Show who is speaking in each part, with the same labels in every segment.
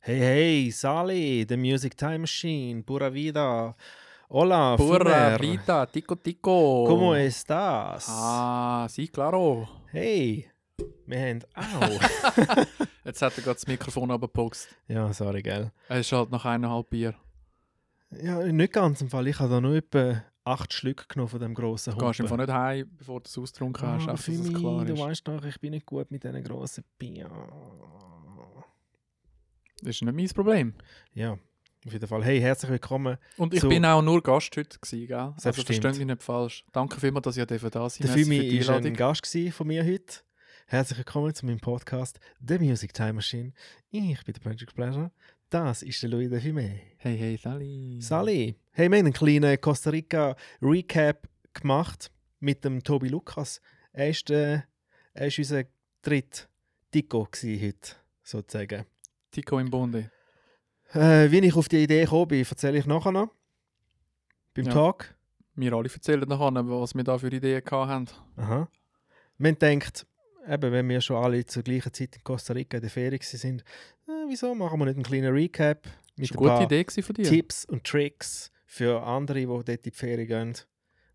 Speaker 1: Hey, hey, Sali, The Music Time Machine, Pura Vida. Hola,
Speaker 2: Pura
Speaker 1: Funer.
Speaker 2: vida, tico tico.
Speaker 1: ¿Cómo estás?
Speaker 2: Ah, sí, claro.
Speaker 1: Hey, wir haben auch.
Speaker 2: Jetzt hat er gerade das Mikrofon abgepokst.
Speaker 1: ja, sorry, gell.
Speaker 2: Es ist halt noch eineinhalb Bier.
Speaker 1: Ja, nicht ganz im Fall. Ich habe da nur etwa acht Schlücke genommen von dem grossen
Speaker 2: Du gehst einfach nicht heim, bevor du es ausgetrunken hast,
Speaker 1: Ah,
Speaker 2: einfach, dass
Speaker 1: für
Speaker 2: es
Speaker 1: mich,
Speaker 2: klar
Speaker 1: du
Speaker 2: ist.
Speaker 1: weißt doch, ich bin nicht gut mit diesen grossen Bier.
Speaker 2: Das ist nicht mein Problem.
Speaker 1: Ja, auf jeden Fall. Hey, herzlich willkommen.
Speaker 2: Und ich
Speaker 1: So.
Speaker 2: bin auch nur Gast heute, gewesen, gell?
Speaker 1: Das
Speaker 2: Also
Speaker 1: stimmt.
Speaker 2: versteht mich nicht falsch. Danke vielmals, dass ihr da seid. Merci
Speaker 1: Der
Speaker 2: für
Speaker 1: Fimi
Speaker 2: die
Speaker 1: war ein
Speaker 2: Einladung.
Speaker 1: Gast gewesen von mir heute. Herzlich willkommen zu meinem Podcast The Music Time Machine. Ich bin der Patrick Pleasure. Das ist der Louis de Fimi.
Speaker 2: Hey, hey, Sally.
Speaker 1: Sally, hey, wir haben einen kleinen Costa Rica Recap gemacht mit dem Tobi Lukas. Er ist, äh, er ist unser dritter Tico gewesen heute, sozusagen.
Speaker 2: Tico im Bunde.
Speaker 1: Äh, wie ich auf die Idee gekommen bin, erzähle ich nachher noch. Beim
Speaker 2: Ja.
Speaker 1: Tag.
Speaker 2: Wir alle erzählen nachher, was wir da für Ideen hatten.
Speaker 1: Aha. Man denkt, eben, wenn wir schon alle zur gleichen Zeit in Costa Rica in der Ferien gewesen sind, äh, wieso machen wir nicht einen kleinen Recap mit
Speaker 2: Das
Speaker 1: ein
Speaker 2: war eine
Speaker 1: paar
Speaker 2: gute Idee gewesen von dir.
Speaker 1: Tipps und Tricks für andere, die dort in die Ferien gehen.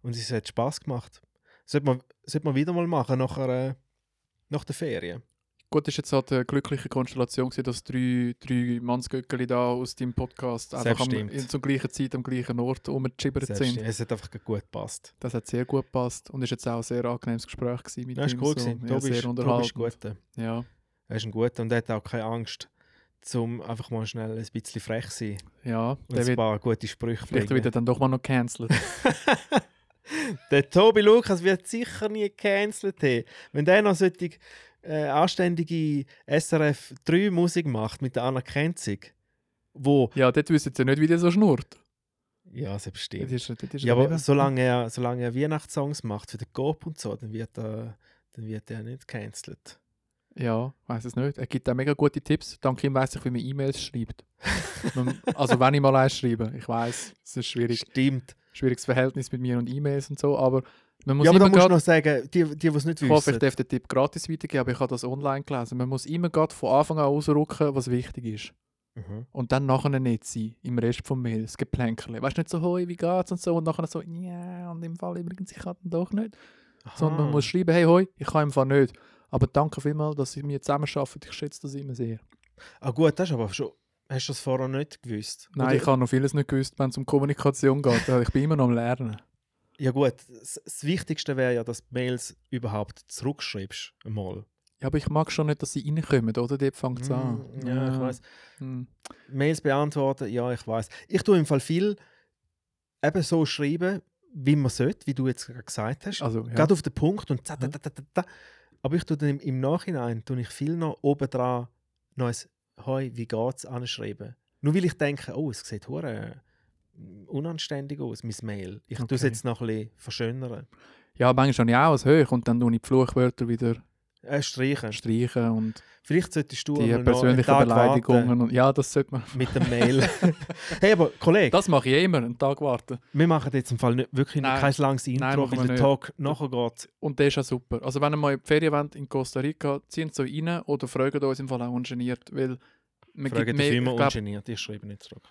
Speaker 1: Und es hat Spass gemacht. Sollte man, sollte man wieder mal machen nach, einer, nach der Ferien.
Speaker 2: Gut, ist jetzt halt eine glückliche Konstellation, gewesen, dass drei, drei Mannsgöckeli da aus deinem Podcast einfach am,
Speaker 1: Selbststimmt.
Speaker 2: in, zur gleichen Zeit am gleichen Ort rumgeschibbert
Speaker 1: Selbst,
Speaker 2: sind.
Speaker 1: es hat einfach gut gepasst.
Speaker 2: Das hat sehr gut gepasst und ist jetzt auch ein sehr angenehmes Gespräch gewesen mit
Speaker 1: Ja, ist
Speaker 2: ihm.
Speaker 1: cool.
Speaker 2: so.
Speaker 1: gewesen.
Speaker 2: ja,
Speaker 1: Tobi ist-
Speaker 2: sehr
Speaker 1: Tobi ist
Speaker 2: unterhaltend.
Speaker 1: gut.
Speaker 2: Ja,
Speaker 1: Er ist ein guter und er hat auch keine Angst, um einfach mal schnell ein bisschen frech zu sein
Speaker 2: ja.
Speaker 1: und
Speaker 2: Der
Speaker 1: ein
Speaker 2: wird,
Speaker 1: paar gute Sprüche
Speaker 2: vielleicht
Speaker 1: bringen.
Speaker 2: wird er dann doch mal noch cancelled.
Speaker 1: Der Tobi Lukas wird sicher nie gecancelt haben. Wenn der noch solche äh, anständige SRF 3 Musik macht mit der Anna Kenzig, wo.
Speaker 2: ja, dort wissen sie ja nicht, wie der so schnurrt.
Speaker 1: Ja,
Speaker 2: Dort
Speaker 1: selbstverständlich.
Speaker 2: ist, dort ist er
Speaker 1: Ja, aber
Speaker 2: eben-
Speaker 1: solange er, solange er Weihnachtssongs macht für den Gop und so, dann wird er, dann wird er nicht gecancelt.
Speaker 2: Ja, weiß es nicht. Er gibt auch mega gute Tipps. Dank ihm weiß ich, wie man E-Mails schreibt. Man- also wenn ich mal eins schreibe. Ich weiß, es ist schwierig.
Speaker 1: Stimmt.
Speaker 2: schwieriges Verhältnis mit mir und E-Mails und so, aber man muss
Speaker 1: Ja, aber da
Speaker 2: immer
Speaker 1: musst du
Speaker 2: gerade,
Speaker 1: noch sagen, die, die, die es nicht
Speaker 2: ich hoffe, ich
Speaker 1: wissen.
Speaker 2: darf den Tipp gratis weitergeben, aber ich habe das online gelesen, man muss immer gerade von Anfang an ausrücken, was wichtig ist.
Speaker 1: Mhm.
Speaker 2: Und dann nachher nicht sein, im Rest vom Mail, das Geplänkerle. Weißt du, nicht so, hoi, wie geht's und so, und nachher so, ja, und im Fall übrigens, ich kann doch nicht. Sondern man
Speaker 1: Aha.
Speaker 2: muss schreiben, hey, hoi, ich kann im Fall nicht. Aber danke vielmals, dass ihr mir zusammenarbeitet, ich schätze das immer sehr.
Speaker 1: Ah, gut, das ist aber schon. Hast du das vorher nicht gewusst?
Speaker 2: Nein,
Speaker 1: Oder-
Speaker 2: ich habe noch vieles nicht gewusst, wenn es um Kommunikation geht. Ich bin immer noch am Lernen.
Speaker 1: Ja gut, das das Wichtigste wäre ja, dass du die Mails überhaupt zurückschreibst. Mal.
Speaker 2: Ja, aber ich mag schon nicht, dass sie reinkommen, oder? Dort fängt es an.
Speaker 1: Mm, Ja, ich weiß.
Speaker 2: Mm.
Speaker 1: Mails beantworten, ja, ich weiß. Ich tue im Fall viel eben so schreiben, wie man sollte, wie du jetzt gerade gesagt hast.
Speaker 2: Also, ja.
Speaker 1: Gerade auf den Punkt und za, da, da, da, da, da. Aber ich tue dann im, im Nachhinein tue ich viel noch oben dran noch ein «Hoi, wie geht's?» anschreiben. Nur weil ich denke, oh, es sieht hure mm, unanständig aus, mein Mail. Ich tue es
Speaker 2: Okay.
Speaker 1: jetzt noch ein bisschen verschönern.
Speaker 2: ja, manchmal habe ich auch ein hoch und dann tue ich die Fluchwörter wieder
Speaker 1: Äh, streichen.
Speaker 2: streichen und
Speaker 1: Vielleicht solltest du
Speaker 2: die
Speaker 1: einmal noch einen
Speaker 2: persönlichen
Speaker 1: Tag warten
Speaker 2: Beleidigungen. Und, ja, das sollte man.
Speaker 1: mit dem Mail. hey, aber Kollege,
Speaker 2: Das mache ich immer, einen Tag warten.
Speaker 1: wir machen jetzt im Fall nicht, wirklich
Speaker 2: Nein.
Speaker 1: kein langes Intro,
Speaker 2: machen wir
Speaker 1: weil der
Speaker 2: nicht.
Speaker 1: Talk nachher geht.
Speaker 2: Und der ist ja super. Also, wenn ihr mal in die Ferien wollt in Costa Rica, zieht so rein oder fragt uns im Fall auch ungeniert, weil man
Speaker 1: Fragen
Speaker 2: gibt
Speaker 1: dich
Speaker 2: mehr,
Speaker 1: immer
Speaker 2: ich glaube,
Speaker 1: ungeniert, ich schreibe nicht zurück.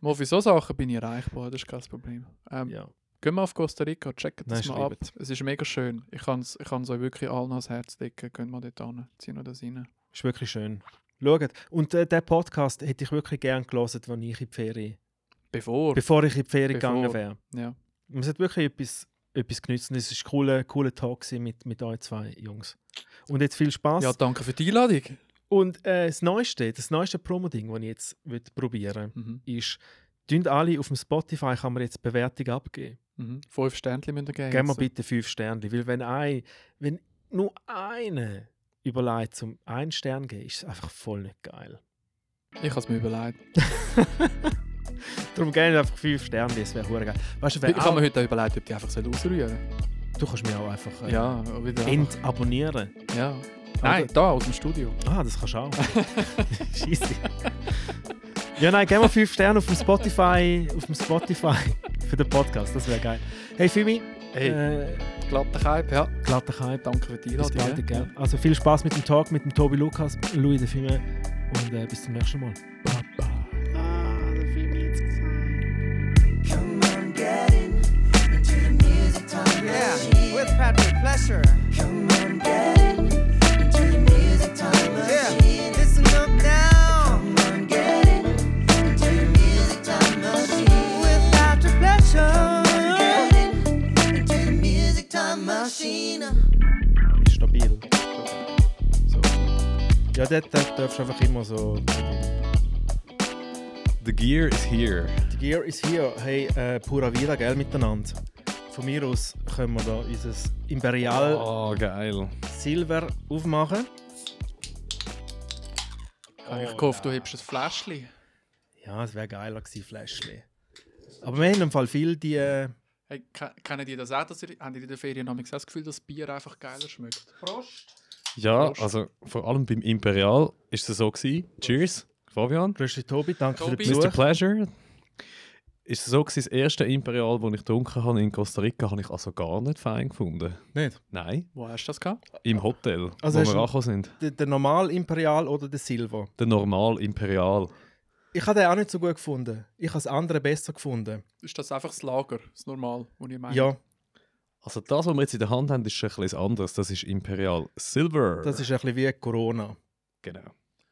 Speaker 2: mal für so Sachen bin ich erreichbar, das ist kein Problem. Ähm,
Speaker 1: Ja.
Speaker 2: Gehen wir auf Costa Rica, checken das
Speaker 1: Nein,
Speaker 2: mal ab.
Speaker 1: schreibt.
Speaker 2: Es ist mega schön. Ich kann es ich kann's euch wirklich allen ans Herz legen. Gehen wir dort hin, ziehen wir das rein.
Speaker 1: Ist wirklich schön. Schaut. Und äh, der Podcast hätte ich wirklich gern gelesen, wenn ich in die Ferien,
Speaker 2: Bevor.
Speaker 1: bevor ich in die Ferien
Speaker 2: Bevor.
Speaker 1: gegangen wäre.
Speaker 2: ja.
Speaker 1: Es hat wirklich etwas, etwas genützt und es war ein cooler, cooler Talk gewesen mit, mit euch zwei Jungs. Und jetzt viel Spaß.
Speaker 2: ja, danke für die Einladung.
Speaker 1: Und äh, das Neueste, das neueste Promo-Ding, das ich jetzt will probieren
Speaker 2: Mhm.
Speaker 1: ist, tun alle auf dem Spotify kann man jetzt Bewertung abgeben.
Speaker 2: Mhm. Fünf Sternchen müssen ihr geben.
Speaker 1: Geben wir
Speaker 2: jetzt.
Speaker 1: bitte fünf Sterne, weil wenn ein, wenn nur eine überlegt zum einen Stern zu geben, ist es einfach voll nicht geil.
Speaker 2: Ich habe es mir überlegt.
Speaker 1: Darum gerne einfach fünf Sterne, das wäre hure geil. Weißt du,
Speaker 2: Ich
Speaker 1: wer
Speaker 2: habe
Speaker 1: auch,
Speaker 2: mir heute auch überlegt, ob die einfach ausrühren sollen.
Speaker 1: du kannst mich auch einfach äh,
Speaker 2: Ja, wieder.
Speaker 1: entabonnieren.
Speaker 2: ja. Nein,
Speaker 1: Oder-
Speaker 2: da aus dem Studio.
Speaker 1: Ah, das kannst du auch. Scheiße. Ja, nein, geben wir fünf Sterne auf dem Spotify, auf dem Spotify für den Podcast, das wäre geil. Hey Fimi,
Speaker 2: Hey,
Speaker 1: äh,
Speaker 2: glatte Kaib, ja.
Speaker 1: glatter Hype.
Speaker 2: Danke für die
Speaker 1: Bis
Speaker 2: Einladung.
Speaker 1: bald,
Speaker 2: ja.
Speaker 1: gell? Also viel Spaß mit dem Talk mit dem Tobi Lukas, Louis de Fime Und äh, bis zum nächsten Mal.
Speaker 3: Come on, get in into the music time
Speaker 4: Yeah,
Speaker 3: machine.
Speaker 4: with Patrick Flesher.
Speaker 3: Come on, get in into the music time
Speaker 4: Yeah,
Speaker 3: machine.
Speaker 4: listen up now.
Speaker 3: Come on, get in into the music time machine.
Speaker 4: With Patrick Flesher.
Speaker 3: Get in into the music time machine.
Speaker 1: Ist stabil. So. Ja, dort darf- darfst du einfach immer so.
Speaker 5: The gear is here.
Speaker 1: The Gear is here. Hey, äh, pura vida, gell, miteinander. Von mir aus können wir da unser Imperial
Speaker 5: Oh, geil.
Speaker 1: Silver aufmachen.
Speaker 2: Äh, ich hoffe, du hebst ein Fläschchen.
Speaker 1: Ja, es wäre geiler gewesen, Fläschchen. Aber wir haben im Fall viel die. Äh,
Speaker 2: Hey, ke- kennen die das auch? Dass ihr, haben die in der Ferien damals auch das Gefühl, dass Bier einfach geiler schmeckt?
Speaker 5: Ja,
Speaker 2: Prost.
Speaker 5: also vor allem beim Imperial ist es so gewesen. Cheers, Fabian.
Speaker 1: Grüß dich, Tobi, danke
Speaker 2: Tobi.
Speaker 1: für den
Speaker 5: Mr.
Speaker 1: Besuch.
Speaker 5: Pleasure. Ist es so gewesen, das erste Imperial, das ich getrunken habe in Costa Rica, habe ich also gar nicht fein gefunden.
Speaker 1: Nicht?
Speaker 5: Nein,
Speaker 2: Wo hast du das gehabt?
Speaker 5: im Hotel,
Speaker 1: Also
Speaker 5: wo
Speaker 1: hast
Speaker 5: wir
Speaker 1: du-
Speaker 5: angekommen sind.
Speaker 1: Der, der Normal Imperial oder der Silver?
Speaker 5: Der normal Imperial.
Speaker 1: Ich habe den auch nicht so gut gefunden. Ich habe das andere besser gefunden.
Speaker 2: Ist das einfach das Lager, das Normal, was ich meine?
Speaker 1: Ja,
Speaker 5: Also das, was wir jetzt in der Hand haben, ist ein bisschen anderes. Das ist Imperial Silver.
Speaker 1: das ist ein bisschen wie Corona.
Speaker 5: genau.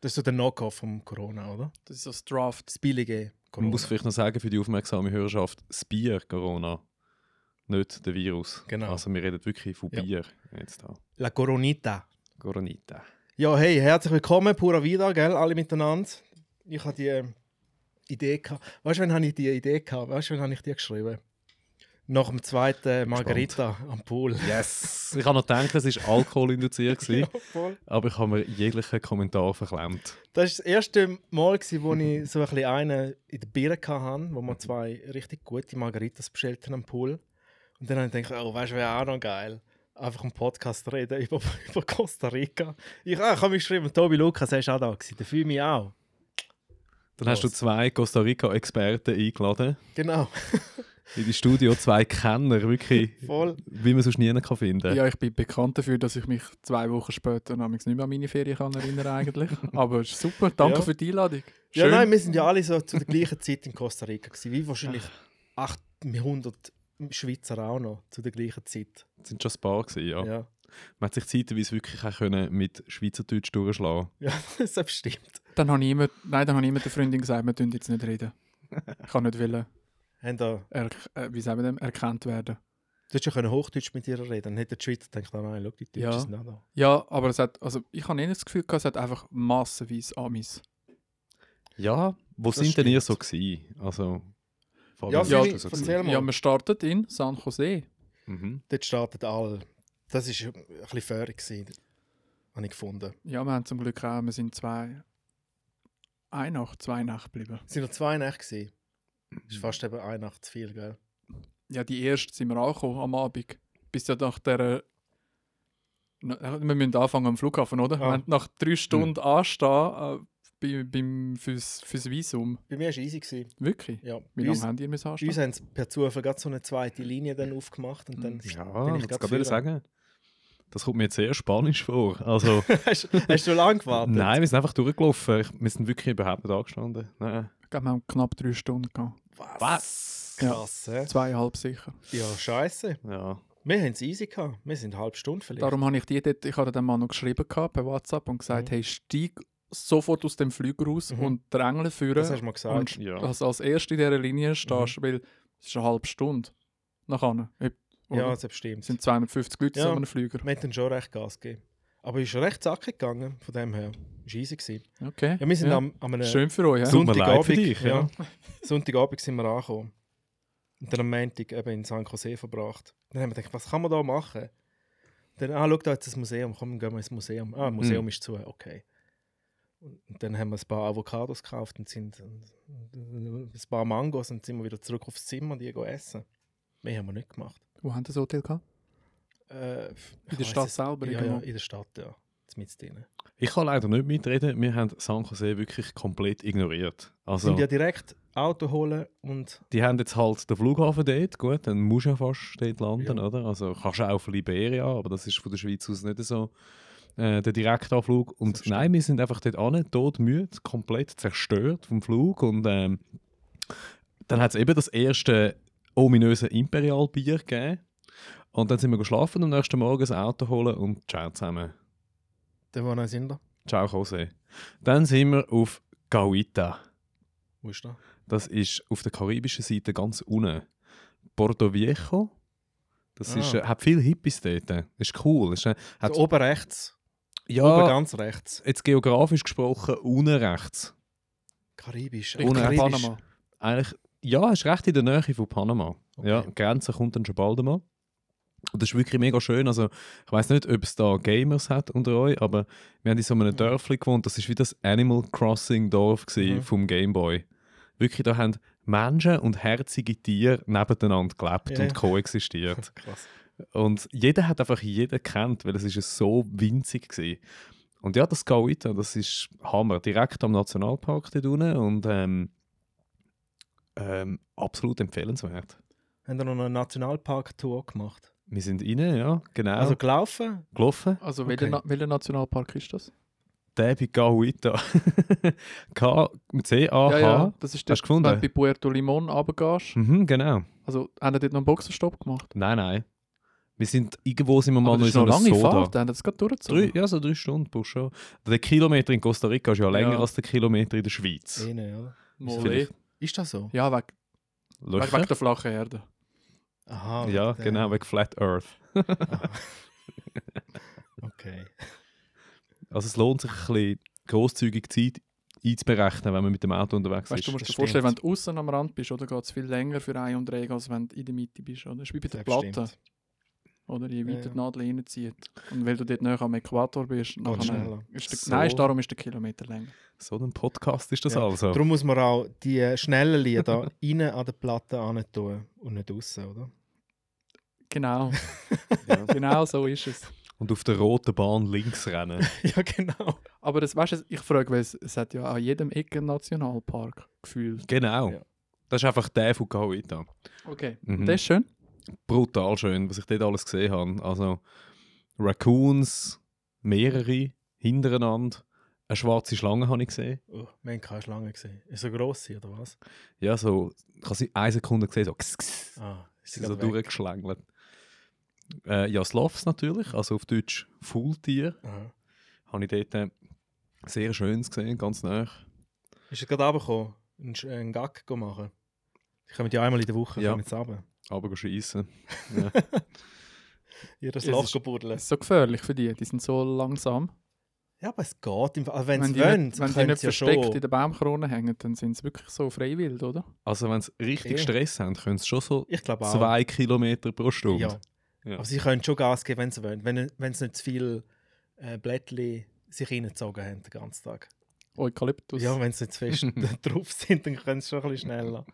Speaker 1: Das ist so der Knockoff vom Corona, oder?
Speaker 2: Das ist so das Draft.
Speaker 1: Das billige
Speaker 5: Man
Speaker 1: Corona.
Speaker 5: muss vielleicht noch sagen für die aufmerksame Hörerschaft, das Bier Corona, nicht der Virus.
Speaker 1: Genau.
Speaker 5: Also wir reden wirklich von
Speaker 1: Ja.
Speaker 5: Bier jetzt da.
Speaker 1: La Coronita.
Speaker 5: Coronita.
Speaker 1: Ja, hey, herzlich willkommen, Pura Vida, gell, alle miteinander. Ich habe die äh, Idee gehabt. Weißt du, wann habe ich die Idee gehabt? Weißt du, wann habe ich die geschrieben? Nach dem zweiten Margarita am Pool.
Speaker 5: Yes! ich habe noch gedacht, es war alkoholinduziert, gewesen,
Speaker 1: voll.
Speaker 5: aber ich habe mir jeglichen Kommentar verklemmt.
Speaker 1: Das war das erste Mal, gewesen, wo ich so ein bisschen einen in der Birne hatte, wo wir zwei richtig gute Margaritas bestellt haben am Pool. Und dann habe ich gedacht, oh, weißt du, wäre auch noch geil. Einfach einen Podcast reden über, über Costa Rica. Ich, ah, ich habe mich geschrieben, Tobi Lukas, er war auch da. Gewesen. Der fühle mich auch.
Speaker 5: Dann hast du zwei Costa Rica-Experten eingeladen
Speaker 1: Genau,
Speaker 5: in die Studio, zwei Kenner, wirklich,
Speaker 1: voll.
Speaker 5: wie man sonst nie kann finden
Speaker 2: Ja, ich bin bekannt dafür, dass ich mich zwei Wochen später namens nicht mehr an meine Ferien kann erinnern eigentlich. Aber ist super, danke
Speaker 1: Ja.
Speaker 2: für die Einladung.
Speaker 1: Ja,
Speaker 2: Schön.
Speaker 1: nein, wir sind ja alle so zu der gleichen Zeit in Costa Rica. Gewesen, wie wahrscheinlich 800 Schweizer auch noch zu der gleichen Zeit.
Speaker 5: Es sind schon ein paar, gewesen, ja.
Speaker 1: Ja,
Speaker 5: Man hat sich zeitweise wirklich auch können mit Schweizerdeutsch durchschlagen
Speaker 1: ja das ist bestimmt.
Speaker 2: Dann habe ich immer, nein, dann habe ich immer der Freundin gesagt, wir dürfen jetzt nicht reden. Ich kann nicht wollen,
Speaker 1: Haben da
Speaker 2: er, äh, wie sagen wir dem, erkannt werden.
Speaker 1: Du hättest ja können Hochdeutsch mit ihr reden Dann hätte der Schweizer gedacht, oh nein, schau, die Deutschen
Speaker 2: Ja.
Speaker 1: sind auch da.
Speaker 2: Ja, aber es hat, also ich habe eh nicht das Gefühl gehabt, es hat einfach massenweise Amis.
Speaker 5: Ja, wo
Speaker 1: Das
Speaker 5: sind denn ihr so
Speaker 1: stimmt.
Speaker 5: gewesen? Also,
Speaker 1: Ja,
Speaker 5: Fabian,
Speaker 1: ja
Speaker 5: bist du so gewesen?
Speaker 1: erzähl mal.
Speaker 2: Ja, wir startet in San Jose.
Speaker 5: Mhm.
Speaker 1: Dort startet alle. Das war ein bisschen fair, gewesen, habe ich gefunden.
Speaker 2: Ja, wir haben zum Glück auch, wir sind zwei, eine Nacht, zwei Nacht geblieben.
Speaker 1: Es waren noch zwei Nächte. Gewesen. Das ist fast eben eine Nacht zu viel, gell?
Speaker 2: Ja, die erste sind wir angekommen am Abend. Bis ja nach der. Na, äh, Wir müssen anfangen am Flughafen, oder?
Speaker 1: Ah.
Speaker 2: Wenn du nach drei Stunden anstehen äh, bei, beim, fürs, fürs Visum.
Speaker 1: Bei mir war es easy. Gewesen.
Speaker 2: Wirklich?
Speaker 1: Ja. Bei
Speaker 2: Wie lange
Speaker 1: uns,
Speaker 2: haben die müssen anstehen?
Speaker 1: uns haben sie per Zufall gerade so eine zweite Linie dann aufgemacht und dann
Speaker 2: Hm.
Speaker 5: Ja, ich
Speaker 1: grad
Speaker 5: kann gerade
Speaker 1: führen.
Speaker 5: sagen. Das kommt mir jetzt sehr spanisch vor. Also,
Speaker 1: hast, hast du lange gewartet?
Speaker 5: nein, wir sind einfach durchgelaufen. Ich- Wir sind wirklich überhaupt nicht angestanden. Nein.
Speaker 2: Ich glaube, wir haben knapp drei Stunden gehabt.
Speaker 1: Was? Krass,
Speaker 2: Krass,
Speaker 1: ja.
Speaker 2: Zweieinhalb sicher.
Speaker 1: ja, scheiße.
Speaker 5: Ja.
Speaker 1: Wir haben es easy gehabt. Wir sind eine halbe Stunde vielleicht.
Speaker 2: Darum habe ich die dort, ich habe dem Mann noch geschrieben gehabt, per WhatsApp und gesagt, hey, steig sofort aus dem Flüger raus
Speaker 1: Mhm.
Speaker 2: und drängle führen.
Speaker 1: das hast du mal gesagt. Mhm.
Speaker 2: Und
Speaker 5: Ja.
Speaker 2: dass du als erste in dieser Linie stehst, weil es ist eine halbe Stunde nachher.
Speaker 1: ja,
Speaker 2: Ja.
Speaker 1: das
Speaker 2: Es
Speaker 1: stimmt.
Speaker 2: sind 250 Leute
Speaker 1: Ja.
Speaker 2: so einem Flüger.
Speaker 1: Wir hätten schon recht Gas gegeben. Aber es ist recht zackig gegangen, von dem her. Es war easy. Gewesen.
Speaker 2: Okay.
Speaker 1: Ja, wir sind am, äh, an einem
Speaker 2: Schön für euch. Ja?
Speaker 5: So- Tut mir leid
Speaker 1: Sonntagabend.
Speaker 5: für dich, ja.
Speaker 1: Sonntagabend sind wir angekommen. Und dann am Montag eben in San Jose verbracht. Dann haben wir gedacht, was kann man da machen? Dann, ah, schau da jetzt das Museum, komm, gehen wir ins Museum. Ah,
Speaker 5: Hm.
Speaker 1: das Museum ist zu, okay. Und dann haben wir ein paar Avocados gekauft und sind und ein paar Mangos und sind wir wieder zurück aufs Zimmer und die gehen essen. Mehr haben wir nicht gemacht.
Speaker 2: Wo haben das Hotel gehabt?
Speaker 1: Äh, in
Speaker 2: In der Stadt selber.
Speaker 1: Ja, ja,
Speaker 2: irgendwo.
Speaker 1: in der Stadt, ja. Mit drin.
Speaker 5: Ich kann leider nicht mitreden. Wir haben San Jose wirklich komplett ignoriert.
Speaker 1: Sie
Speaker 5: Also,
Speaker 1: Sind ja direkt Auto holen und
Speaker 5: die haben jetzt halt den Flughafen dort. Gut, dann musst du ja fast dort landen,
Speaker 1: Ja.
Speaker 5: oder? Also, kannst du auch auf Liberia, aber das ist von der Schweiz aus nicht so äh, den Direktanflug. Und
Speaker 1: Verstehe.
Speaker 5: nein, wir sind einfach dort an, tot müde, komplett zerstört vom Flug. Und ähm, dann hat es eben das erste ominöse Imperial-Bier gegeben. Und dann sind wir geschlafen und am nächsten Morgen ein Auto holen und ciao zusammen.
Speaker 1: Der war noch in da.
Speaker 5: Ciao, Jose. Dann sind wir auf Gauita.
Speaker 1: Wo ist da?
Speaker 5: Das ist auf der karibischen Seite ganz unten. Porto Viejo. Das
Speaker 1: Ah.
Speaker 5: ist, äh, hat viele Hippies dort. Ist cool. Ist, äh, hat,
Speaker 1: Da Also oben rechts. Oben
Speaker 5: ja,
Speaker 1: ganz rechts.
Speaker 5: jetzt geografisch gesprochen, unten rechts.
Speaker 1: Karibisch.
Speaker 5: Ohne
Speaker 1: Karibisch.
Speaker 2: Panama.
Speaker 5: Eigentlich, ja, ist recht in der Nähe von Panama.
Speaker 1: Okay.
Speaker 5: Ja, die Grenze kommt dann schon bald einmal. Und das ist wirklich mega schön. Also, ich weiß nicht, ob es da Gamers hat unter euch, aber wir haben in so einem Dörfli gewohnt. Das ist wie das Animal Crossing Dorf
Speaker 1: Mhm.
Speaker 5: mhm. vom Gameboy. Wirklich, da haben Menschen und herzige Tiere nebeneinander gelebt
Speaker 1: Ja, ja.
Speaker 5: und koexistiert.
Speaker 1: Krass.
Speaker 5: Und jeder hat einfach jeden kennt, weil es ist ja so winzig war. Und ja, das Gauita, das ist Hammer. Direkt am Nationalpark dort unten und ähm, ähm, absolut empfehlenswert.
Speaker 1: Haben wir noch eine Nationalpark-Tour gemacht?
Speaker 5: Wir sind rein, ja, genau.
Speaker 1: Also gelaufen?
Speaker 5: gelaufen.
Speaker 2: Also welcher,
Speaker 1: Okay.
Speaker 2: Na welcher Nationalpark ist das?
Speaker 5: Der bei Gauita. K mit C-A-H.
Speaker 2: Ja, ja, das ist
Speaker 5: Hast du gefunden?
Speaker 2: wenn du bei Puerto Limon runtergehst.
Speaker 5: Mhm, genau.
Speaker 2: Also haben die dort noch einen Boxenstopp gemacht?
Speaker 5: Nein, nein. Wir sind irgendwo sind wir mal
Speaker 2: Aber das ist
Speaker 5: so
Speaker 2: noch eine lange
Speaker 5: einer Soda.
Speaker 2: Fahrt, also. dann haben das gerade
Speaker 5: Drei,
Speaker 2: durchgezogen.
Speaker 5: ja, so drei Stunden brauchst du schon. Der Kilometer in Costa Rica ist ja länger
Speaker 2: Ja.
Speaker 5: als der Kilometer in der Schweiz.
Speaker 1: Innen, oder?
Speaker 2: Mal eh.
Speaker 5: Vielleicht
Speaker 1: Ist das so?
Speaker 2: Ja, wegen weg,
Speaker 5: Löcher.
Speaker 2: weg der flachen Erde.
Speaker 1: Aha.
Speaker 5: Ja,
Speaker 1: der-
Speaker 5: genau, wegen Flat Earth.
Speaker 1: Okay.
Speaker 5: Also es lohnt sich ein bisschen grosszügig Zeit einzuberechnen, wenn man mit dem Auto unterwegs
Speaker 2: Weißt
Speaker 5: ist.
Speaker 2: du, du musst dir
Speaker 1: das
Speaker 2: vorstellen, wenn
Speaker 1: stimmt.
Speaker 2: du außen am Rand bist, oder geht es viel länger für ein und Regen, als wenn du in der Mitte bist. Oder? Das ist wie bei
Speaker 1: Das
Speaker 2: der Platte,
Speaker 1: stimmt.
Speaker 2: oder? Je weiter
Speaker 1: Ja, ja.
Speaker 2: die Nadel reinzieht. Und weil du dort näher am Äquator bist, nachher
Speaker 1: schneller.
Speaker 2: Ist der,
Speaker 5: So.
Speaker 2: Nein, darum ist der Kilometer länger.
Speaker 5: so ein Podcast ist das
Speaker 1: Ja,
Speaker 5: also.
Speaker 1: Darum muss man auch die äh, schnellen Lieder innen an der Platte hin tun und nicht außen, oder?
Speaker 2: Genau. Genau so ist es.
Speaker 5: Und auf der roten Bahn links rennen.
Speaker 1: ja, genau.
Speaker 2: Aber das weißt du, ich frage, weil es, es hat ja an jedem Ecke einen Nationalpark gefühlt.
Speaker 5: genau.
Speaker 1: Ja.
Speaker 5: Das ist einfach der von Kauita.
Speaker 2: Okay.
Speaker 5: Mhm.
Speaker 2: Das ist schön.
Speaker 5: brutal schön, was ich dort alles gesehen habe. Also Raccoons, mehrere hintereinander. Eine schwarze Schlange habe ich gesehen.
Speaker 1: Oh, wir haben keine Schlange gesehen. Ist so gross oder was?
Speaker 5: Ja, so, ich habe sie eine Sekunde gesehen, so, kss, kss,
Speaker 1: Ah, ist
Speaker 5: sie so
Speaker 1: gerade weg.
Speaker 5: durchgeschlängelt. Äh, ja, Sloths natürlich, also auf Deutsch Faultier.
Speaker 1: Aha.
Speaker 5: Habe ich dort äh, sehr schönes gesehen, ganz nah.
Speaker 1: Ist er gerade runtergekommen? Einen Sch- Einen Gag go machen? Ich komme ja einmal in der Woche
Speaker 5: Ja.
Speaker 1: ja. jetzt runter.
Speaker 5: Aber schiessen.
Speaker 1: Ihr das
Speaker 2: Es
Speaker 1: Loch
Speaker 2: ist-
Speaker 1: go buddeln.
Speaker 2: Das ist so gefährlich für die. Die sind so langsam.
Speaker 1: Ja, aber es geht. im Fall- Also wenn sie
Speaker 2: die
Speaker 1: wollen,
Speaker 2: nicht, wenn die
Speaker 1: können
Speaker 2: nicht
Speaker 1: sie ja
Speaker 2: versteckt in
Speaker 1: schon.
Speaker 2: der Baumkrone hängen, dann sind sie wirklich so freiwillig, oder?
Speaker 5: Also wenn sie richtig
Speaker 1: Ja.
Speaker 5: Stress haben, können sie schon so
Speaker 1: Ich glaube auch.
Speaker 5: zwei Kilometer pro Stunde.
Speaker 1: Ja.
Speaker 5: Ja.
Speaker 1: Aber sie können schon Gas geben, wenn sie wollen. Wenn, wenn sie nicht zu viel äh, Blättchen sich reingezogen haben den ganzen Tag.
Speaker 2: Eukalyptus.
Speaker 1: Ja, wenn sie nicht zu fest drauf sind, dann können sie schon ein bisschen schneller.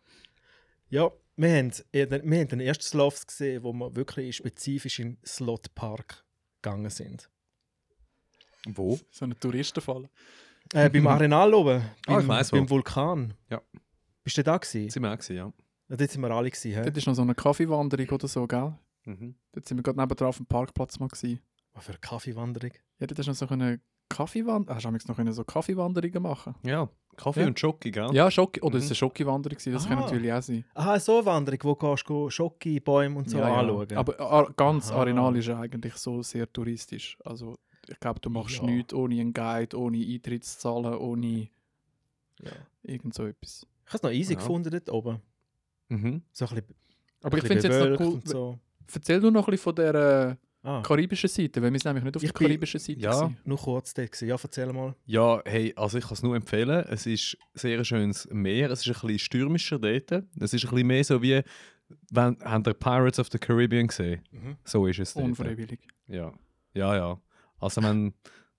Speaker 1: Ja, wir haben, ja, den- wir haben den ersten Sloths gesehen, wo wir wirklich spezifisch in den Slotpark gegangen sind.
Speaker 5: Wo?
Speaker 2: So eine Touristenfalle.
Speaker 1: Äh, beim Arenal oben,
Speaker 5: Ah,
Speaker 1: beim,
Speaker 5: ich weiss wo.
Speaker 1: beim Vulkan.
Speaker 5: Ja.
Speaker 1: Bist du da gewesen?
Speaker 5: Sind wir auch gewesen, ja.
Speaker 1: Ja, dort sind wir alle gewesen. hä?
Speaker 2: Dort ist noch so eine Kaffeewanderung oder so, gell?
Speaker 5: Mhm.
Speaker 2: Dort sind wir gerade nebenan auf dem Parkplatz mal gewesen.
Speaker 1: Was für eine Kaffeewanderung.
Speaker 2: Ja, dort hast du noch so eine Kaffeewanderung. Hast du damals noch können so Kaffeewanderungen machen?
Speaker 5: Ja, Kaffee
Speaker 2: Ja.
Speaker 5: und Schoki, gell?
Speaker 2: Ja, Schock oder
Speaker 5: Mhm.
Speaker 2: es ist eine Schokiwanderung gewesen, das
Speaker 1: Ah.
Speaker 2: kann natürlich auch sein.
Speaker 1: Aha, Ah, so eine Wanderung, wo du gehst, Schocke, Bäume und so
Speaker 2: Ja, ja.
Speaker 1: anschauen.
Speaker 2: Aber äh, ganz
Speaker 1: Aha.
Speaker 2: Arenal ist ja eigentlich so sehr touristisch. Also ich glaube, du machst
Speaker 1: Ja.
Speaker 2: nichts ohne einen Guide, ohne Eintrittszahlen, ohne
Speaker 1: ja.
Speaker 2: irgend so etwas.
Speaker 1: Ich habe es noch easy
Speaker 5: Ja.
Speaker 1: gefunden dort oben.
Speaker 5: Mhm.
Speaker 1: So ein bisschen,
Speaker 2: Aber ich
Speaker 1: ein bisschen
Speaker 2: finde es jetzt noch
Speaker 1: bewölkt
Speaker 2: cool.
Speaker 1: und So.
Speaker 2: Erzähl du noch ein bisschen von der
Speaker 1: Ah,
Speaker 2: äh, karibischen Seite, weil wir sind nämlich nicht auf
Speaker 1: Ich
Speaker 2: der
Speaker 1: bin-
Speaker 2: karibischen Seite.
Speaker 5: Ja.
Speaker 2: gewesen.
Speaker 1: nur kurz dort. gewesen. Ja, erzähl mal.
Speaker 5: Ja, hey, also ich kann es nur empfehlen. Es ist sehr schönes Meer. Es ist ein bisschen stürmischer dort. Es ist ein bisschen mehr so wie, wenn, habt ihr Pirates of the Caribbean gesehen?
Speaker 1: Mhm.
Speaker 5: So ist es dort.
Speaker 2: Unfreiwillig.
Speaker 5: Ja, ja, ja. Also wenn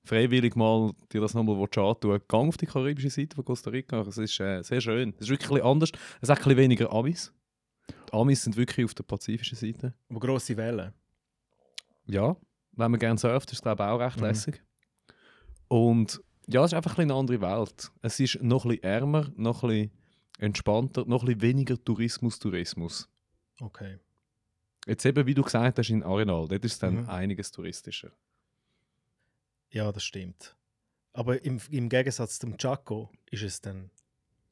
Speaker 5: freiwillig mal dir das nochmal willst antun willst, geh auf die karibische Seite von Costa Rica. Es ist äh, sehr schön. Es ist wirklich ein bisschen anders. Es hat ein bisschen weniger Amis. Die Amis sind wirklich auf der pazifischen Seite.
Speaker 1: Aber grosse Wellen.
Speaker 5: Ja, wenn man gerne surft, ist es glaube ich auch recht
Speaker 1: Mhm.
Speaker 5: lässig. Und ja, es ist einfach ein bisschen eine andere Welt. Es ist noch ein bisschen ärmer, noch ein bisschen entspannter, noch ein bisschen weniger Tourismus, Tourismus.
Speaker 1: Okay.
Speaker 5: Jetzt eben, wie du gesagt hast, in Arenal, dort ist es dann
Speaker 1: Mhm.
Speaker 5: einiges touristischer.
Speaker 1: Ja, das stimmt. Aber im, im Gegensatz zum Chaco ist es dann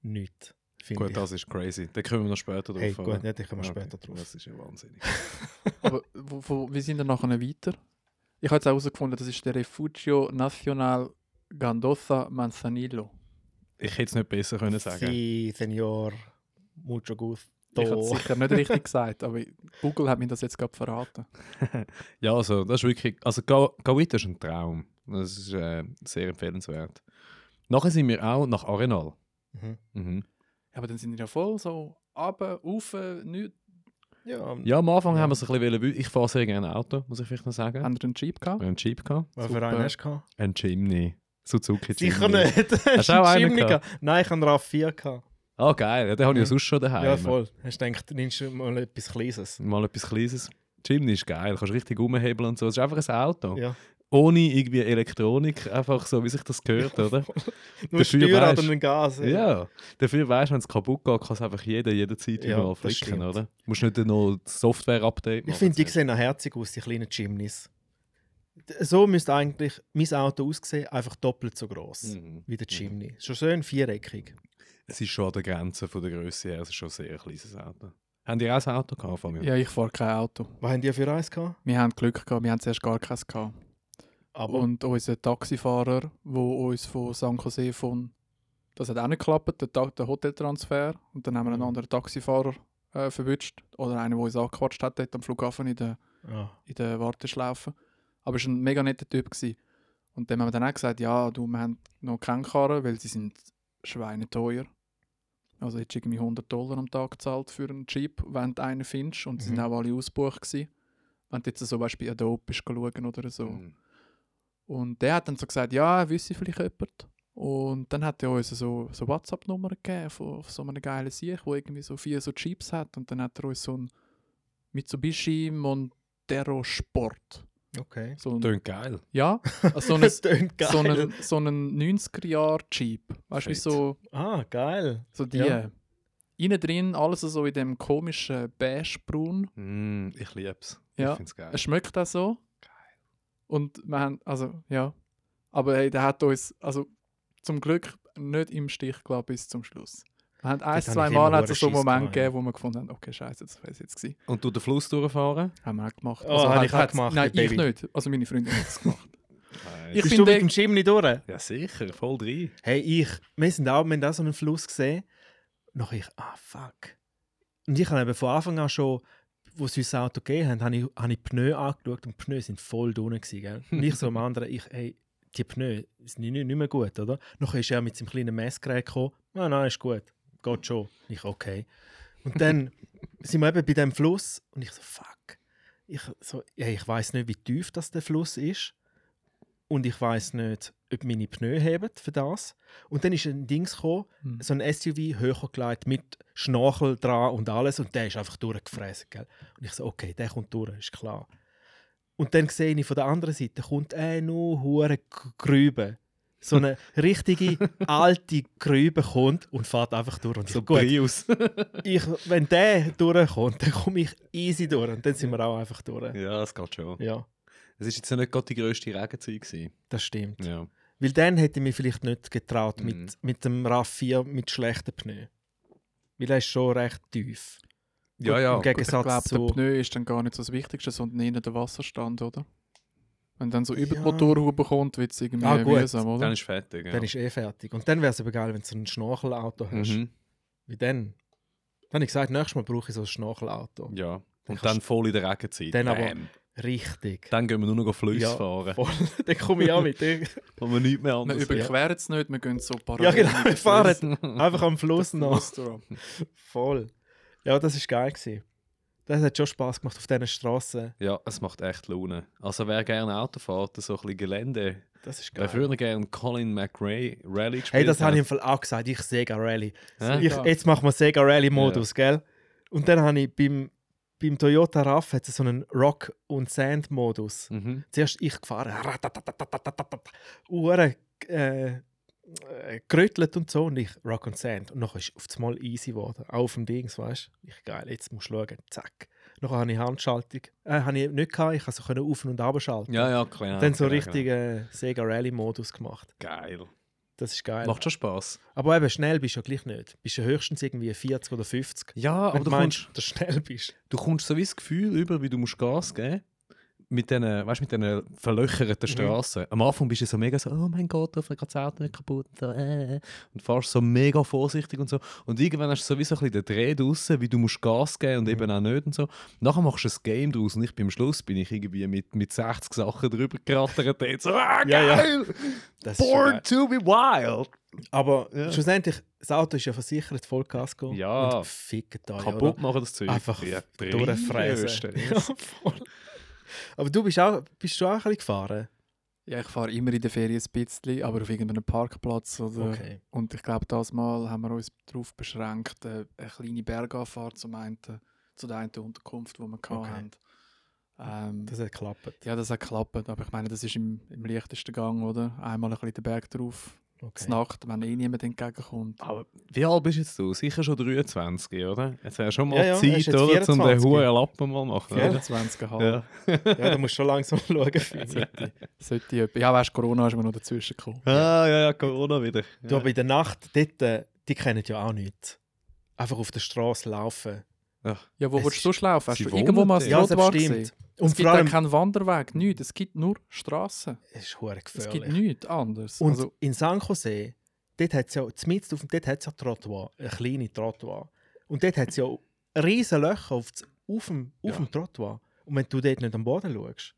Speaker 1: nichts, finde
Speaker 5: Gut,
Speaker 1: ich.
Speaker 5: das ist crazy. Da kommen wir noch später drauf.
Speaker 1: hey, gut,
Speaker 5: oder?
Speaker 1: nicht, ich komme
Speaker 5: Ja, okay.
Speaker 1: später drauf.
Speaker 5: Das ist ja wahnsinnig.
Speaker 2: Aber wo, wo, wie sind wir nachher weiter? Ich habe jetzt auch herausgefunden, das ist der Refugio Nacional Gandosa Manzanillo.
Speaker 5: Ich hätte es nicht besser können sagen.
Speaker 1: Sie, Senior, mucho gusto.
Speaker 2: Ich habe es sicher nicht richtig gesagt, aber Google hat mir das jetzt gerade verraten.
Speaker 5: Ja, also das ist wirklich. Also Ga- Gawita ist ein Traum. Das ist äh, sehr empfehlenswert. Nachher sind wir auch nach Arenal.
Speaker 1: Mhm.
Speaker 5: Mhm.
Speaker 2: Ja, Aber dann sind wir ja voll so runter, rauf, nichts.
Speaker 1: Ja,
Speaker 5: Ja, am Anfang haben wir es ein bisschen wollen. wü- Ich fahre sehr gerne Auto, muss ich vielleicht noch sagen.
Speaker 2: Haben wir einen Jeep gehabt?
Speaker 5: wir haben einen Jeep gehabt.
Speaker 1: was für
Speaker 2: super.
Speaker 1: einen hast du gehabt?
Speaker 5: Ein Chimney. Suzuki Chimney.
Speaker 1: Sicher nicht.
Speaker 5: Hast du auch einen
Speaker 1: Chimney
Speaker 5: gehabt?
Speaker 1: gehabt? Nein, ich habe einen RAV 4 gehabt.
Speaker 5: Ah, geil. Ja, Den habe ich ja
Speaker 1: Mhm.
Speaker 5: sonst schon daheim.
Speaker 1: Ja, voll. Hast du gedacht, nimmst du mal etwas Kleines?
Speaker 5: Mal etwas Kleines. Chimney ist geil. Kannst richtig rumhebeln und so. Es ist einfach ein Auto.
Speaker 1: Ja.
Speaker 5: Ohne irgendwie Elektronik. Einfach so, wie sich das gehört, oder?
Speaker 1: Nur Steuerrad
Speaker 5: weisst-
Speaker 1: und ein Gas.
Speaker 5: Ja, dafür weißt du, wenn es kaputt geht, kann es einfach jeder jederzeit
Speaker 1: Ja,
Speaker 5: überall
Speaker 1: das
Speaker 5: flicken,
Speaker 1: stimmt.
Speaker 5: oder? Du musst nicht noch das Software-Update
Speaker 1: Ich
Speaker 5: machen.
Speaker 1: finde, die
Speaker 5: zuerst.
Speaker 1: sehen auch herzig aus, die kleinen Chimneys. D- So müsste eigentlich mein Auto aussehen, einfach doppelt so gross
Speaker 5: Mhm.
Speaker 1: wie der Chimney. Schon schön viereckig.
Speaker 5: Es ist schon an der Grenze von der Größe her, es ist schon ein sehr kleines Auto. Haben die auch ein Auto gehabt, Fabian?
Speaker 2: Ja, ich fahre kein Auto.
Speaker 1: Was haben die für eins gehabt?
Speaker 2: Wir haben Glück gehabt, wir haben zuerst gar keins gehabt.
Speaker 1: Aber
Speaker 2: Und unser Taxifahrer, wo uns von San Jose von. Das hat auch nicht geklappt, der, Ta- der Hoteltransfer. Und dann haben wir einen
Speaker 1: Mhm.
Speaker 2: anderen Taxifahrer äh, verwünscht. Oder einen, der uns angequatscht hat, dort am Flughafen in der,
Speaker 1: Ah,
Speaker 2: in der Warteschlaufe. Aber er war ein mega netter Typ. Gewesen. Und dem haben wir dann auch gesagt: Ja, du, wir haben noch keine Karre, weil sie sind schweineteuer. Also hättest du irgendwie 100 Dollar am Tag gezahlt für einen Jeep, wenn du einen findest. Und sie
Speaker 1: Mhm.
Speaker 2: sind auch alle ausgebucht. Gewesen. Wenn du jetzt so weißt, bei Adobe bist schauen oder so.
Speaker 5: Mhm.
Speaker 2: Und der hat dann so gesagt, ja, wüsste vielleicht jemand. Und dann hat er uns so, so WhatsApp-Nummer gegeben von, von so einem geilen Sieg, der irgendwie so vier so Chips hat. Und dann hat er uns so ein Mitsubishi Montero Sport.
Speaker 1: okay.
Speaker 2: So ein,
Speaker 5: Tönt geil.
Speaker 2: ja, also so ein, so
Speaker 1: Tönt geil.
Speaker 2: ein, so ein 90er-Jahr-Jeep. Weißt du, wie
Speaker 5: Fett.
Speaker 2: so,
Speaker 1: ah, geil.
Speaker 2: so die.
Speaker 1: Ja.
Speaker 2: Innen drin alles so in dem komischen beige-braun.
Speaker 5: Mm, ich liebe es.
Speaker 2: Ja.
Speaker 5: Ich finde es geil.
Speaker 2: Es schmeckt auch so. Und wir haben, also, ja. Aber hey, der hat uns, also zum Glück nicht im Stich gelassen bis zum Schluss. Wir haben ein,
Speaker 1: hab
Speaker 2: zwei
Speaker 1: ich
Speaker 2: Mal
Speaker 1: immer
Speaker 2: hat es so einen
Speaker 1: Schiss
Speaker 2: Moment
Speaker 1: gehabt,
Speaker 2: gegeben, wo wir gefunden haben, okay, scheiße, das war jetzt gewesen.
Speaker 5: Und du den Fluss durchfahren?
Speaker 2: Haben wir auch gemacht.
Speaker 1: Oh, hab
Speaker 2: hat-
Speaker 1: ich auch
Speaker 2: hat's-
Speaker 1: gemacht,
Speaker 2: Nein, ich
Speaker 1: Baby.
Speaker 2: nicht. Also meine Freundin hat es gemacht.
Speaker 5: Nein.
Speaker 2: Ich
Speaker 1: Bist
Speaker 2: bin
Speaker 1: du
Speaker 2: der-
Speaker 1: mit dem Chimney durch?
Speaker 5: Ja, sicher. Voll drin.
Speaker 1: Hey, ich, wir sind auch, wir haben auch so einen Fluss gesehen. Noch ich, ah fuck. Und ich habe eben von Anfang an schon, wo sie uns das Auto gegeben haben, habe ich, habe ich die Pneu angeschaut und die Pneu sind voll unten gewesen, gell? Und ich so am anderen, ich, hey, die Pneu sind nicht, nicht mehr gut, oder? Noch ist er mit seinem kleinen Messgerät gekommen. Ah, nein, ist gut. Geht schon. Ich, okay. Und dann sind wir eben bei dem Fluss und ich so, fuck. Ich, so, hey, ich weiß nicht, wie tief das der Fluss ist. Und ich weiß nicht, ob meine Pneu heben für das. Und dann ist ein Dings gekommen,
Speaker 2: Hm.
Speaker 1: so ein SUV höher gelegt mit Schnorchel dran und alles. Und der ist einfach durchgefräst. Gell? Und ich so, okay, der kommt durch, ist klar. Und dann sehe ich von der anderen Seite, kommt eh nur hure G- Grübe. So eine richtige alte Grübe kommt und fährt einfach durch. Und ich so, gut,
Speaker 5: Prius.
Speaker 1: ich, wenn der durchkommt, dann komme ich easy durch. Und dann sind wir auch einfach durch.
Speaker 5: ja, es geht schon.
Speaker 1: Ja,
Speaker 5: Es war jetzt nicht gerade die grösste Regenzeit. Gewesen.
Speaker 1: das stimmt.
Speaker 5: Ja.
Speaker 1: Weil dann hätte ich mich vielleicht nicht getraut
Speaker 5: Mhm.
Speaker 1: mit, mit dem RAV 4 mit schlechten Pneu. Weil er ist schon recht tief.
Speaker 5: Ja,
Speaker 1: Gut,
Speaker 5: ja.
Speaker 1: Im
Speaker 2: Ich
Speaker 1: Gegensatz
Speaker 2: glaube,
Speaker 1: zu...
Speaker 2: der Pneu ist dann gar nicht so das Wichtigste, sondern innen der Wasserstand, oder? Wenn dann so über
Speaker 1: Ja.
Speaker 2: die Motorhaube kommt, wird es irgendwie
Speaker 1: Ah, gut.
Speaker 2: mühsam, oder?
Speaker 5: Dann ist fertig. Ja.
Speaker 1: Dann ist eh fertig. Und dann wäre es aber geil, wenn du so ein Schnorchelauto hast.
Speaker 5: mhm.
Speaker 1: Wie dann? Dann habe ich gesagt, nächstes Mal brauche ich so ein Schnorchelauto.
Speaker 5: Ja. Und
Speaker 1: kannst-
Speaker 5: dann voll in der Regenzeit.
Speaker 1: Dann aber-
Speaker 5: Bam.
Speaker 1: Richtig.
Speaker 5: Dann gehen wir nur noch Flüsse
Speaker 1: Ja,
Speaker 5: fahren.
Speaker 1: voll. dann komme ich auch mit. ja,
Speaker 5: Wo wir nichts mehr
Speaker 2: wir
Speaker 5: anderes
Speaker 2: überqueren es nicht, wir gehen so parallel.
Speaker 1: genau.
Speaker 2: mit
Speaker 1: Wir
Speaker 2: dem Fluss-
Speaker 1: fahren einfach am Fluss
Speaker 2: dem
Speaker 1: nach.
Speaker 2: Fluss drauf.
Speaker 1: Voll. Ja, das war geil. Gewesen. Das hat schon Spass gemacht auf diesen Strassen.
Speaker 5: Ja, es macht echt Laune. Also wer gerne Auto fährt, so ein bisschen Gelände.
Speaker 1: Das ist geil.
Speaker 5: Wer früher gerne Colin McRae Rally gespielt
Speaker 1: Hey, das
Speaker 5: hat.
Speaker 1: habe ich im Fall auch gesagt. Ich Sega Rally.
Speaker 5: Hä?
Speaker 1: Ich,
Speaker 2: Ja.
Speaker 1: jetzt machen wir Sega Rally-Modus, gell? Und dann habe ich beim, beim Toyota RAV hat es so einen Rock- und Sand-Modus.
Speaker 5: Mhm.
Speaker 1: Zuerst ich gefahren, ratatatatatatatatatat, Uhren äh, äh, gerüttelt und so und ich Rock and Sand. Und nachher ist auf einmal easy geworden. Auch auf dem Dings, weißt du? Ich geil, jetzt musst du schauen, zack. Nachher habe ich Handschaltung. Äh, habe ich nicht gehabt, ich konnte so auf- und abschalten.
Speaker 5: Ja, ja, klar.
Speaker 1: Dann so
Speaker 5: klar,
Speaker 1: richtig äh, Sega Rally-Modus gemacht.
Speaker 5: Klar. Geil.
Speaker 1: Das ist geil.
Speaker 5: Macht schon Spaß.
Speaker 1: Aber eben schnell bist du ja gleich nicht. Bist ja höchstens irgendwie 40 oder 50.
Speaker 5: Ja,
Speaker 1: Wenn
Speaker 5: aber
Speaker 1: du
Speaker 5: du
Speaker 1: meinst,
Speaker 5: kommst,
Speaker 1: dass du schnell bist.
Speaker 5: du kommst so wie das Gefühl über, wie du musst Gas geben mit diesen, weißt, mit diesen verlöcherten
Speaker 1: Mhm.
Speaker 5: Straßen. Am Anfang bist du so mega so, oh mein Gott, hoffentlich geht das Auto nicht kaputt. Und, so, äh, und fährst so mega vorsichtig und so. Und irgendwann hast du sowieso ein bisschen den Dreh draussen, wie du musst Gas geben und
Speaker 1: Mhm.
Speaker 5: eben auch nicht und so. Nachher machst du ein Game draus und ich bin am Schluss bin ich irgendwie mit, mit 60 Sachen drüber gerattert. und so, ah,
Speaker 1: Ja, ja.
Speaker 5: geil!
Speaker 1: Das ist schon
Speaker 5: Born
Speaker 1: geil.
Speaker 5: to be wild!
Speaker 1: Aber
Speaker 5: Ja.
Speaker 1: schlussendlich, das Auto ist ja versichert, Vollgas gehen.
Speaker 5: Ja.
Speaker 1: Und fickt euch,
Speaker 5: Kaputt
Speaker 1: oder?
Speaker 5: machen das Zeug.
Speaker 1: Einfach
Speaker 5: Ja,
Speaker 1: durchfräsen.
Speaker 5: drei
Speaker 1: Ja, voll. Aber du bist, auch, bist du auch ein bisschen gefahren?
Speaker 2: Ja, ich fahre immer in der Ferien ein bisschen, aber auf irgendeinem Parkplatz. Oder
Speaker 1: Okay.
Speaker 2: Und ich glaube, das Mal haben wir uns darauf beschränkt, äh, eine kleine Berganfahrt zum einen, zu der einen Unterkunft, die wir
Speaker 1: Okay.
Speaker 2: hatten. Ähm,
Speaker 1: Das hat geklappt.
Speaker 2: ja, das hat geklappt, aber ich meine, das ist im, im leichtesten Gang, oder? Einmal ein bisschen den Berg drauf,
Speaker 1: Okay.
Speaker 2: zur Nacht, wenn eh niemand entgegenkommt.
Speaker 5: Aber wie alt bist jetzt du? Sicher schon 23, oder? Jetzt hast du schon mal
Speaker 1: Ja, ja, er ist
Speaker 5: Zeit,
Speaker 1: jetzt
Speaker 5: oder? Zum den
Speaker 1: 24.
Speaker 5: hohen Lappen mal machen. oder?
Speaker 2: 24,5.
Speaker 5: Ja.
Speaker 1: Ja, da musst du schon langsam schauen. Fini.
Speaker 2: Sollte ich, etwa- ja, weißt du, Corona ist mir noch dazwischen gekommen.
Speaker 5: Ah, ja, ja, Corona wieder.
Speaker 1: Du, aber in der Nacht, dort, äh, die kennen ja auch nichts. Einfach auf der Straße laufen.
Speaker 2: Ja, wo
Speaker 1: Es
Speaker 2: willst
Speaker 1: ist-
Speaker 2: du sonst laufen? Hast
Speaker 5: sie
Speaker 2: du
Speaker 5: wohnen
Speaker 2: irgendwo mal ein
Speaker 5: dort.
Speaker 1: Ja,
Speaker 2: Trottoir
Speaker 1: selbst
Speaker 2: gesehen?
Speaker 1: Und
Speaker 2: es gibt
Speaker 1: vor allem,
Speaker 2: auch keinen Wanderweg, nichts. Es gibt nur Strassen.
Speaker 1: es ist hure
Speaker 2: Es
Speaker 1: gefährlich.
Speaker 2: gibt nichts anderes.
Speaker 1: Und
Speaker 2: also,
Speaker 1: in San Jose, dort hat es ja, zumindest auf dem, dort hat's ja Trottoir, eine kleine Trottoir. Und dort hat es ja riesige Löcher auf, das, auf, dem, auf
Speaker 5: Ja.
Speaker 1: dem Trottoir. Und wenn du dort nicht am Boden schaust,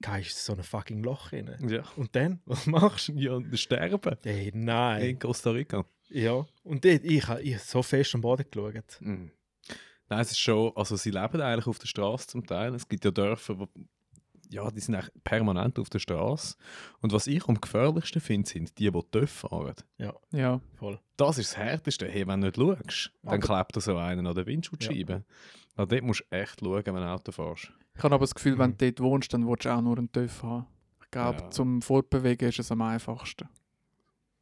Speaker 1: gehst du in so ein fucking Loch rein.
Speaker 5: Ja.
Speaker 1: Und dann, was machst du?
Speaker 5: Ja, sterben.
Speaker 1: Ey, nein.
Speaker 5: In Costa Rica.
Speaker 1: Ja. Und dort, ich habe ich hab so fest am Boden geschaut.
Speaker 5: Mhm. Nein, es ist schon, also sie leben eigentlich auf der Straße zum Teil. Es gibt ja Dörfer, wo, ja, die sind eigentlich permanent auf der Straße. Und was ich am gefährlichsten finde, sind die, die TÜV fahren.
Speaker 2: ja.
Speaker 1: Voll.
Speaker 5: Das ist das Härteste. Hey, wenn du nicht schaust, dann klebt da so einen an der Windschutzscheibe. Na, dort musst du echt schauen, wenn du Auto fährst.
Speaker 2: Ich habe aber das Gefühl, wenn
Speaker 1: Hm.
Speaker 2: du dort wohnst, dann willst du auch nur einen TÜV haben. Ich glaube,
Speaker 5: Ja.
Speaker 2: zum Fortbewegen ist es am einfachsten.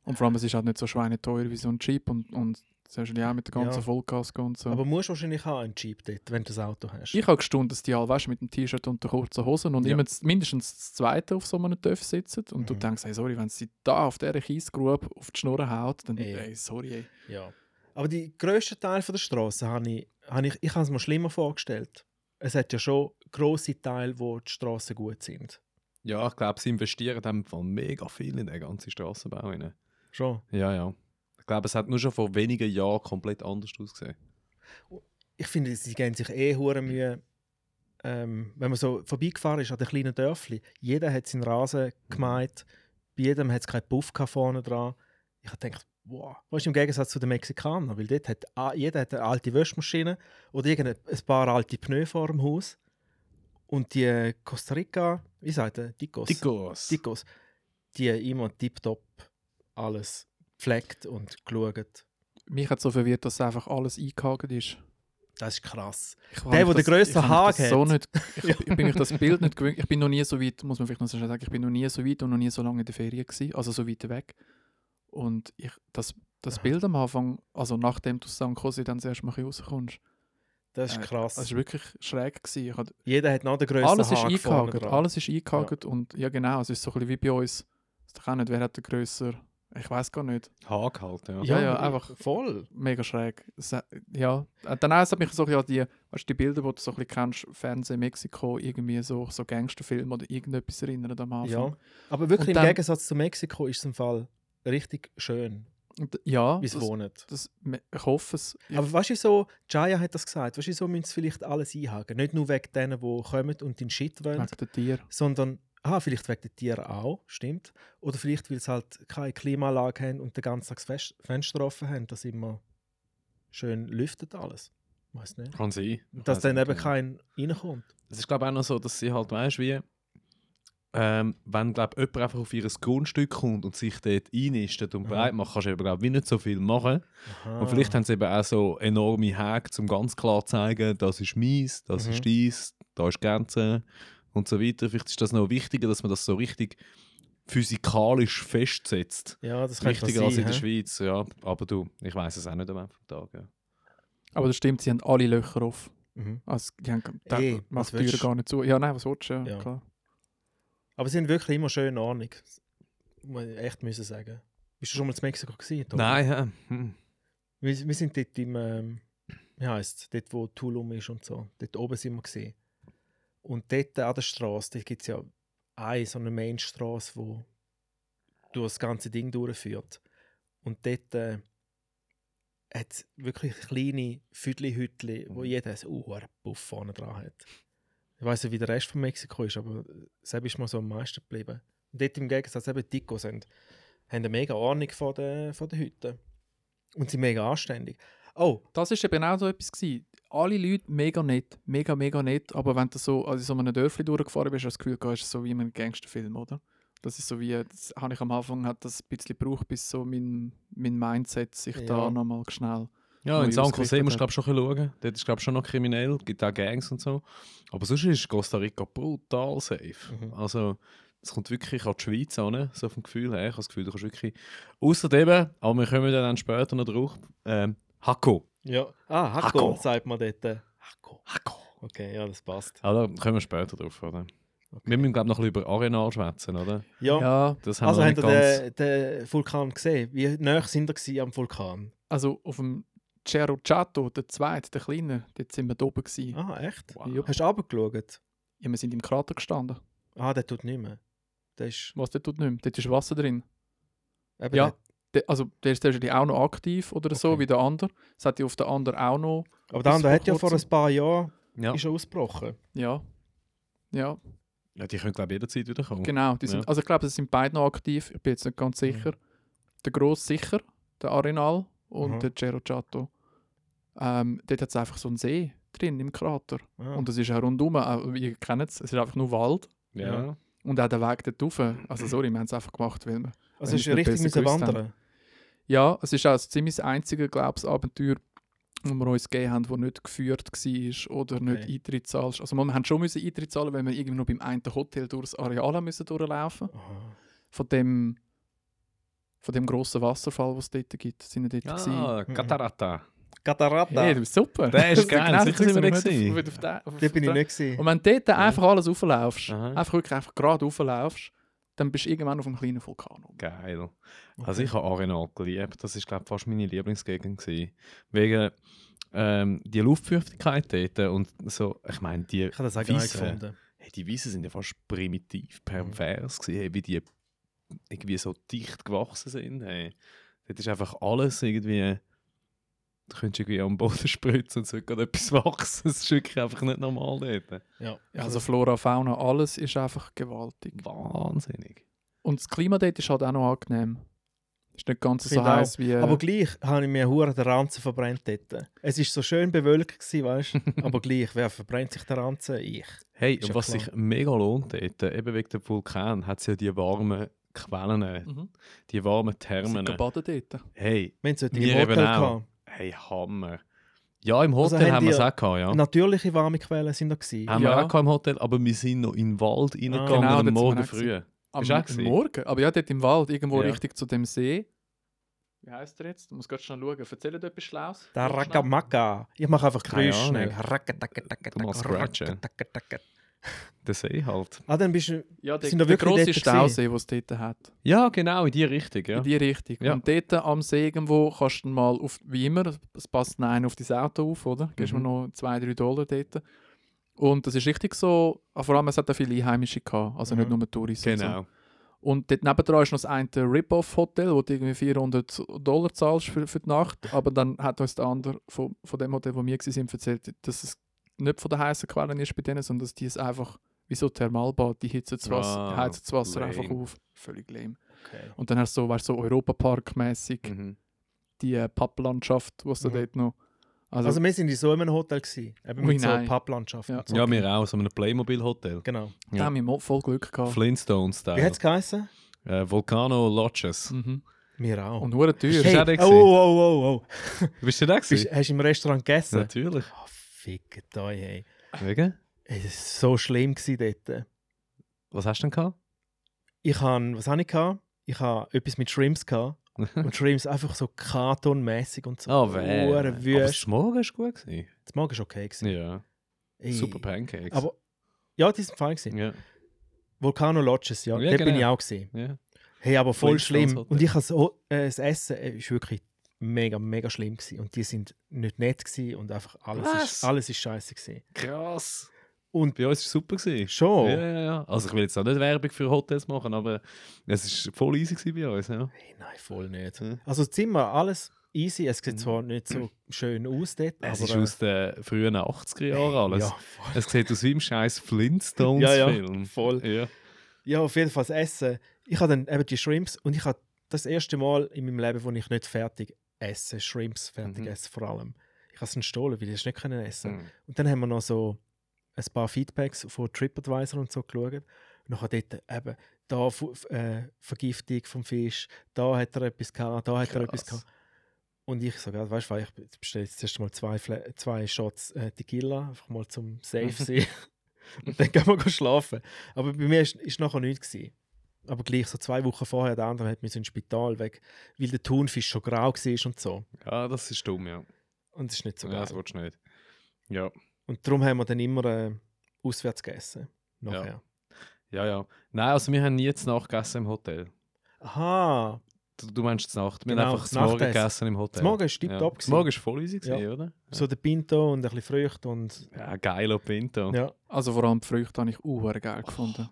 Speaker 2: Und vor allem, es ist halt nicht so schweineteuer wie so ein Jeep und, und sollst du ja auch mit der ganzen
Speaker 1: Ja.
Speaker 2: Vollgas gehen und so.
Speaker 1: Aber musst du wahrscheinlich auch einen Jeep dort, wenn du das Auto hast.
Speaker 2: ich habe gestaunt, dass die alle weißt, du, mit dem T-Shirt und den kurzen Hosen und
Speaker 5: Ja.
Speaker 2: immer z- mindestens das zweite auf so einem TÜV sitzen und du
Speaker 1: Mhm.
Speaker 2: denkst, hey, sorry, wenn sie da auf dieser Kiesgrube auf die Schnur haut, dann
Speaker 1: Ey.
Speaker 2: ey, sorry. Ey.
Speaker 1: Ja. Aber den grössten Teil von der Straße habe ich, habe ich, ich habe es mir schlimmer vorgestellt. Es hat ja schon grosse Teile, wo die Straßen gut sind.
Speaker 5: Ja, ich glaube, sie investieren dann von mega viel in den ganzen Strassenbau. Rein.
Speaker 1: Schon.
Speaker 5: Ja, ja. Ich glaube, es hat nur schon vor wenigen Jahren komplett anders ausgesehen.
Speaker 1: Ich finde, sie geben sich eh hure Mühe, ähm, wenn man so vorbeigefahren ist an den kleinen Dörfli. Jeder hat seinen Rasen gemeint, bei jedem hat es keinen Puff gehabt vorne dran. Ich habe gedacht, wow, weißt du, im Gegensatz zu den Mexikanern, weil dort hat a- jeder hat eine alte Wäschmaschine oder irgendein ein paar alte Pneu vor dem Haus. Und die Costa Rica, wie sagt er, Dicos.
Speaker 5: Dickos.
Speaker 1: Dicos, die immer tiptop alles gepflegt und geschaut.
Speaker 2: Mich hat so verwirrt, dass einfach alles eingehakt ist.
Speaker 1: Das ist krass.
Speaker 2: Ich hab
Speaker 1: Der,
Speaker 2: mich
Speaker 1: wo den
Speaker 2: das-
Speaker 1: grössten
Speaker 2: ich hab mich
Speaker 1: Haag
Speaker 2: das
Speaker 1: hat.
Speaker 2: So nicht, ich, ich bin mich das Bild nicht gewöhnt. Ich bin noch nie so weit, muss man vielleicht noch so schnell sagen, ich bin noch nie so weit und noch nie so lange in der Ferien gewesen, also so weit weg. Und ich, das, das Bild am Anfang, also nachdem du aus St. Cosi dann zuerst mal ein bisschen rauskommst,
Speaker 1: Das ist
Speaker 2: Äh,
Speaker 1: krass.
Speaker 2: das war wirklich schräg. Gewesen. Ich hab,
Speaker 1: Jeder hat noch den grössten
Speaker 2: alles ist
Speaker 1: Haken vorne
Speaker 2: eingehakt,
Speaker 1: dran.
Speaker 2: alles ist eingehakt und ja genau, es ist so ein bisschen wie bei uns. Ich doch auch nicht, wer hat den grösser, ich weiß gar nicht.
Speaker 5: Haag halt, ja.
Speaker 2: Ja, ja, einfach-
Speaker 1: Voll.
Speaker 2: mega schräg. Es, hat- ja, Äh, dann auch, es hat mich so ja, die, weißt, du, die Bilder, die du so ein bisschen kennst, Fernsehen, Mexiko, irgendwie so, so Gangsterfilme oder irgendetwas erinnert am Anfang.
Speaker 1: Ja. Aber wirklich
Speaker 2: Also. Und
Speaker 1: im
Speaker 2: dann-
Speaker 1: Gegensatz zu Mexiko ist es im Fall richtig schön,
Speaker 2: Und, ja
Speaker 1: wie es
Speaker 2: das,
Speaker 1: wohnt.
Speaker 2: das, me- ich hoffe es. Ich,
Speaker 1: Aber weißt du, so, Jaya hat das gesagt, weißt du, so müssen sie vielleicht alles einhaken. Nicht nur wegen denen, die kommen und den Shit wollen,
Speaker 2: wegen den Tieren.
Speaker 1: sondern ah, vielleicht wegen den Tieren auch, stimmt. Oder vielleicht, weil sie halt keine Klimaanlage haben und den ganzen Tag das Fest- Fenster offen haben, dass immer schön lüftet alles. Weiß nicht.
Speaker 5: Kann sein. Ich
Speaker 1: Dass
Speaker 5: weiss
Speaker 1: dann
Speaker 5: nicht
Speaker 1: eben
Speaker 5: genau.
Speaker 1: kein reinkommt.
Speaker 5: Es ist, glaube ich, auch noch so, dass sie halt, weißt wie, ähm, wenn, glaub, jemand einfach auf ihr Grundstück kommt und sich dort einnistet und
Speaker 1: Aha.
Speaker 5: breit macht, kannst du eben, glaube ich, nicht so viel machen.
Speaker 1: Aha.
Speaker 5: Und vielleicht haben sie eben auch so enorme Häke, um ganz klar zu zeigen, das ist meins, das
Speaker 1: Mhm.
Speaker 5: ist dies, da ist die Grenze und so weiter. Vielleicht ist das noch wichtiger, dass man das so richtig physikalisch festsetzt.
Speaker 1: ja, das könnte
Speaker 5: Wichtiger als in der
Speaker 1: hä?
Speaker 5: Schweiz, ja. Aber du, ich weiß es auch nicht am Ende vom Tag. Ja.
Speaker 2: Aber das stimmt, sie haben alle Löcher auf.
Speaker 1: Mhm.
Speaker 2: Also, die haben gedacht,
Speaker 1: Ey, was
Speaker 2: macht die Tür
Speaker 1: willst du?
Speaker 2: gar nicht zu. Ja, nein, was willst du? Ja,
Speaker 1: Ja.
Speaker 2: Klar.
Speaker 1: Aber sie sind wirklich immer schön in Ordnung. Muss ich echt müssen sagen. Bist du schon mal in Mexiko gewesen? Tobi?
Speaker 5: Nein, ja. Hm.
Speaker 1: Wir, wir sind dort im, ähm, wie heisst dort wo Tulum ist und so. Dort oben sind wir gesehen. Und dort an der Straße, dort gibt es ja eine so eine Mainstraße, wo durch das ganze Ding durchführt. Und dort äh, hat es wirklich kleine Füdli-Hütli, wo jeder einen hohen Puff vorne dran hat. Ich weiß nicht, wie der Rest von Mexiko ist, aber selbst ist mir so am meisten geblieben. Und dort im Gegensatz eben die Dicos haben, haben eine mega Ahnung von den, von den Hütten. Und sind mega anständig. Oh,
Speaker 2: Das ist eben auch so etwas gewesen. Alle Leute mega nett, mega, mega nett, aber wenn du so also in so einem Dörfli durchgefahren bist, hast du das Gefühl, gehabt, es ist so wie in einem Gangsterfilm, oder? Das ist so wie, das habe ich am Anfang hat das ein bisschen gebraucht, bis so mein, mein Mindset sich
Speaker 1: Ja.
Speaker 2: da nochmal schnell...
Speaker 5: Ja,
Speaker 2: Wo
Speaker 5: in
Speaker 2: ich
Speaker 5: San Jose
Speaker 2: ausgerichtet
Speaker 5: musst du
Speaker 2: habe.
Speaker 5: glaub, schon ein bisschen schauen. Dort ist glaub, schon noch kriminell, gibt auch Gangs und so. Aber sonst ist Costa Rica brutal safe.
Speaker 1: Mhm.
Speaker 5: Also, es kommt wirklich an die Schweiz an, so vom Gefühl her. Ich habe das Gefühl, du kannst wirklich... Außerdem, aber wir kommen dann später noch drauf, ähm, Hako.
Speaker 1: ja. Ah, Hakko,
Speaker 5: Hakko.
Speaker 1: sagt man dort. Hakko.
Speaker 5: Hako.
Speaker 1: Okay, ja, das passt.
Speaker 5: Ja, Ah, da kommen wir später drauf, oder? Wir müssen, glaube ich, noch ein bisschen über Arenal schwätzen, oder?
Speaker 1: Ja,
Speaker 2: Ja,
Speaker 5: Das haben
Speaker 1: also
Speaker 5: wir
Speaker 1: habt
Speaker 5: noch
Speaker 1: ihr
Speaker 5: nicht ganz...
Speaker 1: den, den Vulkan gesehen? Wie nah sind ihr gewesen am Vulkan?
Speaker 2: also auf dem Cerro Chato, der zweite, der kleine, dort sind wir da oben gewesen.
Speaker 1: Ah, echt?
Speaker 5: Wow.
Speaker 2: Jupp.
Speaker 1: Hast du runtergeschaut?
Speaker 2: Ja, wir sind im Krater gestanden.
Speaker 1: Ah, der tut nicht mehr. Der ist,
Speaker 2: Was der tut nicht mehr. Dort ist Wasser drin.
Speaker 1: eben
Speaker 2: Ja.
Speaker 1: der-
Speaker 2: Der, also der ist wahrscheinlich auch noch aktiv oder so,
Speaker 1: Okay.
Speaker 2: wie der andere. Das hat ja auf der anderen auch noch.
Speaker 1: aber der
Speaker 2: Bis
Speaker 1: andere
Speaker 2: vor
Speaker 1: hat ja vor
Speaker 2: kurzem.
Speaker 1: ein paar Jahren
Speaker 5: Ja.
Speaker 1: ist er ausgebrochen.
Speaker 2: Ja. Ja,
Speaker 5: ja, die können, glaube ich, jederzeit wieder kommen.
Speaker 2: genau. Die sind,
Speaker 5: Hm. Ja.
Speaker 2: Also ich glaube, es sind beide noch aktiv. Ich bin jetzt nicht ganz sicher. Der Gross sicher, der Arenal und
Speaker 1: Mhm.
Speaker 2: der Cerro Chato. Ähm, dort hat es einfach so einen See drin im Krater.
Speaker 1: Ah.
Speaker 2: Und das ist auch rundum, auch, ihr kennt es, es ist einfach nur Wald.
Speaker 5: Ja.
Speaker 2: Und auch der Weg dort rauf. Also sorry, wir haben es einfach gemacht, weil wir
Speaker 1: also
Speaker 2: wenn
Speaker 1: ist
Speaker 2: ich
Speaker 1: er
Speaker 2: nicht
Speaker 1: richtig
Speaker 2: besser
Speaker 1: müssen
Speaker 2: gewusst
Speaker 1: wandern.
Speaker 2: Ja, es ist auch also ziemlich das einzige, glaube ich, Abenteuer, das wir uns gegeben haben, das nicht geführt war oder nicht
Speaker 1: Okay.
Speaker 2: Eintritt zahlst. Also wir haben schon müssen Eintritt zahlen, weil wir irgendwie noch beim einen Hotel durchs Areal haben müssen durchlaufen
Speaker 1: Aha.
Speaker 2: Von dem, von dem grossen Wasserfall, den es dort gibt, sind wir dort gewesen.
Speaker 1: Mhm.
Speaker 5: Ah, Catarata.
Speaker 1: Catarata.
Speaker 2: Hey, du bist super.
Speaker 5: Der ist
Speaker 2: Das genau,
Speaker 5: geil,
Speaker 2: das
Speaker 5: sicher
Speaker 2: gewesen,
Speaker 5: sind wir
Speaker 2: was auf-
Speaker 5: gewesen.
Speaker 2: auf- auf- auf- auf-
Speaker 1: Dort bin ich
Speaker 2: auf-
Speaker 1: nicht gesehen.
Speaker 2: Und wenn du dort einfach alles rauflaufst,
Speaker 5: Aha.
Speaker 2: einfach wirklich einfach gerade rauflaufst, dann bist du irgendwann auf einem kleinen Vulkan. oben.
Speaker 5: Geil. Also ich habe Arenal geliebt. Das ist glaube fast meine Lieblingsgegend gewesen. Wegen ähm, die Luftfeuchtigkeit dort und so. Ich meine die
Speaker 1: Ich habe das auch geil
Speaker 5: Wiesen.
Speaker 1: gefunden.
Speaker 5: Hey, die Wiesen sind ja fast primitiv, pervers gewesen, hey, wie die irgendwie so dicht gewachsen sind. Hey. Dort ist einfach alles irgendwie. Du könntest irgendwie am Boden spritzen und es wird gerade etwas wachsen. Das ist wirklich einfach nicht normal dort.
Speaker 1: Ja.
Speaker 2: Also Flora, Fauna, alles ist einfach gewaltig.
Speaker 5: Wahnsinnig.
Speaker 2: Und das Klima dort ist halt auch noch angenehm. Ist nicht ganz so
Speaker 1: Finde auch.
Speaker 2: heiß wie. äh,
Speaker 1: Aber gleich habe ich mir hure den Ranzen verbrennt dort. Es war so schön bewölkt, gewesen, weißt du? Aber gleich, wer verbrennt sich den Ranzen? Ich.
Speaker 5: Hey,
Speaker 1: Ist
Speaker 5: und
Speaker 1: ja
Speaker 5: was
Speaker 1: klar.
Speaker 5: sich mega lohnt dort, eben wegen dem Vulkan, hat es ja die warmen Quellen,
Speaker 2: Mhm.
Speaker 5: die warmen
Speaker 2: Wir sind
Speaker 5: Thermen.
Speaker 2: gebaden dort.
Speaker 5: Hey,
Speaker 1: Wir haben solche
Speaker 5: Wir
Speaker 1: im
Speaker 5: eben
Speaker 1: Hotel
Speaker 5: auch.
Speaker 1: gehabt.
Speaker 5: hey, Hammer. Ja, im
Speaker 1: Also
Speaker 5: Hotel
Speaker 1: haben
Speaker 5: haben wir es
Speaker 1: die-
Speaker 5: auch gehabt, ja.
Speaker 1: Natürliche warme Quellen sind da gewesen.
Speaker 5: Haben wir
Speaker 2: Ja.
Speaker 5: auch gehabt im Hotel, aber wir sind noch in den Wald reingegangen
Speaker 2: Genau, dort
Speaker 5: am
Speaker 2: sind wir
Speaker 5: Morgen
Speaker 2: auch
Speaker 5: früh.
Speaker 2: Am
Speaker 5: Ist auch gewesen.
Speaker 2: Morgen. Aber ja, dort im Wald, irgendwo
Speaker 5: Ja.
Speaker 2: richtig zu dem See. Wie heißt der jetzt? Du musst gerade schnell schauen. Erzähl dir etwas Schlaues.
Speaker 1: Der
Speaker 2: Ganz schnell.
Speaker 1: Rakamaka. Ich mache einfach
Speaker 5: Keine
Speaker 1: Geräusche schnell.
Speaker 5: Ahnung. Du machst Scratchen.
Speaker 1: Rakatakatakatakatakatakatak.
Speaker 5: Der See halt.
Speaker 1: Ah, dann bist du.
Speaker 2: Ja, der,
Speaker 1: Sind da
Speaker 2: der
Speaker 1: wirklich
Speaker 2: grosse
Speaker 1: dort
Speaker 2: Stausee, den es dort hat.
Speaker 5: Ja, genau, in die Richtung, ja.
Speaker 2: In die Richtung.
Speaker 5: Ja.
Speaker 2: Und dort am See irgendwo kannst du mal, auf, wie immer, es passt nein auf dein Auto auf, oder? Gibst
Speaker 5: Mhm.
Speaker 2: mir noch 2-3 Dollar dort. Und das ist richtig so, ah, vor allem es hat auch viele Einheimische gehabt, also nicht
Speaker 1: Mhm.
Speaker 2: nur Touristen. und So.
Speaker 5: Genau.
Speaker 2: Und dort nebendran ist noch das eine Rip-Off-Hotel, wo du irgendwie 400 Dollar zahlst für, für die Nacht. Aber dann hat uns der andere von, von dem Hotel, wo wir waren, erzählt, dass es nicht von den heißen Quellen ist bei denen, sondern dass die es einfach wie so Thermalbad, die heizen das Wasser,
Speaker 5: Ah,
Speaker 2: heizen das Wasser
Speaker 5: lame.
Speaker 2: einfach auf. Völlig lame. Und dann hast du so, weißt, du, so Europapark-mässig
Speaker 5: Mhm.
Speaker 2: die äh, Papplandschaft, was du
Speaker 1: Mhm.
Speaker 2: dort noch. Also,
Speaker 1: Also, wir sind in so einem Hotel gewesen. Eben
Speaker 2: Ui,
Speaker 1: mit so
Speaker 2: nein.
Speaker 1: Papplandschaften.
Speaker 2: Ja.
Speaker 1: und so.
Speaker 5: Ja, wir auch, so einem Playmobil-Hotel.
Speaker 1: Genau.
Speaker 2: da haben wir mo- voll Glück gehabt.
Speaker 1: Wie
Speaker 5: Flintstone-Style.
Speaker 1: hat es geheißen?
Speaker 5: Äh, Volcano Lodges.
Speaker 2: Mhm.
Speaker 1: Wir auch.
Speaker 2: Und nur teuer.
Speaker 5: Hey.
Speaker 2: Hey.
Speaker 5: auch der
Speaker 1: oh,
Speaker 5: gewesen?
Speaker 1: oh, oh, oh.
Speaker 5: Bist du da
Speaker 1: Bist,
Speaker 5: gewesen?
Speaker 1: hast du im Restaurant gegessen?
Speaker 5: Natürlich.
Speaker 1: Oh, fickt euch, hey.
Speaker 5: Wegen?
Speaker 1: Es war so schlimm gewesen dort.
Speaker 5: Was hast du denn gehabt?
Speaker 1: Ich han, was habe ich gehabt? Ich habe etwas mit Shrimps gehabt. Und Shrimps einfach so kartonmäßig und so.
Speaker 5: Oh, weh.
Speaker 1: Hure
Speaker 5: Aber
Speaker 1: wüst.
Speaker 5: das Morgen war gut. Gewesen.
Speaker 1: Das Morgen war okay. Gewesen.
Speaker 5: Ja.
Speaker 1: Ey.
Speaker 5: Super Pancakes.
Speaker 1: Aber ja, die sind fein gewesen.
Speaker 5: ja,
Speaker 1: Volcano Lodges, ja.
Speaker 5: Ja,
Speaker 1: Dort bin
Speaker 5: genau.
Speaker 1: ich auch gesehen.
Speaker 5: ja.
Speaker 1: Hey, aber voll
Speaker 5: Fünf Sterne
Speaker 1: schlimm.
Speaker 5: Hotel.
Speaker 1: Und ich has, oh, äh, das Essen äh, ist wirklich mega, mega schlimm gewesen. Und die sind nicht nett gewesen und einfach alles
Speaker 5: Was?
Speaker 1: ist, alles ist scheiße gewesen.
Speaker 5: Krass.
Speaker 1: Und
Speaker 5: Bei uns war es super. Gewesen.
Speaker 1: schon,
Speaker 5: Ja, ja, ja. Also ich will jetzt auch nicht Werbung für Hotels machen, aber es war voll easy gewesen bei uns. Ja.
Speaker 1: hey, nein, voll nicht.
Speaker 5: Ja.
Speaker 1: Also das Zimmer, alles easy. Es sieht
Speaker 5: Hm. Mhm.
Speaker 1: zwar nicht so schön aus dort,
Speaker 5: Es
Speaker 1: aber...
Speaker 5: ist
Speaker 1: äh,
Speaker 5: aus den frühen 80er Jahren alles.
Speaker 1: Ja, voll.
Speaker 5: Es sieht aus wie im scheiß
Speaker 1: Ja, ja,
Speaker 5: Flintstones-Film.
Speaker 1: voll.
Speaker 5: Ja.
Speaker 1: Ja, auf jeden Fall das Essen. Ich habe dann eben die Shrimps und ich habe das erste Mal in meinem Leben, wo ich nicht fertig esse, Shrimps fertig
Speaker 5: Mhm.
Speaker 1: esse vor allem. Ich habe es gestohlen, weil ich es nicht können essen Und dann haben wir noch so ein paar Feedbacks von TripAdvisor und so geschaut. Und nachher dort eben, da Fu- f- äh, Vergiftung vom Fisch, da hat er etwas gehabt, da hat er etwas
Speaker 5: Krass.
Speaker 1: gehabt. Und ich sage, so, weißt du, was, ich bestelle jetzt zuerst mal zwei, Fle zwei Shots äh, Tequila, einfach mal zum Safe sein. und dann gehen wir go schlafen. Aber bei mir war nachher nichts. Gewesen. Aber gleich so zwei Wochen vorher, der andere hat mich ins Spital weg, weil der Thunfisch schon grau war und so.
Speaker 5: Ja, das ist dumm, ja.
Speaker 1: Und das ist nicht so
Speaker 5: ja,
Speaker 1: geil.
Speaker 5: das willst du nicht. Ja,
Speaker 1: Und darum haben wir dann immer äh, auswärts gegessen. Nachher.
Speaker 5: ja, ja. Nein, also wir haben nie zu Nacht gegessen im Hotel.
Speaker 1: Aha,
Speaker 5: Du, du meinst zu Nacht. Wir
Speaker 1: Genau,
Speaker 5: haben einfach
Speaker 1: das
Speaker 5: zu Morgen
Speaker 1: Nachtessen.
Speaker 5: gegessen im Hotel.
Speaker 1: Das Morgen ist
Speaker 5: ja.
Speaker 1: tiptop
Speaker 5: Das Morgen ist voll easy, gewesen,
Speaker 1: Ja.
Speaker 5: oder?
Speaker 1: so der Pinto und ein bisschen Früchte und.
Speaker 5: Ja, geiler Pinto.
Speaker 1: Ja.
Speaker 2: Also vor allem die Früchte habe ich auch geil gefunden.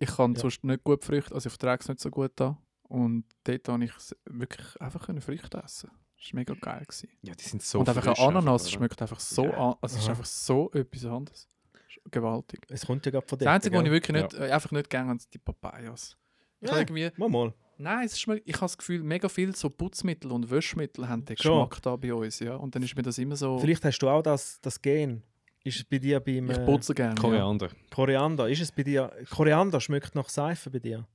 Speaker 2: Ich kann
Speaker 1: Ja.
Speaker 2: sonst nicht gut Früchte, also ich vertrage es nicht so gut an. Und dort habe ich s- wirklich einfach können Früchte essen. Das war mega geil. Gewesen.
Speaker 5: Ja, die sind so
Speaker 2: Und einfach
Speaker 5: frisch
Speaker 2: eine Ananas
Speaker 5: oder?
Speaker 2: schmeckt einfach so
Speaker 5: Ja.
Speaker 2: an, also es ist
Speaker 1: Aha.
Speaker 2: einfach so etwas anderes. Ist Gewaltig.
Speaker 1: Es kommt ja gerade von
Speaker 2: Das
Speaker 1: dort,
Speaker 2: Einzige, was ich
Speaker 1: gell?
Speaker 2: wirklich nicht, äh, einfach nicht gerne habe, sind die Papayas. Ich habe
Speaker 1: Ja.
Speaker 2: irgendwie,
Speaker 1: Mal mal.
Speaker 2: nein, es schmeckt, ich habe das Gefühl, mega viel so Putzmittel und Wäschmittel haben den
Speaker 1: Schon.
Speaker 2: Geschmack da bei uns, ja. Und dann ist mir das immer so,
Speaker 1: Vielleicht hast du auch das, das Gen. Ist es bei dir beim
Speaker 2: Oh. ich
Speaker 1: äh,
Speaker 2: putze gerne. Ja.
Speaker 5: Koriander.
Speaker 1: Koriander? Ist es bei dir. Koriander schmeckt nach Seife bei dir.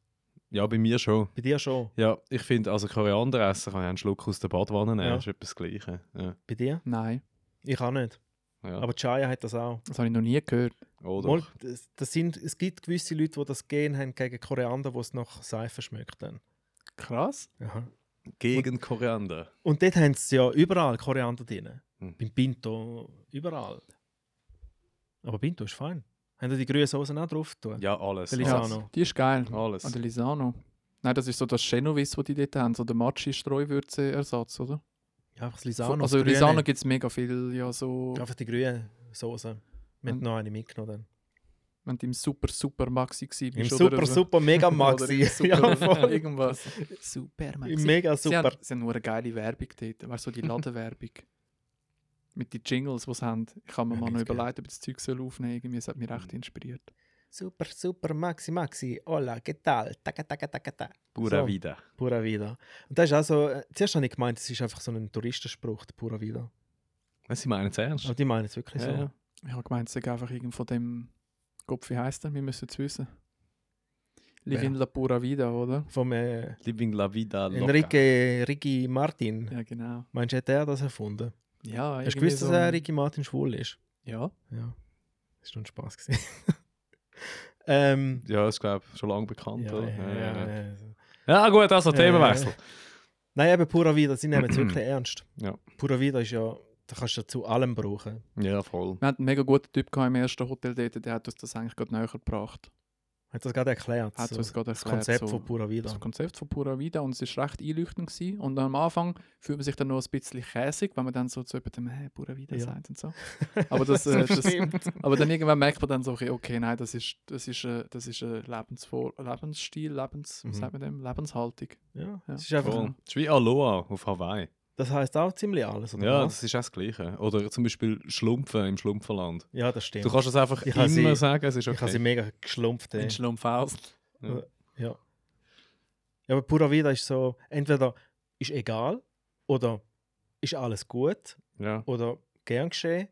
Speaker 5: Ja, bei mir schon.
Speaker 1: Bei dir schon.
Speaker 5: Ja, ich finde, also Koriander essen kann ich einen Schluck aus der Badwanne nehmen.
Speaker 1: Ja.
Speaker 5: Das ist etwas Gleiches. Ja.
Speaker 1: Bei dir?
Speaker 2: Nein,
Speaker 1: Ich auch nicht.
Speaker 5: Ja.
Speaker 1: Aber Chaya hat das auch.
Speaker 2: das habe ich noch nie gehört.
Speaker 5: Oder?
Speaker 1: Mal, das, das sind, es gibt gewisse Leute, die das Gen haben gegen Koriander, wo es nach Seife schmeckt. Dann.
Speaker 2: Krass.
Speaker 1: Aha.
Speaker 5: Gegen Koriander.
Speaker 1: Und dort haben sie ja überall Koriander drin.
Speaker 2: Hm.
Speaker 5: Mhm.
Speaker 1: Beim Pinto überall. Aber Pinto ist fein. Haben die die grüne Soße auch drauf getan?
Speaker 5: Ja, Oh, alles.
Speaker 1: Der
Speaker 5: alles.
Speaker 1: Lisano.
Speaker 2: Die ist geil.
Speaker 5: Alles.
Speaker 2: An der Lisano. Nein, das ist so das Genovese, das die dort haben, so der Matschi-Streuwürze-Ersatz, oder?
Speaker 1: Ja, einfach das Lisano.
Speaker 2: also
Speaker 1: das Grüne.
Speaker 2: Lisano gibt es mega viel, ja so,
Speaker 1: Einfach die grüne Soße. Wir haben
Speaker 2: Und-
Speaker 1: noch eine mitgenommen.
Speaker 2: wenn du im super, super Maxi gewesen
Speaker 1: Dann. Im
Speaker 2: bist,
Speaker 1: super,
Speaker 2: oder so.
Speaker 1: super, mega
Speaker 2: Oder im
Speaker 1: Maxi.
Speaker 2: super,
Speaker 1: ja, voll.
Speaker 2: irgendwas. Super Maxi.
Speaker 1: Im mega
Speaker 2: Sie
Speaker 1: super.
Speaker 2: haben, sie haben nur eine geile Werbung dort, weißt du, so die Ladenwerbung. Mit den Jingles, die sie haben. Ich habe mir
Speaker 1: Ja,
Speaker 2: mal noch
Speaker 1: nice, gell?
Speaker 2: überlegt, ob ich das Zeug soll aufnehmen soll. Irgendwie, es hat mich recht inspiriert.
Speaker 1: Super, super, Maxi, Maxi. Hola, que tal? Taka, taka, taka, ta.
Speaker 5: Pura
Speaker 1: So.
Speaker 5: Vida.
Speaker 1: Pura Vida. Und das ist also, äh, zuerst habe ich gemeint, es ist einfach so ein Touristenspruch, der Pura Vida.
Speaker 5: Was, Sie meinen es ernst?
Speaker 1: Aber die meinen es wirklich
Speaker 5: Ja,
Speaker 1: so.
Speaker 5: ja.
Speaker 2: Ich habe gemeint, es sei einfach irgend von dem Gott, wie heisst er? Wir müssen es wissen. Live
Speaker 1: Wer?
Speaker 2: in la pura vida, oder?
Speaker 1: Vom äh,
Speaker 5: Living la vida loca.
Speaker 1: Enrique Ricky Martin.
Speaker 2: Ja, genau.
Speaker 1: Meinst du, hat er das erfunden?
Speaker 2: Ja,
Speaker 1: Hast du
Speaker 2: irgendwie
Speaker 1: gewusst,
Speaker 2: so
Speaker 1: dass er
Speaker 2: ein-
Speaker 1: Ricky Martin schwul ist?
Speaker 2: Ja.
Speaker 1: Ja. Das war ein Spaß. gewesen. ähm,
Speaker 5: Ja, das ist, glaube ich, schon lange bekannt,
Speaker 1: ja,
Speaker 5: oder?
Speaker 1: ja, ja, ja.
Speaker 5: Ja, gut, also
Speaker 1: Äh,
Speaker 5: Themenwechsel.
Speaker 1: Nein, eben Pura Vida, sie nehmen es wirklich ernst.
Speaker 5: Ja.
Speaker 1: Pura Vida ist ja, da kannst du ja zu allem brauchen.
Speaker 5: Ja, voll.
Speaker 2: Wir hatten einen mega guten Typ gehabt im ersten Hotel dort, der hat uns das eigentlich gerade näher gebracht.
Speaker 1: Hat das gerade erklärt.
Speaker 2: Hat
Speaker 1: so,
Speaker 2: uns gerade
Speaker 1: das
Speaker 2: erklärt,
Speaker 1: Konzept
Speaker 2: so-
Speaker 1: von Pura Vida.
Speaker 2: Das Konzept von Pura Vida und es war recht einleuchtend. Gewesen. Und am Anfang fühlt man sich dann noch ein bisschen käsig, wenn man dann so zu jemandem «Hä, Pura Vida»
Speaker 1: Ja.
Speaker 2: sagt und so. Aber, das, äh, das,
Speaker 1: Stimmt.
Speaker 2: aber dann irgendwann merkt man dann so, okay, okay nein, das ist, das ist, äh, das ist ein Lebensvor Lebensstil, Lebens,
Speaker 1: Mhm.
Speaker 2: was sagt man dem? Lebenshaltung.
Speaker 1: Ja,
Speaker 2: Ja.
Speaker 1: das ist einfach,
Speaker 5: voll. Das ist wie Aloha auf Hawaii.
Speaker 1: das heisst auch ziemlich alles, oder
Speaker 5: Ja,
Speaker 1: was?
Speaker 5: das ist auch das Gleiche. Oder zum Beispiel Schlumpfen im Schlumpferland.
Speaker 1: Ja, das stimmt.
Speaker 5: Du kannst es einfach
Speaker 1: Ich
Speaker 5: immer
Speaker 1: kann sie-
Speaker 5: sagen, es ist
Speaker 1: Ich habe sie
Speaker 5: okay.
Speaker 1: mega geschlumpft. Ey.
Speaker 2: In Schlumpfhaus.
Speaker 1: Ja. ja, aber Pura Vida ist so, entweder ist egal oder ist alles gut
Speaker 5: Ja.
Speaker 1: oder gern geschehen.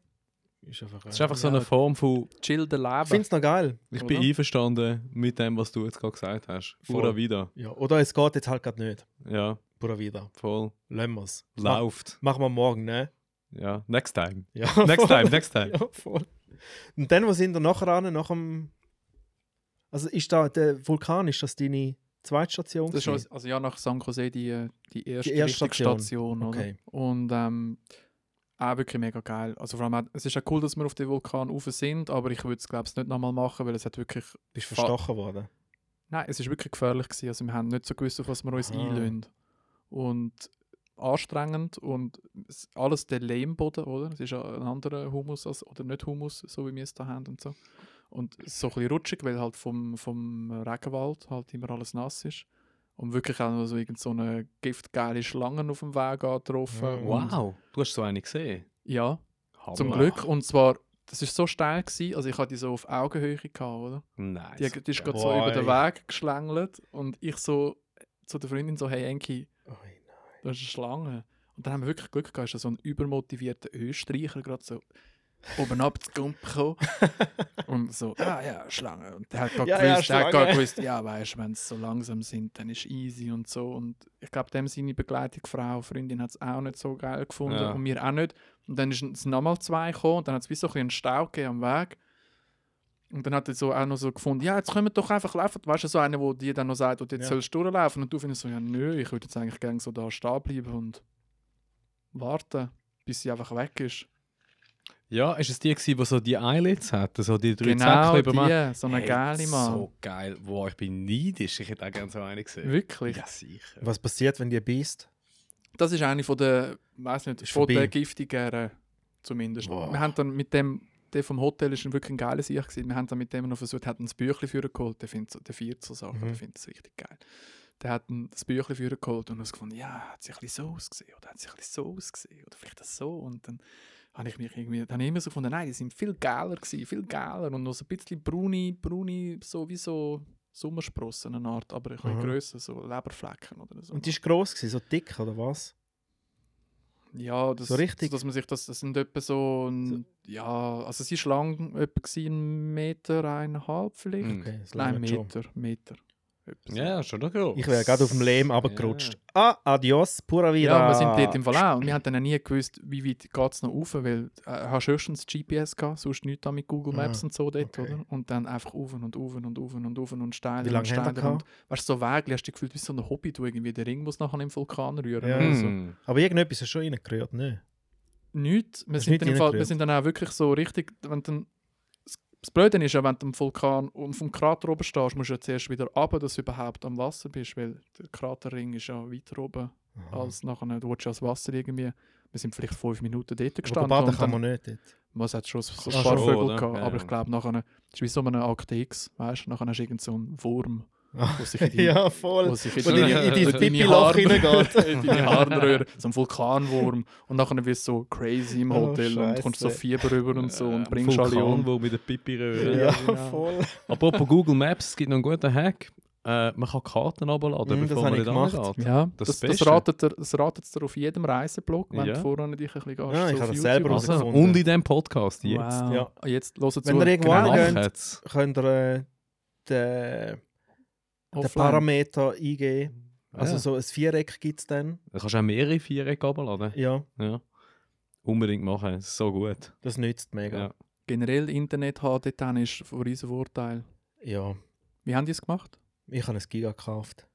Speaker 1: Ist einfach, äh,
Speaker 5: Es ist einfach so
Speaker 2: Ja.
Speaker 5: eine Form von,
Speaker 2: Chill der
Speaker 1: ich finde
Speaker 2: Leben.
Speaker 1: es noch geil.
Speaker 5: ich bin
Speaker 2: Oder?
Speaker 5: einverstanden mit dem, was du jetzt gerade gesagt hast.
Speaker 1: Voll.
Speaker 5: Pura Vida.
Speaker 1: Ja. Oder es geht jetzt halt gerade nicht.
Speaker 5: Ja,
Speaker 1: Pura Vida.
Speaker 5: voll.
Speaker 1: Lassen wir es.
Speaker 5: Lauft.
Speaker 1: Machen wir morgen, ne?
Speaker 5: Ja, next time.
Speaker 1: Ja,
Speaker 5: Next
Speaker 1: voll.
Speaker 5: time, next time.
Speaker 1: Ja, voll. Und dann, wo sind wir nachher an? Nach dem. Also ist da der Vulkan, ist das deine Zweitstation?
Speaker 2: Das ist
Speaker 1: gewesen?
Speaker 2: schon, also ja, nach San José die, äh, die erste,
Speaker 1: erste
Speaker 2: richtige
Speaker 1: Station.
Speaker 2: Station. oder?
Speaker 1: Okay.
Speaker 2: Und ähm, auch wirklich mega geil. Also vor allem, auch- es ist auch cool, dass wir auf den Vulkan rauf sind, aber ich würde es, glaube ich, nicht nochmal machen, weil es hat wirklich...
Speaker 1: Bist
Speaker 2: Fa-
Speaker 1: verstochen worden.
Speaker 2: Nein, es ist wirklich gefährlich gewesen. Also wir haben nicht so gewusst, auf was wir uns
Speaker 1: Aha.
Speaker 2: einlösen. Und anstrengend und es- alles der Lehmboden, oder? Es ist ja ein anderer Humus, als, oder nicht Humus, so wie wir es da haben und so. Und es ist so ein bisschen rutschig, weil halt vom, vom Regenwald halt immer alles nass ist. Und wirklich auch noch so, irgend so eine giftgeile Schlange auf dem Weg angetroffen.
Speaker 1: Mhm.
Speaker 2: Und-
Speaker 5: Mm. Wow, du hast so eine gesehen.
Speaker 2: Ja,
Speaker 5: Hammer.
Speaker 2: zum Glück. Und zwar, das ist so steil gewesen, also ich hatte die so auf Augenhöhe gehabt, oder?
Speaker 5: Nice.
Speaker 2: Die, die ist gerade so
Speaker 1: Boah,
Speaker 2: über
Speaker 1: ey.
Speaker 2: den Weg geschlängelt und ich so zu der Freundin so, hey Enki,
Speaker 5: Oh,
Speaker 1: Ui,
Speaker 2: da ist eine Schlange. Und dann haben wir wirklich Glück gehabt, ist da so ein übermotivierter Österreicher gerade so oben abzukumpen gekommen. und so, ah ja, Schlange. Und der hat gerade
Speaker 1: Ja, ja,
Speaker 2: gewusst, der hat gerade
Speaker 1: Schlange.
Speaker 2: gewusst, ja weißt, wenn es so langsam sind, dann ist easy und so. Und ich glaube, dem seine Begleitung, Frau, Freundin hat es auch nicht so geil gefunden
Speaker 5: Ja.
Speaker 2: und wir auch nicht. Und dann ist- sind nochmal zwei gekommen und dann hat es wie so ein bisschen einen Stau gegeben am Weg. Und dann hat er so auch noch so gefunden, ja, jetzt können wir doch einfach laufen. Weißt du, so einer, der dir dann noch sagt, wo du jetzt
Speaker 1: Ja.
Speaker 2: sollst durchlaufen. Und du findest so, ja, nö, ich würde jetzt eigentlich gerne so da stehen bleiben und warten, bis sie einfach weg ist.
Speaker 5: Ja, ist es die, gewesen, die so die Eyelids hatte, so die drei
Speaker 2: genau,
Speaker 5: Zäpfchen überm-
Speaker 2: die, so eine
Speaker 5: Hey,
Speaker 2: geile Mann.
Speaker 5: So geil. Wow, ich bin neidisch. Ich hätte auch gerne so eine gesehen.
Speaker 2: Wirklich.
Speaker 5: Ja, sicher.
Speaker 1: Was passiert, wenn die beißt?
Speaker 2: Das ist eine von der, weiß nicht,
Speaker 1: Ist
Speaker 2: von der
Speaker 1: vorbei.
Speaker 2: giftigeren zumindest.
Speaker 1: Boah.
Speaker 2: Wir haben dann mit dem, der vom Hotel ist wirklich ein geiles Ich gewesen. Wir haben dann mit dem noch versucht, hat ein Büchlein für ihn geholt. Der findet, der viert so Sachen,
Speaker 1: Mhm.
Speaker 2: der findet es richtig geil. Der hat ein- das Büchlein für ihn geholt und uns gefunden, ja, hat sich ein bisschen so ausgesehen oder hat sich ein bisschen so ausgesehen oder vielleicht das so. Und dann habe ich mich irgendwie, dann habe ich immer so gefunden, nein, die sind viel geiler gewesen, viel geiler und noch so ein bisschen braune, braune, so wie so Sommersprossen eine Art, aber ein bisschen
Speaker 1: Mhm.
Speaker 2: grösser, so Leberflecken oder so.
Speaker 1: Und die war gross, gewesen, so dick, oder was?
Speaker 2: Ja, das,
Speaker 1: So richtig?
Speaker 2: dass man sich das, das sind etwa so, ein, ja, also sie ist lang etwa gewesen, einen Meter, eineinhalb vielleicht.
Speaker 5: Mhm.
Speaker 1: Okay, das
Speaker 2: Nein,
Speaker 1: langt schon.
Speaker 2: Meter, Meter. Etwa so.
Speaker 5: Ja, schon noch groß.
Speaker 1: Ich wäre gerade auf dem Lehm runtergerutscht. Ah, adios, pura vida.
Speaker 2: Ja, wir sind dort im Fall auch. Und wir haben dann auch nie gewusst, wie weit geht es noch rauf, weil äh, hast du erstens GPS gehabt, sonst nichts da mit Google Maps
Speaker 1: Ah,
Speaker 2: und so dort,
Speaker 1: okay.
Speaker 2: oder? Und dann einfach rauf und rauf und rauf und rauf und steiler
Speaker 1: Wie
Speaker 2: und
Speaker 1: lange haben wir
Speaker 2: steiler. und
Speaker 1: gehabt?
Speaker 2: Weißt du, so Wege, hast du gefühlt, wie so ein Hobby, du irgendwie den Ring muss nachher im Vulkan rühren.
Speaker 1: Ja.
Speaker 2: oder so.
Speaker 5: Hm.
Speaker 1: Aber irgendetwas ist schon reingerührt, ne?
Speaker 2: nichts. Wir
Speaker 1: Hast
Speaker 2: sind,
Speaker 1: nicht
Speaker 2: dann im Fall, wir
Speaker 1: reingerührt?
Speaker 2: sind dann auch wirklich so richtig, wenn dann, das Blöde ist ja, wenn du am Vulkan und vom Krater oben stehst, musst du ja zuerst wieder runter, dass du überhaupt am Wasser bist, weil der Kraterring ist ja weiter oben
Speaker 1: Ah.
Speaker 2: als nachher, du willst ja ans Wasser irgendwie. Wir sind vielleicht fünf Minuten dort
Speaker 1: Aber
Speaker 2: gestanden.
Speaker 1: baden
Speaker 2: und
Speaker 1: kann
Speaker 2: dann-
Speaker 1: man nicht Ah, dort.
Speaker 2: man hat schon so
Speaker 5: Ach
Speaker 2: ein
Speaker 5: schon,
Speaker 2: paar Vögel
Speaker 5: Oh, oder?
Speaker 2: gehabt,
Speaker 5: Ja,
Speaker 2: aber
Speaker 5: ja.
Speaker 2: ich glaube, nachher das ist wie so ein Akt X, weißt du, nachher hast du irgend so einen Wurm,
Speaker 1: Ah,
Speaker 2: wo sich in die,
Speaker 1: Ja, voll.
Speaker 2: wo sich
Speaker 1: Wo in Also, die- in die Pipi-Loch reingeht.
Speaker 2: in deine Harnröhre, so ein Vulkanwurm. Und nachher wirst du so crazy im
Speaker 1: Oh,
Speaker 2: Hotel und kommst so
Speaker 1: Scheisse.
Speaker 2: Fieber rüber und so und bringst alle
Speaker 5: Vulkan,
Speaker 2: um.
Speaker 5: wo mit der Pipi röhren.
Speaker 1: Äh, Ja,
Speaker 2: genau.
Speaker 1: voll.
Speaker 5: Apropos Google Maps, es gibt noch einen guten Hack. Äh, man kann Karten
Speaker 1: Mm,
Speaker 5: runterladen,
Speaker 1: das
Speaker 5: bevor
Speaker 1: habe
Speaker 5: man
Speaker 1: ich
Speaker 5: dort
Speaker 1: gemacht.
Speaker 5: runterlädt.
Speaker 2: Ja,
Speaker 5: Das
Speaker 2: das, das,
Speaker 5: Beste.
Speaker 2: ratet er, das ratet es dir auf jedem Reiseblog, wenn
Speaker 5: Ja.
Speaker 2: du vorne dich ein bisschen gehst.
Speaker 1: Ja, ich habe
Speaker 2: so auf
Speaker 1: das selber
Speaker 2: YouTube.
Speaker 1: raus-
Speaker 5: Also,
Speaker 1: Rausgefunden.
Speaker 5: und in diesem Podcast jetzt.
Speaker 2: Wow.
Speaker 1: Ja.
Speaker 2: Ah, Jetzt hört zu.
Speaker 1: Wenn ihr irgendwo
Speaker 2: genau.
Speaker 1: hingeht,
Speaker 5: Macht's.
Speaker 1: Könnt ihr äh, den, den
Speaker 2: Offline.
Speaker 1: Parameter eingeben? Also
Speaker 5: Ja.
Speaker 1: so ein Viereck gibt es dann.
Speaker 5: Da kannst du auch mehrere Vierecke runterladen.
Speaker 1: Ja,
Speaker 5: Ja. Unbedingt machen, es ist so gut.
Speaker 1: das nützt
Speaker 5: Ja.
Speaker 1: mega.
Speaker 2: Generell Internet haben dort dann ist ein riesen Vorteil.
Speaker 1: Ja,
Speaker 2: Wie haben die es gemacht?
Speaker 1: ich habe ein Giga gekauft.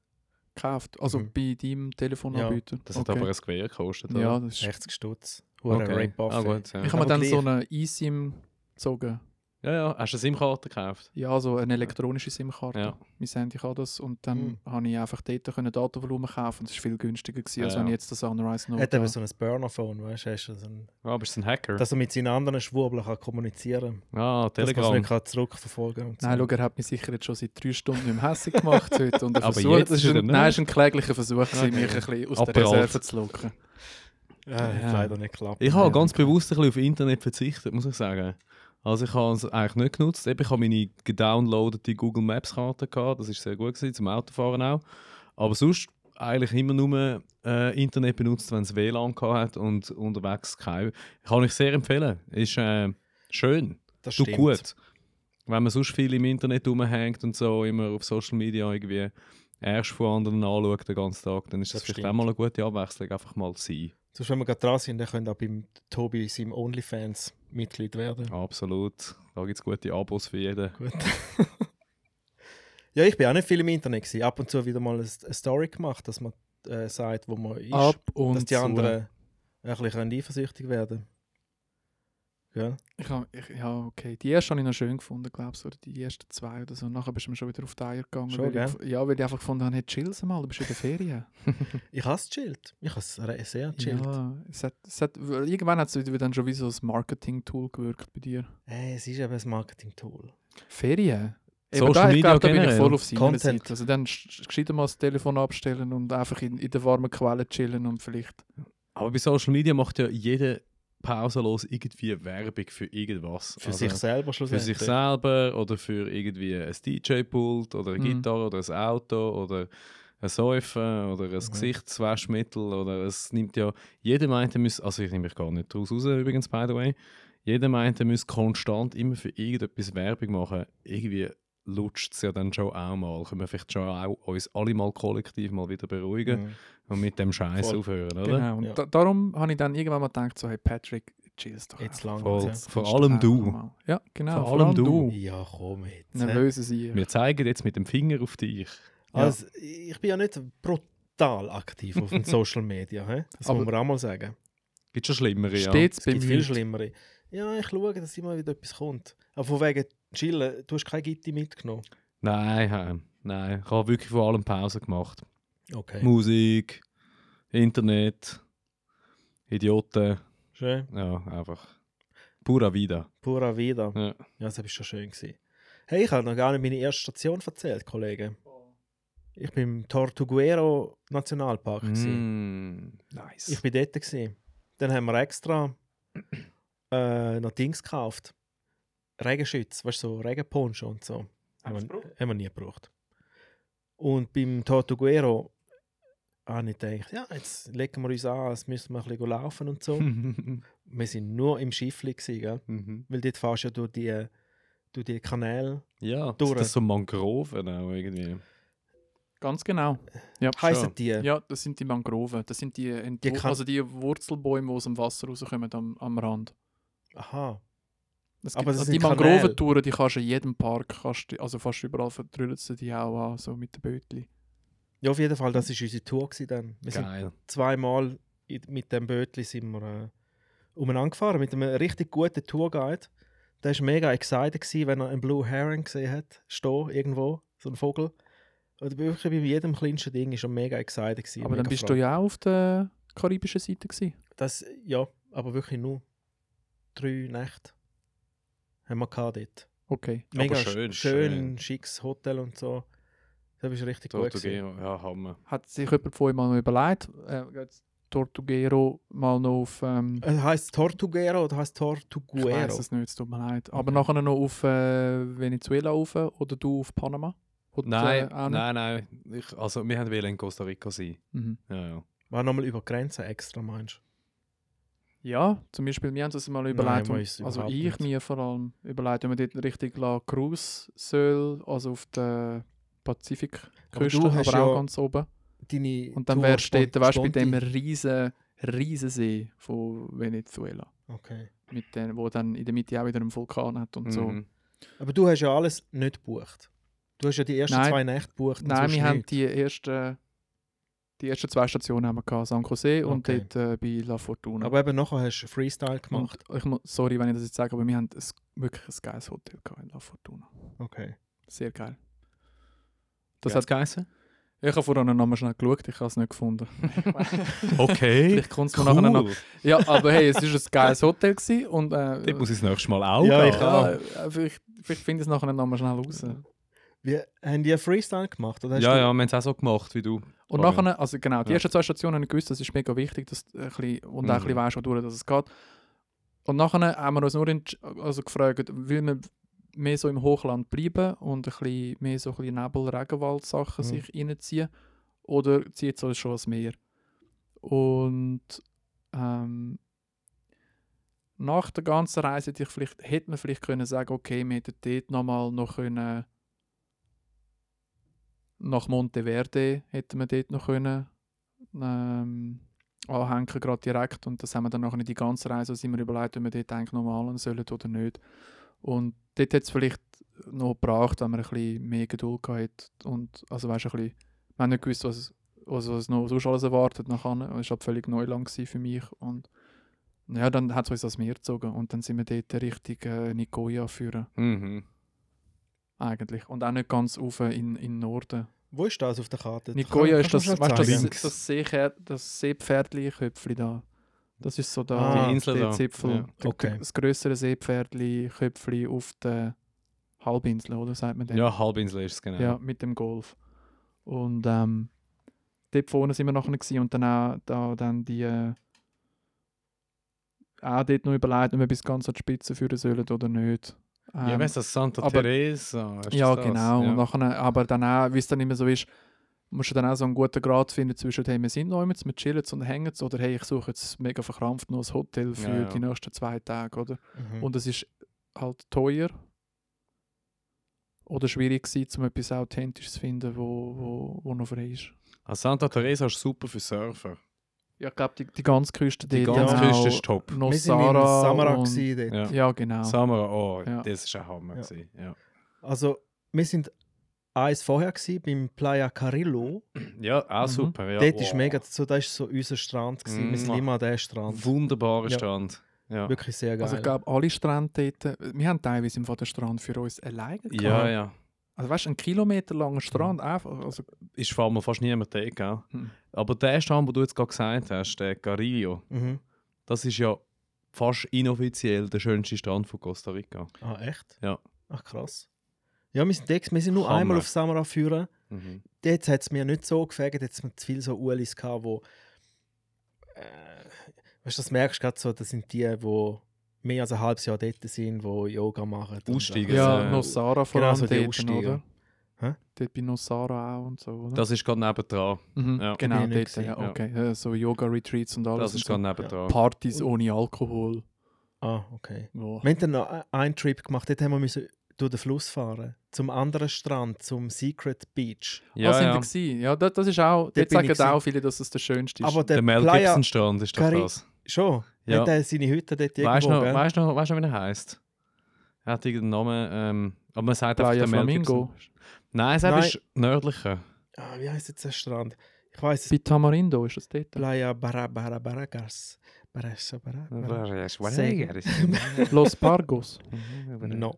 Speaker 2: Gekauft? Also
Speaker 1: Mhm.
Speaker 2: bei deinem Telefonanbieter?
Speaker 5: Das hat aber ein Gewehr gekostet. oder?
Speaker 2: Ja, das ist...
Speaker 1: 60 Stutz. Hure
Speaker 5: okay.
Speaker 1: Rape
Speaker 5: ah,
Speaker 1: Buffet.
Speaker 5: gut, ja.
Speaker 1: äh,
Speaker 2: Ich habe mir
Speaker 1: Aber
Speaker 2: dann
Speaker 1: gleich.
Speaker 2: so eine eSIM gezogen.
Speaker 5: ja, ja. Hast du eine SIM-Karte gekauft?
Speaker 2: Ja, so eine elektronische SIM-Karte.
Speaker 5: Ja.
Speaker 2: Mein Handy kann das. Und dann
Speaker 1: Mhm.
Speaker 2: habe ich einfach dort können Datenvolumen kaufen. Das war viel günstiger, gewesen, als
Speaker 5: Ja,
Speaker 2: wenn
Speaker 5: ja.
Speaker 2: ich jetzt das Sunrise Note
Speaker 1: Er hat eben
Speaker 2: habe.
Speaker 1: so ein Burner-Phone, weißt du? er ist so ein-
Speaker 5: Ah, bist du ein Hacker?
Speaker 1: Dass er mit seinen anderen Schwurbeln kann kommunizieren kann.
Speaker 5: ah,
Speaker 1: Dass man es
Speaker 5: Telegram.
Speaker 1: nicht kann zurückverfolgen kann. und so.
Speaker 2: Nein, schau, er hat mich sicher jetzt schon seit drei Stunden nicht mehr hässlich gemacht heute. Und er
Speaker 5: Aber
Speaker 2: versucht,
Speaker 5: jetzt
Speaker 2: das
Speaker 5: ist
Speaker 2: ist
Speaker 5: er
Speaker 2: ein,
Speaker 5: nicht.
Speaker 2: nein, es war ein kläglicher Versuch, gewesen, mich ein bisschen aus der
Speaker 5: Aperalt.
Speaker 2: Reserve zu locken.
Speaker 1: Ja, hat
Speaker 2: Ja.
Speaker 1: leider nicht geklappt.
Speaker 5: Ich habe ganz bewusst ein bisschen auf Internet verzichtet, muss ich sagen. Also ich habe es eigentlich nicht genutzt. Eben, Ich habe meine gedownloadete Google Maps Karte gehabt. Das ist sehr gut gewesen, zum Autofahren auch. Aber sonst eigentlich immer nur äh, Internet benutzt, wenn es WLAN gehabt hat und unterwegs kein. Kann ich sehr empfehlen. Ist äh, schön,
Speaker 1: das
Speaker 5: tut gut. Wenn man sonst viel im Internet rumhängt und so immer auf Social Media irgendwie erst von anderen anschaut den ganzen Tag, dann ist das,
Speaker 1: Das
Speaker 5: vielleicht
Speaker 1: stimmt.
Speaker 5: auch mal eine gute Abwechslung, einfach mal sein.
Speaker 1: Sonst, wenn wir gerade dran sind, dann könnt ihr auch beim Tobi seinem OnlyFans Mitglied werden.
Speaker 5: Absolut. Da gibt es gute Abos für jeden.
Speaker 1: Gut. ja, ich bin auch nicht viel im Internet. Gewesen. Ab und zu wieder mal eine eine Story gemacht, dass man äh, sagt, wo man ist.
Speaker 2: Ab und
Speaker 1: dass die
Speaker 2: zu.
Speaker 1: anderen ein bisschen können eifersüchtig werden Gell?
Speaker 2: Ich hab, ich, ja, okay. Die erste habe ich noch schön gefunden, glaubst du, oder die ersten zwei oder so. Nachher bist du mir schon wieder auf die Eier gegangen.
Speaker 1: Schon,
Speaker 2: weil
Speaker 1: gell?
Speaker 2: ich, gef- ja, weil ich einfach gefunden habe, hey, chill's mal, du bist in der Ferien.
Speaker 1: Ich habe es chillt. Ich habe es sehr chillt.
Speaker 2: Ja, es hat, es hat, irgendwann hat es wieder dann schon wie so ein Marketing-Tool gewirkt bei dir.
Speaker 1: Hey, Äh, es ist eben ein Marketing-Tool.
Speaker 2: Ferien?
Speaker 5: Social
Speaker 2: ich
Speaker 5: Media
Speaker 2: glaub, da bin ich
Speaker 5: generell.
Speaker 2: voll auf seiner
Speaker 1: Content.
Speaker 2: Seite. Also dann sch- sch- gescheiter mal das Telefon abstellen und einfach in, in der warmen Quelle chillen und vielleicht...
Speaker 5: Aber bei Social Media macht ja jeder pausenlos irgendwie Werbung für irgendwas.
Speaker 1: Für sich selber
Speaker 5: Also Für
Speaker 1: schlussendlich.
Speaker 5: sich selber oder für irgendwie ein DJ-Pult oder eine
Speaker 2: Mhm.
Speaker 5: Gitarre oder ein Auto oder ein Säufen oder ein
Speaker 1: Mhm.
Speaker 5: Gesichtswaschmittel oder es nimmt ja, jeder meint, er müsse, also ich nehme mich gar nicht draus raus übrigens, by the way, jeder meint, er müsse konstant immer für irgendetwas Werbung machen. Irgendwie lutscht es ja dann schon auch mal. Können wir vielleicht schon auch uns alle mal kollektiv mal wieder beruhigen
Speaker 1: Mhm.
Speaker 5: und mit dem Scheiß
Speaker 1: Voll.
Speaker 5: aufhören, oder?
Speaker 2: Genau. Und
Speaker 1: Ja.
Speaker 2: da, darum habe ich dann irgendwann mal gedacht, so, hey Patrick, chill's doch
Speaker 1: Jetzt lang.
Speaker 2: einfach.
Speaker 5: Voll.
Speaker 1: Ja.
Speaker 5: Vor
Speaker 2: Kannst
Speaker 5: allem
Speaker 2: doch
Speaker 5: du.
Speaker 2: einfach mal. Ja, genau.
Speaker 5: Vor allem du.
Speaker 1: ja, komm jetzt.
Speaker 2: Nervöse sie.
Speaker 5: Wir zeigen jetzt mit dem Finger auf dich.
Speaker 1: Also, ich bin ja nicht brutal aktiv auf den Social Media. He? Das
Speaker 2: Aber-
Speaker 1: muss man auch mal sagen.
Speaker 5: Gibt schon Schlimmere, ja.
Speaker 2: Stets
Speaker 1: Es
Speaker 2: beim
Speaker 1: gibt viel
Speaker 2: Hüt.
Speaker 1: Schlimmere. Ja, ich schaue, dass immer wieder etwas kommt. Aber von wegen Chillen, du hast keine Gitti mitgenommen.
Speaker 5: Nein, hä, nein. Ich habe wirklich vor allem Pause gemacht.
Speaker 1: Okay.
Speaker 5: Musik, Internet, Idioten.
Speaker 1: Schön.
Speaker 5: Ja, einfach. Pura Vida.
Speaker 1: Pura Vida.
Speaker 5: Ja.
Speaker 1: Ja, das war schon schön. Gewesen. Hey, ich habe noch gar nicht meine erste Station erzählt, Kollege. Ich bin im Tortuguero Nationalpark. gewesen.
Speaker 5: Mm, nice.
Speaker 1: Ich bin dort. Gewesen. Dann haben wir extra äh, noch Dings gekauft. Regenschütz, weißt du, so Regenponcho und so. Haben wir, haben wir nie gebraucht. Und beim Tortuguero habe ich gedacht, ja, jetzt legen wir uns an, jetzt müssen wir ein bisschen laufen und so.
Speaker 5: Mm.
Speaker 1: Wir sind nur im Schiffli, gewesen, gell?
Speaker 5: Mhm.
Speaker 1: weil dort fährst du ja durch die, durch die Kanäle.
Speaker 5: ja, das,
Speaker 1: Durch.
Speaker 5: das so Mangroven auch irgendwie.
Speaker 2: Ganz genau. Ja.
Speaker 1: Heissen die?
Speaker 2: Ja, das sind die Mangroven. Das sind die, Ent-
Speaker 1: Die kann-
Speaker 2: also die Wurzelbäume, die aus dem Wasser rauskommen am, am Rand.
Speaker 1: Aha.
Speaker 2: Es
Speaker 1: Aber
Speaker 2: gibt,
Speaker 1: das
Speaker 2: also die
Speaker 1: sind Kanäle.
Speaker 2: Mangroventouren, die kannst du in jedem Park, kannst du, also fast überall vertrüllen sie die auch an, so mit den Bötli.
Speaker 1: Ja, auf jeden Fall, das war unsere Tour. Gewesen dann. Wir sind
Speaker 5: Geil.
Speaker 1: zweimal in, mit dem Bötli sind wir äh, umeinander gefahren, mit einem richtig guten Tourguide. Der war mega excited, gewesen, wenn er einen Blue Heron gesehen hat, stehen irgendwo, so ein Vogel. Und wirklich bei jedem kleinsten Ding war er mega excited. Gewesen,
Speaker 2: Aber
Speaker 1: mega
Speaker 2: dann bist
Speaker 1: freudig.
Speaker 2: du ja auch auf der karibischen Seite gewesen.
Speaker 1: Das, ja, aber wirklich nur drei Nächte haben wir gehabt dort.
Speaker 2: Okay.
Speaker 5: Aber
Speaker 1: Mega schön,
Speaker 5: schön,
Speaker 1: schön,
Speaker 5: schön.
Speaker 1: schickes Hotel und so. Das war richtig gut. gewesen.
Speaker 5: Tortuguero. Ja, Hammer.
Speaker 2: Hat sich jemand von euch mal noch überlegt, äh, jetzt Tortuguero mal noch auf... Ähm,
Speaker 1: Es Äh, heisst Tortuguero oder heisst
Speaker 2: ich weiß
Speaker 1: Tortuguero?
Speaker 2: es nicht, es tut mir leid. Aber nachher noch auf äh, Venezuela rauf oder du auf Panama? Oder,
Speaker 5: Nein,
Speaker 2: äh, auch nicht?
Speaker 5: nein, nein. Ich, also, wir wollten in Costa Rica sein.
Speaker 2: Mhm.
Speaker 5: Ja, ja.
Speaker 1: War nochmal über Grenzen extra, meinst
Speaker 2: Ja, zum Beispiel, wir haben uns das mal
Speaker 1: Nein,
Speaker 2: überlegt,
Speaker 1: wir
Speaker 2: und-
Speaker 1: uns
Speaker 2: also
Speaker 1: überhaupt
Speaker 2: ich
Speaker 1: nicht.
Speaker 2: mir vor allem überlegt, wenn man dort richtig La Cruz soll, also auf der Pazifikküste,
Speaker 1: Aber
Speaker 2: aber,
Speaker 1: du hast
Speaker 2: auch
Speaker 1: ja
Speaker 2: ganz oben.
Speaker 1: du? Deine
Speaker 2: Und dann
Speaker 1: Tour
Speaker 2: wärst du dort,
Speaker 1: spont-
Speaker 2: weißt du, bei dem
Speaker 1: sponti-
Speaker 2: riesen, riesen See von Venezuela,
Speaker 1: Okay.
Speaker 2: mit den, wo dann in der Mitte auch wieder einen Vulkan hat und so.
Speaker 5: Mhm.
Speaker 1: Aber du hast ja alles nicht gebucht. Du hast ja die ersten
Speaker 2: Nein.
Speaker 1: zwei Nächte gebucht. und
Speaker 2: Nein,
Speaker 1: sonst
Speaker 2: wir haben
Speaker 1: nichts.
Speaker 2: die ersten, die ersten zwei Stationen haben wir gehabt, San Jose und
Speaker 1: Okay.
Speaker 2: dort äh, bei La Fortuna.
Speaker 1: Aber eben nachher hast du Freestyle gemacht.
Speaker 2: Und ich mu- sorry, wenn ich das jetzt sage, aber wir haben ein, wirklich ein geiles Hotel gehabt in La Fortuna.
Speaker 1: Okay.
Speaker 2: Sehr geil.
Speaker 5: Das
Speaker 2: Das
Speaker 5: hat geheißen?
Speaker 2: Ich habe vorhin noch mal schnell geschaut, ich habe es nicht gefunden.
Speaker 5: Okay.
Speaker 2: Vielleicht kommt es mir
Speaker 5: Hm. cool.
Speaker 2: nachher noch.
Speaker 5: Dort
Speaker 2: Ja, aber hey, es war ein geiles Hotel. Gewesen und, äh,
Speaker 5: muss ich das nächste Mal auch
Speaker 1: Ja,
Speaker 5: gehen.
Speaker 1: ich
Speaker 2: ja, äh, vielleicht vielleicht finde ich es nachher noch mal schnell raus. Und
Speaker 1: Wie, haben die Freestyle gemacht? Oder hast
Speaker 5: Ja,
Speaker 1: du,
Speaker 5: ja, wir haben es auch so gemacht wie du. Florian.
Speaker 2: nachher, also genau, die
Speaker 5: Ja.
Speaker 2: ersten zwei Stationen habe ich gewusst, das ist mega wichtig dass du ein bisschen, und auch ein
Speaker 5: Mhm.
Speaker 2: bisschen weißt, wodurch das es geht. Und nachher haben wir uns nur entsch- also gefragt, will man mehr so im Hochland bleiben und ein bisschen mehr so ein bisschen Nebel-Regenwald-Sachen
Speaker 1: Mhm.
Speaker 2: sich reinziehen oder zieht es uns schon ans Meer? Und ähm, nach der ganzen Reise hätte, ich vielleicht, hätte man vielleicht können sagen, okay, wir hätten dort nochmal noch können nach Monteverde hätten wir dort noch können ähm, anhängen, gerade direkt. Und das haben wir dann nachher nicht die ganze Reise, also sind wir überlegt, ob wir dort eigentlich nochmal anhängen sollen oder nicht. Und dort hat es vielleicht noch gebraucht, wenn man ein bisschen mehr Geduld gehabt hat und also weißt, ein bisschen, wir haben nicht gewusst, was, was, was noch sonst alles erwartet nachher. Es war halt völlig Neuland gewesen für mich und Ja, dann hat es uns ans Meer gezogen und dann sind wir dort richtig äh, Nicoya führen,
Speaker 5: Mhm.
Speaker 2: eigentlich. Und auch nicht ganz rauf in, in den Norden.
Speaker 1: Wo ist das auf der Karte?
Speaker 2: Nicoya ist das,
Speaker 1: Kannst du mir schnell
Speaker 2: weißt, du, das,
Speaker 1: zeigen?
Speaker 5: Links.
Speaker 2: das, Seeker- das Seepferdli-Köpfli da. Das ist so da,
Speaker 1: Ah,
Speaker 2: der-
Speaker 5: die Insel
Speaker 2: der
Speaker 5: da.
Speaker 2: Zipfel.
Speaker 5: Ja.
Speaker 2: Der-
Speaker 1: Okay.
Speaker 2: der- Das größere Seepferdli-Köpfli auf der Halbinsel, oder? Sagt man dem?
Speaker 5: Ja, Halbinsel ist es genau.
Speaker 2: Ja, mit dem Golf. Und ähm, dort vorne sind wir nachher gewesen und dann auch da, dann die äh, auch dort noch überlegt, ob wir bis ganz an die Spitze führen sollen oder nicht.
Speaker 5: Ja,
Speaker 2: Ähm,
Speaker 5: weißt du, Santa
Speaker 2: aber-
Speaker 5: Teresa. ist
Speaker 2: ja,
Speaker 5: das?
Speaker 2: genau.
Speaker 5: Ja.
Speaker 2: Und nachher, aber dann auch, wie es dann immer so ist, musst du dann auch so einen guten Grad finden zwischen, hey, wir sind noch immer, wir chillen und hängen oder hey, ich suche jetzt mega verkrampft noch ein Hotel für
Speaker 5: Ja, ja.
Speaker 2: die nächsten zwei Tage, oder?
Speaker 1: Mhm.
Speaker 2: Und es ist halt teuer oder schwierig gewesen, um etwas Authentisches zu finden, wo, wo, wo noch frei ist.
Speaker 5: Ah, Santa Teresa ist super für Surfer.
Speaker 2: Ja, ich glaube, die, die ganze Küste
Speaker 5: Die
Speaker 2: dort,
Speaker 5: ganze
Speaker 2: dann
Speaker 5: Küste
Speaker 2: auch
Speaker 5: ist top.
Speaker 1: wir sind in Samara
Speaker 2: und-
Speaker 1: gewesen dort.
Speaker 5: Ja.
Speaker 2: Ja, genau.
Speaker 5: Samara, oh,
Speaker 2: Ja.
Speaker 5: das ist ein Hammer.
Speaker 1: Ja.
Speaker 5: gewesen, Ja,
Speaker 1: Also, wir sind eins vorher gewesen, beim Playa Carrillo.
Speaker 5: ja auch
Speaker 2: Mhm.
Speaker 5: super. Ja.
Speaker 1: Dort ist
Speaker 5: wow. Mhm.
Speaker 1: mega, so, das ist so unser Strand gewesen. Wir sind
Speaker 5: Mua.
Speaker 1: immer an diesem Strand.
Speaker 5: Wunderbarer
Speaker 1: Ja.
Speaker 5: Strand. Ja,
Speaker 1: Wirklich sehr geil.
Speaker 2: also ich glaube, alle Strände dort, wir haben teilweise im Fall den Strand für uns alleine gehabt.
Speaker 5: ja. ja.
Speaker 2: Also weißt du, ein Kilometer
Speaker 5: Mhm.
Speaker 2: langer Strand, einfach, also
Speaker 5: Ist vor allem fast niemand da, gell?
Speaker 2: Hm.
Speaker 5: Aber der Strand, den du jetzt gerade gesagt hast, der Carillo,
Speaker 1: Mhm.
Speaker 5: das ist ja fast inoffiziell der schönste Strand von Costa Rica.
Speaker 1: Ah, echt?
Speaker 5: Ja.
Speaker 1: Ach, krass. Ja, wir sind, dort- wir sind nur
Speaker 5: Hammer.
Speaker 1: einmal auf Samara führen.
Speaker 5: Mhm.
Speaker 1: Jetzt hat es mir nicht so gefällt, jetzt hat zu viel so Ulis gehabt, wo. Äh, weißt du, das merkst du gerade so, das sind die, wo mehr als ein halbes Jahr dort sind, wo Yoga machen. und-
Speaker 5: Aussteiger,
Speaker 2: ja,
Speaker 5: äh,
Speaker 2: Nosara vor
Speaker 1: genau
Speaker 2: allem
Speaker 1: so die
Speaker 2: dort,
Speaker 1: Aussteiger.
Speaker 2: oder?
Speaker 1: Hä?
Speaker 2: Dort bei Nosara auch und so, oder?
Speaker 5: Das ist gerade nebendran.
Speaker 2: mhm.
Speaker 5: ja.
Speaker 2: Genau,
Speaker 1: Bin ich nicht
Speaker 2: dort, ja,
Speaker 5: gewesen,
Speaker 2: okay. Äh, So Yoga-Retreats und alles.
Speaker 5: Das ist gerade
Speaker 2: und
Speaker 5: nebendran.
Speaker 2: so. Partys ohne Alkohol.
Speaker 1: Ah, okay.
Speaker 2: Ja.
Speaker 1: Wir haben dann noch e-, einen Trip gemacht, dort haben wir müssen durch den Fluss fahren, zum anderen Strand, zum Secret Beach.
Speaker 2: Ja, ah, sind
Speaker 5: ja.
Speaker 2: wir gewesen. Ja, das, das ist auch, dort
Speaker 1: bin ich
Speaker 2: sagen
Speaker 1: gewesen.
Speaker 2: auch viele, dass es der schönste ist.
Speaker 1: Aber der,
Speaker 5: Der Mel
Speaker 1: Playa
Speaker 5: Gibson Strand ist doch
Speaker 1: Cari-
Speaker 5: das.
Speaker 1: schon,
Speaker 5: Ja.
Speaker 1: hat er seine Hütte dort irgendwo,
Speaker 5: Weißt du noch,
Speaker 1: gell?
Speaker 5: weißt du noch, weißt du noch, wie er heißt? Er hat irgendeinen Namen. Ähm, aber man sagt einfach
Speaker 2: Playa
Speaker 5: der Mel Gibson.
Speaker 2: Flamingo.
Speaker 5: Nein, es
Speaker 1: Nein.
Speaker 5: ist nördlicher.
Speaker 1: Ah, wie heißt jetzt der Strand? Ich weiß es.
Speaker 2: Bei Tamarindo ist das dort.
Speaker 1: Playa Barra Barra Barragas. Barra Barra Barra.
Speaker 2: Los Pargos.
Speaker 5: No.
Speaker 1: No.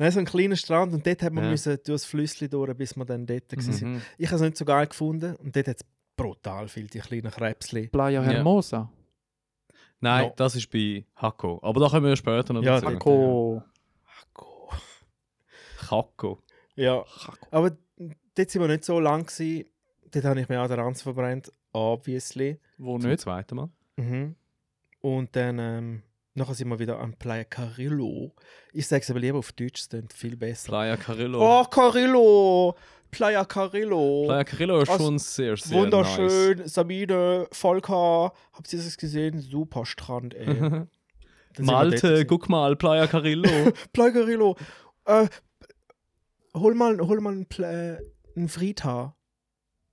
Speaker 1: Nein, so ein kleiner Strand und dort hat man
Speaker 5: Ja.
Speaker 1: müssen durch das Flüssli durch, bis man dann dort mhm. waren.
Speaker 5: Mhm.
Speaker 1: Ich habe es nicht so geil gefunden und dort hat es brutal viel, die kleinen Krebsli.
Speaker 2: Playa
Speaker 5: Ja.
Speaker 2: Hermosa.
Speaker 5: Nein,
Speaker 1: No.
Speaker 5: das ist bei Hakko. Aber da kommen wir später noch
Speaker 1: Ja,
Speaker 5: dazu.
Speaker 1: dort,
Speaker 2: Co.
Speaker 1: Go.
Speaker 5: Hakko.
Speaker 1: Ja, aber dort sind wir nicht so lang gewesen. Dort habe ich mir auch den Ranz verbrennt, obviously.
Speaker 2: Wo
Speaker 5: Zum
Speaker 2: nicht?
Speaker 5: zweiten Mal.
Speaker 1: Mhm. Und dann, ähm, nachher sind wir wieder am Playa Carrillo. Ich sage es aber lieber auf Deutsch, es klingt viel besser.
Speaker 5: Playa Carrillo.
Speaker 1: Oh, Carrillo! Playa Carrillo!
Speaker 5: Playa Carrillo ist
Speaker 1: Was-
Speaker 5: schon sehr, sehr
Speaker 1: Wunderschön, Sabine, Volker, habt ihr das gesehen? Super Strand, ey. Dann
Speaker 5: Nice.
Speaker 1: sind wir dort
Speaker 5: Malte,
Speaker 1: gewesen.
Speaker 5: guck mal, Playa Carrillo.
Speaker 1: Plagerillo, äh, hol mal, hol mal einen, Pla einen Frita,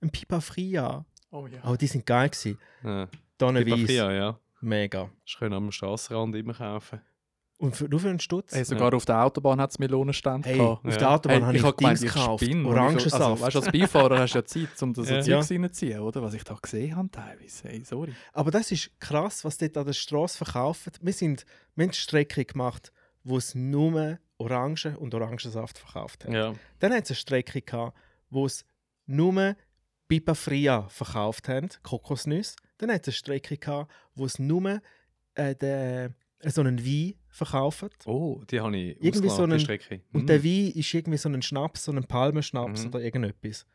Speaker 1: einen Pipa Fria.
Speaker 2: Oh ja.
Speaker 1: Oh, die sind geil gewesen.
Speaker 5: ja.
Speaker 1: Donnerwies,
Speaker 5: Papier, ja.
Speaker 1: mega.
Speaker 5: Schön am Straßenrand immer kaufen.
Speaker 1: Und für, nur für einen Stutz?
Speaker 2: Ey, sogar auf der Autobahn hat es Melonenstände
Speaker 1: Hey,
Speaker 2: gehabt.
Speaker 1: auf
Speaker 5: Ja.
Speaker 1: der Autobahn habe ich,
Speaker 2: Äh, hab
Speaker 1: Dings gekauft,
Speaker 2: spinne.
Speaker 1: Orangensaft.
Speaker 2: Also, weißt du, als Beifahrer hast du ja Zeit, um das so
Speaker 5: Ja.
Speaker 2: Zeugs reinzuziehen, oder? Was ich da gesehen habe teilweise. Hey, sorry.
Speaker 1: Aber das ist krass, was dort an der Straße verkaufen. Wir, sind, wir haben Strecke gemacht, wo es nur Orangen und Orangensaft verkauft hat.
Speaker 5: Ja.
Speaker 1: Dann hat es eine Strecke gehabt, wo es nur Pipa Fria verkauft haben, Kokosnüsse. Dann hat es eine Strecke gehabt, wo es nur äh, den, äh, so einen Wein verkauft.
Speaker 5: Oh, die habe ich
Speaker 1: Irgendwie so
Speaker 5: ausgeladen,
Speaker 1: einen-
Speaker 5: die Strecke.
Speaker 1: Und
Speaker 5: Mhm.
Speaker 1: der Wein ist irgendwie so ein Schnaps, so ein Palmenschnaps
Speaker 5: Mhm.
Speaker 1: oder irgendetwas.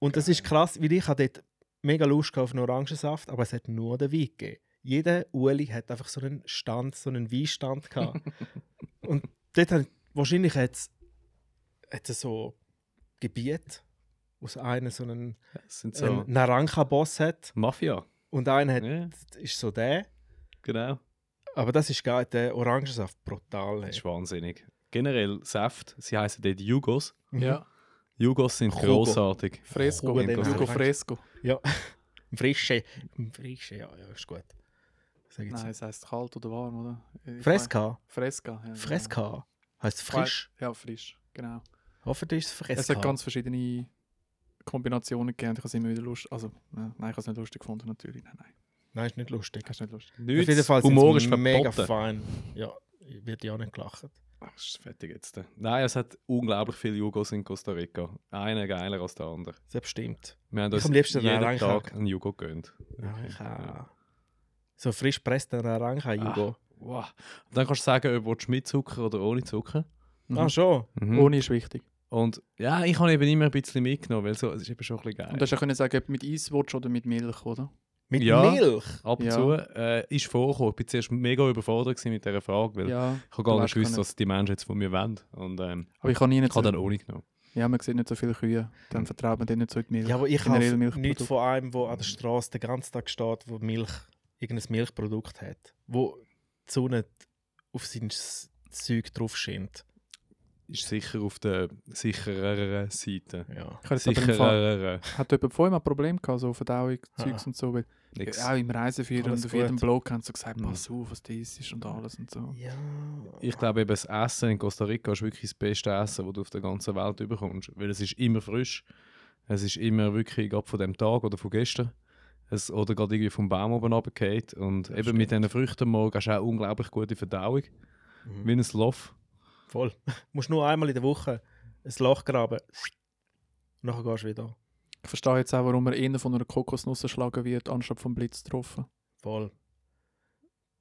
Speaker 1: Und das ist krass, weil ich hatte dort mega Lust gehabt auf einen Orangensaft, aber es hat nur den Wein gegeben. Jeder Uli hat einfach so einen Stand, so einen Weinstand gehabt. Und dort hat, wahrscheinlich hat es hat es so Gebiet, aus einem so einen,
Speaker 5: Das sind so
Speaker 1: einen Naranka-Boss hat
Speaker 5: Mafia.
Speaker 1: und einer ähm, hat,
Speaker 5: Ja,
Speaker 1: ist so der.
Speaker 5: genau.
Speaker 1: Aber das ist geil, der Orangensaft, brutal.
Speaker 5: Das
Speaker 1: Ey.
Speaker 5: ist wahnsinnig. Generell Saft, sie heißen dort Jugos.
Speaker 2: Ja.
Speaker 5: Jugos sind
Speaker 1: Jugo.
Speaker 5: großartig.
Speaker 2: Fresco.
Speaker 1: Hugo, den
Speaker 2: Mhm. Hugo
Speaker 1: Hugo.
Speaker 2: Fresco.
Speaker 1: Ja. Im Frischen. Im Frischen, ja, ja, ist gut. Sag jetzt.
Speaker 2: Nein, es heisst kalt oder warm, oder? Ich
Speaker 1: Fresca.
Speaker 2: weiss- Fresca. Ja,
Speaker 1: Äh,
Speaker 2: genau.
Speaker 1: Fresca. Heißt frisch.
Speaker 2: Ja, frisch. Genau.
Speaker 1: Hoffentlich ist es
Speaker 2: Es,
Speaker 1: Fresca.
Speaker 2: hat ganz verschiedene Kombinationen gegeben und ich habe es immer wieder lustig. Also, äh, nein, ich habe es nicht lustig gefunden, natürlich. Nein, nein.
Speaker 1: Nein, ist nicht lustig.
Speaker 2: Das ist nicht lustig.
Speaker 1: Auf
Speaker 5: Nichts.
Speaker 1: jeden Fall
Speaker 5: Humor
Speaker 1: sind's
Speaker 5: ist
Speaker 1: mega
Speaker 5: verboten.
Speaker 1: fein. Ja, wird ja auch nicht gelacht.
Speaker 5: Ach, ist fertig jetzt. Nein, es hat unglaublich viele Jugos in Costa Rica. Einer geiler als der andere.
Speaker 1: Selbstbestimmt.
Speaker 5: Wir haben
Speaker 1: Ich
Speaker 5: uns
Speaker 1: am liebsten einen
Speaker 5: jeden
Speaker 1: Orangen.
Speaker 5: Tag einen Jugo gegönnt.
Speaker 1: Naranja. So frisch presster Naranja, Jugo.
Speaker 5: Wow. Und dann kannst du sagen, ob du mit Zucker oder ohne Zucker.
Speaker 2: Mhm.
Speaker 1: Ah, schon.
Speaker 2: Ohne ist wichtig.
Speaker 5: Und ja, ich habe eben immer ein bisschen mitgenommen, weil so, es ist eben schon ein bisschen geil.
Speaker 2: Und du hast ja können sagen, ob mit Eis willst oder mit Milch, oder?
Speaker 1: Mit
Speaker 5: Ja.
Speaker 1: Milch.
Speaker 5: Ab und
Speaker 2: Ja.
Speaker 5: zu äh, ist vorgekommen. Ich war zuerst mega überfordert gewesen mit dieser Frage, weil
Speaker 2: Ja.
Speaker 5: ich habe gar
Speaker 2: du
Speaker 5: nicht
Speaker 2: weißt
Speaker 5: gewusst,
Speaker 2: gar nicht.
Speaker 5: was die Menschen jetzt von mir wollen. Und ähm,
Speaker 2: Aber ich kann nie
Speaker 5: ich
Speaker 2: nicht
Speaker 5: habe
Speaker 2: so,
Speaker 5: dann ohne genommen.
Speaker 2: Ja, man sieht nicht so viele Kühe. Dann vertraut man denen nicht so in die Milch.
Speaker 1: Ja, aber ich
Speaker 2: Generell
Speaker 1: habe
Speaker 2: Milchprodukt.
Speaker 1: nichts von einem, der an der Straße den ganzen Tag steht, wo Milch, irgendein Milchprodukt hat, wo die Sonne auf sein S- Zeug drauf scheint.
Speaker 5: Ist sicher auf der sichereren Seite.
Speaker 1: Ja.
Speaker 2: Ich habe jetzt aber im Fall,
Speaker 5: Sichereren.
Speaker 2: hat jemand vorher mal ein Problem gehabt, so Verdauung, Zeugs
Speaker 1: Ah.
Speaker 2: und so, weil
Speaker 5: Nix.
Speaker 2: auch im Reiseführer
Speaker 1: Alles
Speaker 2: und auf jedem
Speaker 1: gut. Hm.
Speaker 2: Blog haben sie gesagt,
Speaker 5: Mhm.
Speaker 2: pass auf, was das ist und alles und so.
Speaker 1: Ja.
Speaker 5: Ich glaube eben, das Essen in Costa Rica ist wirklich das beste Essen, das du auf der ganzen Welt bekommst. Weil es ist immer frisch. Es ist immer wirklich gerade von dem Tag oder von gestern. Es, oder gerade irgendwie vom Baum oben runtergeht. Und eben mit diesen Früchten am morgen hast du auch unglaublich gute Verdauung.
Speaker 2: Mhm.
Speaker 5: Wie ein Loff.
Speaker 1: Voll. Du musst nur einmal in der Woche ein Loch graben. Und nachher gehst du wieder.
Speaker 2: Ich verstehe jetzt auch, warum er eher von einer Kokosnuss erschlagen wird, anstatt vom Blitz getroffen.
Speaker 1: Voll.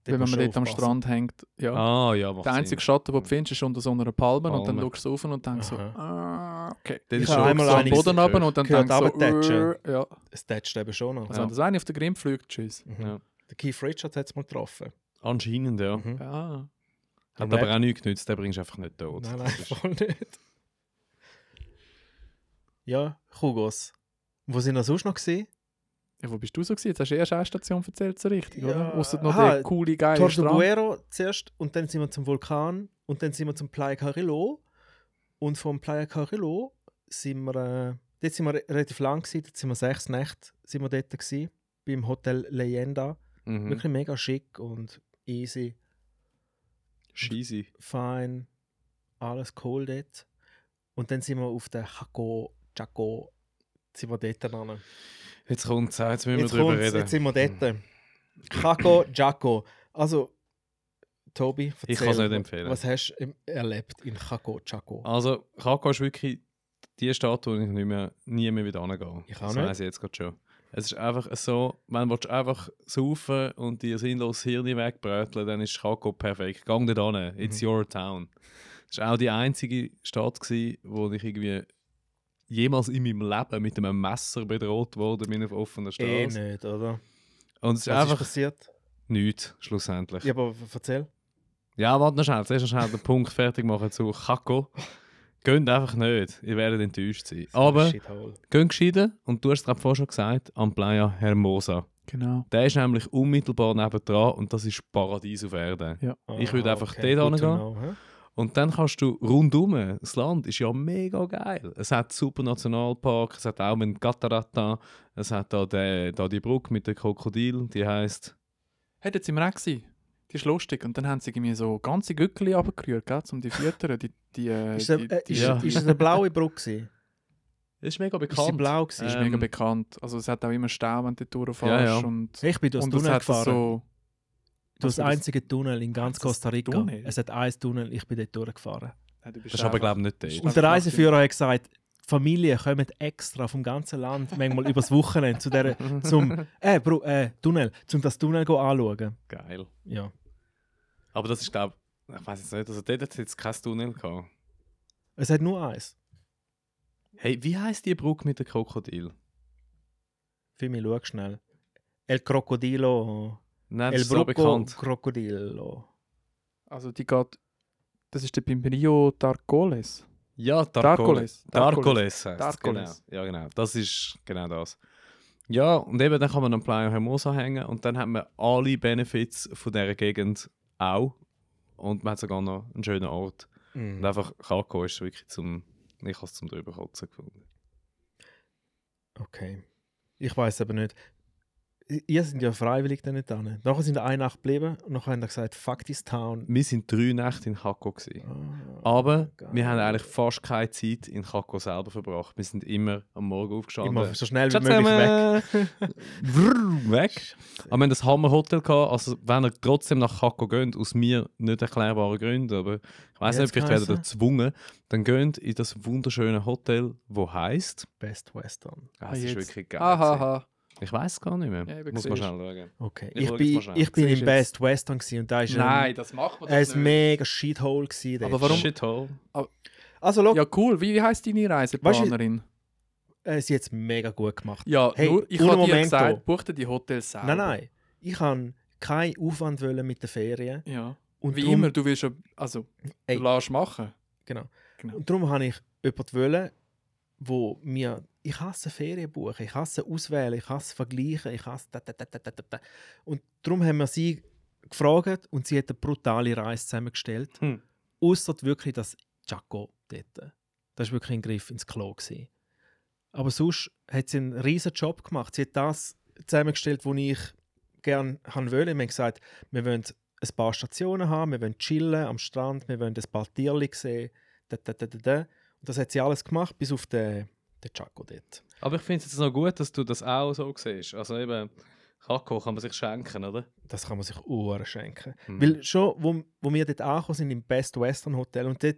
Speaker 2: Weil wenn
Speaker 1: musst
Speaker 2: man
Speaker 1: du
Speaker 2: dort am
Speaker 1: aufpassen.
Speaker 2: Strand hängt, ja.
Speaker 5: Ah, ja, macht
Speaker 2: Der einzige
Speaker 5: Sinn.
Speaker 2: Schatten, den du findest, ist unter so einer Palme, und dann
Speaker 5: Palme.
Speaker 2: schaust du rauf und denkst so,
Speaker 1: Aha.
Speaker 2: ah, okay.
Speaker 5: Das
Speaker 1: Ich
Speaker 5: ist
Speaker 1: habe
Speaker 5: schon
Speaker 1: einmal
Speaker 2: so am
Speaker 1: einiges
Speaker 2: Boden
Speaker 5: gehört.
Speaker 2: runter und dann
Speaker 1: Gehört
Speaker 2: denkst du so,
Speaker 1: runtertatschen.
Speaker 2: äh, ja.
Speaker 1: Es tätscht eben schon noch.
Speaker 2: Also
Speaker 5: Ja.
Speaker 2: wenn das eine auf den Grimm fliegt, tschüss.
Speaker 1: Mhm.
Speaker 5: Ja.
Speaker 1: Der Keith Richards hat es mal getroffen.
Speaker 5: Anscheinend, ja.
Speaker 1: Mhm.
Speaker 2: Ja.
Speaker 5: Hat
Speaker 1: Der
Speaker 5: aber auch nichts genützt, den bringst du einfach nicht
Speaker 2: Oh,
Speaker 5: tot.
Speaker 1: Nein, nein,
Speaker 5: Das ist-
Speaker 1: voll nicht. Ja, Kugos. Wo sind wir sonst noch gesehen?
Speaker 2: ja. Wo bist du so gewesen? Jetzt hast du erst eine Station erzählt, so richtig,
Speaker 1: Ja.
Speaker 2: oder? Ausser noch
Speaker 1: Aha,
Speaker 2: der coole, geile Strand.
Speaker 1: Tortuguero zuerst und dann sind wir zum Vulkan und dann sind wir zum Playa Carrillo und vom Playa Carrillo sind wir, äh, dort sind wir re- relativ lang gewesen, dort sind wir sechs Nächte sind wir dort gewesen, beim Hotel Leyenda.
Speaker 5: Mhm.
Speaker 1: Wirklich mega schick und easy,
Speaker 5: Scheisse.
Speaker 1: fein, alles cool dort. Und dann sind wir auf der Chaco, Chaco, sind wir dort dran.
Speaker 5: Jetzt kommt jetzt müssen wir
Speaker 1: Jetzt
Speaker 5: drüber
Speaker 1: kommt's,
Speaker 5: reden. Hm.
Speaker 1: jetzt sind wir dort. Chaco, Jaco. Also, Tobi,
Speaker 5: Ich kann's nicht empfehlen.
Speaker 1: Was hast du im- erlebt in Chaco, Jaco?
Speaker 5: Also, Kako ist wirklich die Stadt, wo ich nicht mehr, nie mehr wieder angehe.
Speaker 1: Ich auch
Speaker 5: das
Speaker 1: nicht.
Speaker 5: weiss ich jetzt gerade schon. Es ist einfach so, wenn du einfach saufen und dir sinnlos Hirne wegbröteln dann ist Kako perfekt. Gang dort
Speaker 1: Mhm.
Speaker 5: an, it's your town. Das war auch die einzige Stadt, gewesen, wo ich irgendwie jemals in meinem Leben mit einem Messer bedroht wurde, bin auf offener
Speaker 1: eh
Speaker 5: Straße.
Speaker 1: nicht, oder?
Speaker 5: und es ist
Speaker 1: Was ist
Speaker 5: einfach
Speaker 1: passiert?
Speaker 5: nichts, schlussendlich.
Speaker 1: Ja, aber w- erzähl.
Speaker 5: Ja, warte noch schnell. Zuerst noch schnell den Punkt fertig machen zu Kako. Geht einfach nicht. Ihr werdet enttäuscht sein. Aber
Speaker 1: Shithole.
Speaker 5: geht gescheiden. Und du hast es gerade vorher schon gesagt, am Playa Hermosa.
Speaker 2: Genau.
Speaker 5: Der ist nämlich unmittelbar nebendran und das ist Paradies auf Erden. Ich würde
Speaker 1: Ah,
Speaker 5: einfach dort
Speaker 1: gut
Speaker 5: hingehen.
Speaker 1: to know, hä?
Speaker 5: Und dann kannst du rundum, das Land ist ja mega geil. Es hat super Nationalpark, es hat auch einen Catarata, es hat da, den, da die Brücke mit den Krokodil, die heißt
Speaker 2: Hey, dort sind wir auch gewesen. Die ist lustig. Und dann haben sie irgendwie so ganze Gückeli runtergerührt, gell, um die Füttern, die... die, äh,
Speaker 1: Ist,
Speaker 2: die,
Speaker 1: der, äh,
Speaker 2: die
Speaker 1: ist,
Speaker 5: ja.
Speaker 1: ist es eine blaue Brücke? gewesen?
Speaker 5: Ist mega bekannt.
Speaker 1: Ist sie blau?
Speaker 2: die ist
Speaker 1: gewesen?
Speaker 5: Ähm,
Speaker 2: mega bekannt. Also es hat auch immer Stau, wenn du dort durchfährst.
Speaker 5: Ja, ja.
Speaker 2: Und,
Speaker 1: ich bin durch das
Speaker 2: und das
Speaker 1: Tunnel
Speaker 2: hat
Speaker 1: gefahren.
Speaker 2: so...
Speaker 1: durch das
Speaker 2: also das-
Speaker 1: einzige Tunnel in ganz
Speaker 2: Das
Speaker 1: Costa Rica.
Speaker 2: Tunnel?
Speaker 1: Es hat ein Tunnel, ich bin dort durchgefahren.
Speaker 2: Nein, du bist
Speaker 5: Das ist aber,
Speaker 2: einfach-
Speaker 5: glaube ich, nicht dort.
Speaker 2: Ist
Speaker 1: Und der
Speaker 2: einfach
Speaker 1: Reiseführer hat gesagt, die Familien kommen extra vom ganzen Land, manchmal übers Wochenende, zu der, zum äh, Bro, äh, Tunnel, zum das Tunnel go anschauen.
Speaker 5: Geil.
Speaker 1: Ja.
Speaker 5: Aber das ist, glaube ich, ich weiß jetzt nicht, also dort hat es jetzt kein Tunnel gehabt.
Speaker 1: Es hat nur eins.
Speaker 5: Hey, wie heisst die Brücke mit dem Krokodil?
Speaker 1: Für mich schau schnell. El Crocodilo.
Speaker 5: Nein, das
Speaker 1: El
Speaker 5: ist so
Speaker 1: Bruco
Speaker 5: bekannt.
Speaker 1: Crocodilo.
Speaker 2: Also die geht... Das ist der beim Rio Tarcoles.
Speaker 5: Ja,
Speaker 2: Tarcoles.
Speaker 5: Tarcoles. Tarcoles heisst es,
Speaker 2: Tarcoles.
Speaker 5: Genau. Ja, genau. Das ist genau das. Ja, und eben dann kann man am Playa Hermosa hängen und dann hat man alle Benefits von dieser Gegend auch. Und man hat sogar noch einen schönen Ort. Und einfach Kako ist wirklich zum. Ich habe es zum drüberkotzen gefunden.
Speaker 1: Okay. Ich weiß aber nicht. ihr sind ja freiwillig dann nicht dran. Nachher sind wir eine Nacht geblieben und nachher haben wir gesagt, fuck this town.
Speaker 5: Wir sind drei Nächte in Kakko. Gewesen.
Speaker 1: Ah,
Speaker 5: Aber
Speaker 1: geil.
Speaker 5: wir haben eigentlich fast keine Zeit in Kakko selber verbracht. Wir sind immer am Morgen aufgestanden.
Speaker 1: Ah. Immer so schnell wie
Speaker 5: Ciao
Speaker 1: möglich weg.
Speaker 5: zusammen. Vrrr, weg. Aber wir haben das Hammerhotel gehabt. Also, wenn ihr trotzdem nach Kakko geht, aus mir nicht erklärbaren Gründen, aber ich weiß
Speaker 1: Wie
Speaker 5: nicht,
Speaker 1: hat's
Speaker 5: vielleicht werdet ihr
Speaker 1: geheißen?
Speaker 5: gezwungen, dann geht in das wunderschöne Hotel, wo heisst.
Speaker 1: Best Western.
Speaker 5: Ah,
Speaker 2: Ah,
Speaker 5: es ist
Speaker 2: jetzt.
Speaker 5: wirklich geil.
Speaker 2: Aha,
Speaker 5: gewesen.
Speaker 2: aha.
Speaker 5: Ich weiß gar nicht mehr.
Speaker 2: Ja, eben,
Speaker 5: Muss man
Speaker 2: siehst.
Speaker 5: schnell schauen.
Speaker 1: Okay. Ich,
Speaker 5: Ich schau jetzt mal
Speaker 1: bin,
Speaker 5: schnell.
Speaker 1: ich bin
Speaker 2: Siehst
Speaker 1: im
Speaker 2: du jetzt?
Speaker 1: Best Western gewesen und da ist
Speaker 2: Nein, das macht man
Speaker 1: ein, ein
Speaker 2: doch nicht.
Speaker 1: mega Shithole gewesen. dort.
Speaker 2: Aber warum-
Speaker 5: Shithole.
Speaker 1: Also, schau,
Speaker 2: Ja, cool. Wie heisst deine Reiseplanerin?
Speaker 1: äh, sie hat es mega gut gemacht.
Speaker 2: Ja,
Speaker 1: Hey,
Speaker 2: nur, ich
Speaker 1: un
Speaker 2: habe dir
Speaker 1: momento.
Speaker 2: gesagt, buch dir die Hotels selber.
Speaker 1: Nein, nein. Ich kann keinen Aufwand wollen mit den Ferien.
Speaker 2: Ja.
Speaker 1: Und
Speaker 2: Wie
Speaker 1: drum-
Speaker 2: immer, du willst ja, also,
Speaker 1: Ey.
Speaker 2: du lässt machen.
Speaker 1: Genau.
Speaker 2: Genau.
Speaker 1: Und darum habe ich jemanden wollen, wo mir. Ich hasse Ferien buchen, ich hasse auswählen, ich hasse vergleichen, ich hasse. Da, da, da, da, da, da, da. Und darum haben wir sie gefragt und sie hat eine brutale Reise zusammengestellt.
Speaker 5: Hm.
Speaker 1: Außer wirklich das Chaco dort. Das war wirklich ein Griff ins Klo. Gewesen. Aber sonst hat sie einen riesen Job gemacht. Sie hat das zusammengestellt, was ich gerne haben wollte. Wir haben gesagt, wir wollen ein paar Stationen haben, wir wollen chillen am Strand, wir wollen ein paar Tierchen sehen. Da, da, da, da, da. Und das hat sie alles gemacht, bis auf den, den Chaco dort.
Speaker 5: Aber ich finde es jetzt noch gut, dass du das auch so siehst. Also eben, Kakko kann man sich schenken, oder?
Speaker 1: Das kann man sich Uhren schenken.
Speaker 5: Hm.
Speaker 1: Weil schon, wo, wo wir dort angekommen sind, im Best Western Hotel, und dort,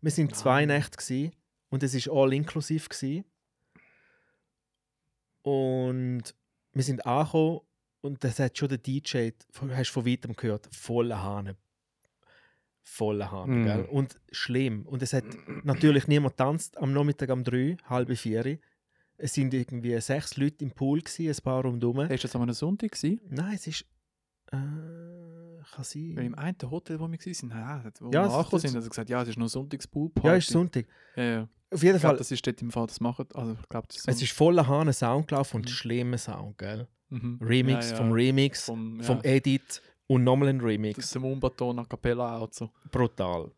Speaker 1: wir sind zwei Nächte gewesen, und es war all inklusiv. Gewesen. Und wir sind angekommen und das hat schon der DJ, von- hast du von weitem gehört, voller Hahn. Voller Hahn,
Speaker 5: Mhm.
Speaker 1: gell? Und schlimm. Und es hat natürlich niemand tanzt am Nachmittag um drei, halbe vier. Es sind irgendwie sechs Leute im Pool, gewesen, ein paar rundherum.
Speaker 2: Hey, Ist das an einem Sonntag gewesen?
Speaker 1: Nein, es ist. Äh, kann sein.
Speaker 2: Weil im einen Hotel, wo wir waren, nein, dort, wo
Speaker 1: Ja,
Speaker 2: wir
Speaker 1: es-
Speaker 2: angekommen
Speaker 1: das-
Speaker 2: sind, hat er gesagt, ja, es ist nur Sonntagspoolparty.
Speaker 1: Ja, es ist Sonntag.
Speaker 2: Ja, ja.
Speaker 1: Auf jeden
Speaker 2: Ich glaube,
Speaker 1: Fall,
Speaker 2: das ist dort im Fall, das machen, also ich glaube, das ist
Speaker 1: es ist voller Hahn Sound gelaufen und schlimmer Sound, gell?
Speaker 2: mhm.
Speaker 1: Remix
Speaker 2: Ja, ja.
Speaker 1: vom Remix, vom,
Speaker 2: Vom, ja.
Speaker 1: Edit und nochmal ein
Speaker 2: Das
Speaker 1: Remix.
Speaker 2: ist ein Umbaton a cappella auch so.
Speaker 1: Brutal.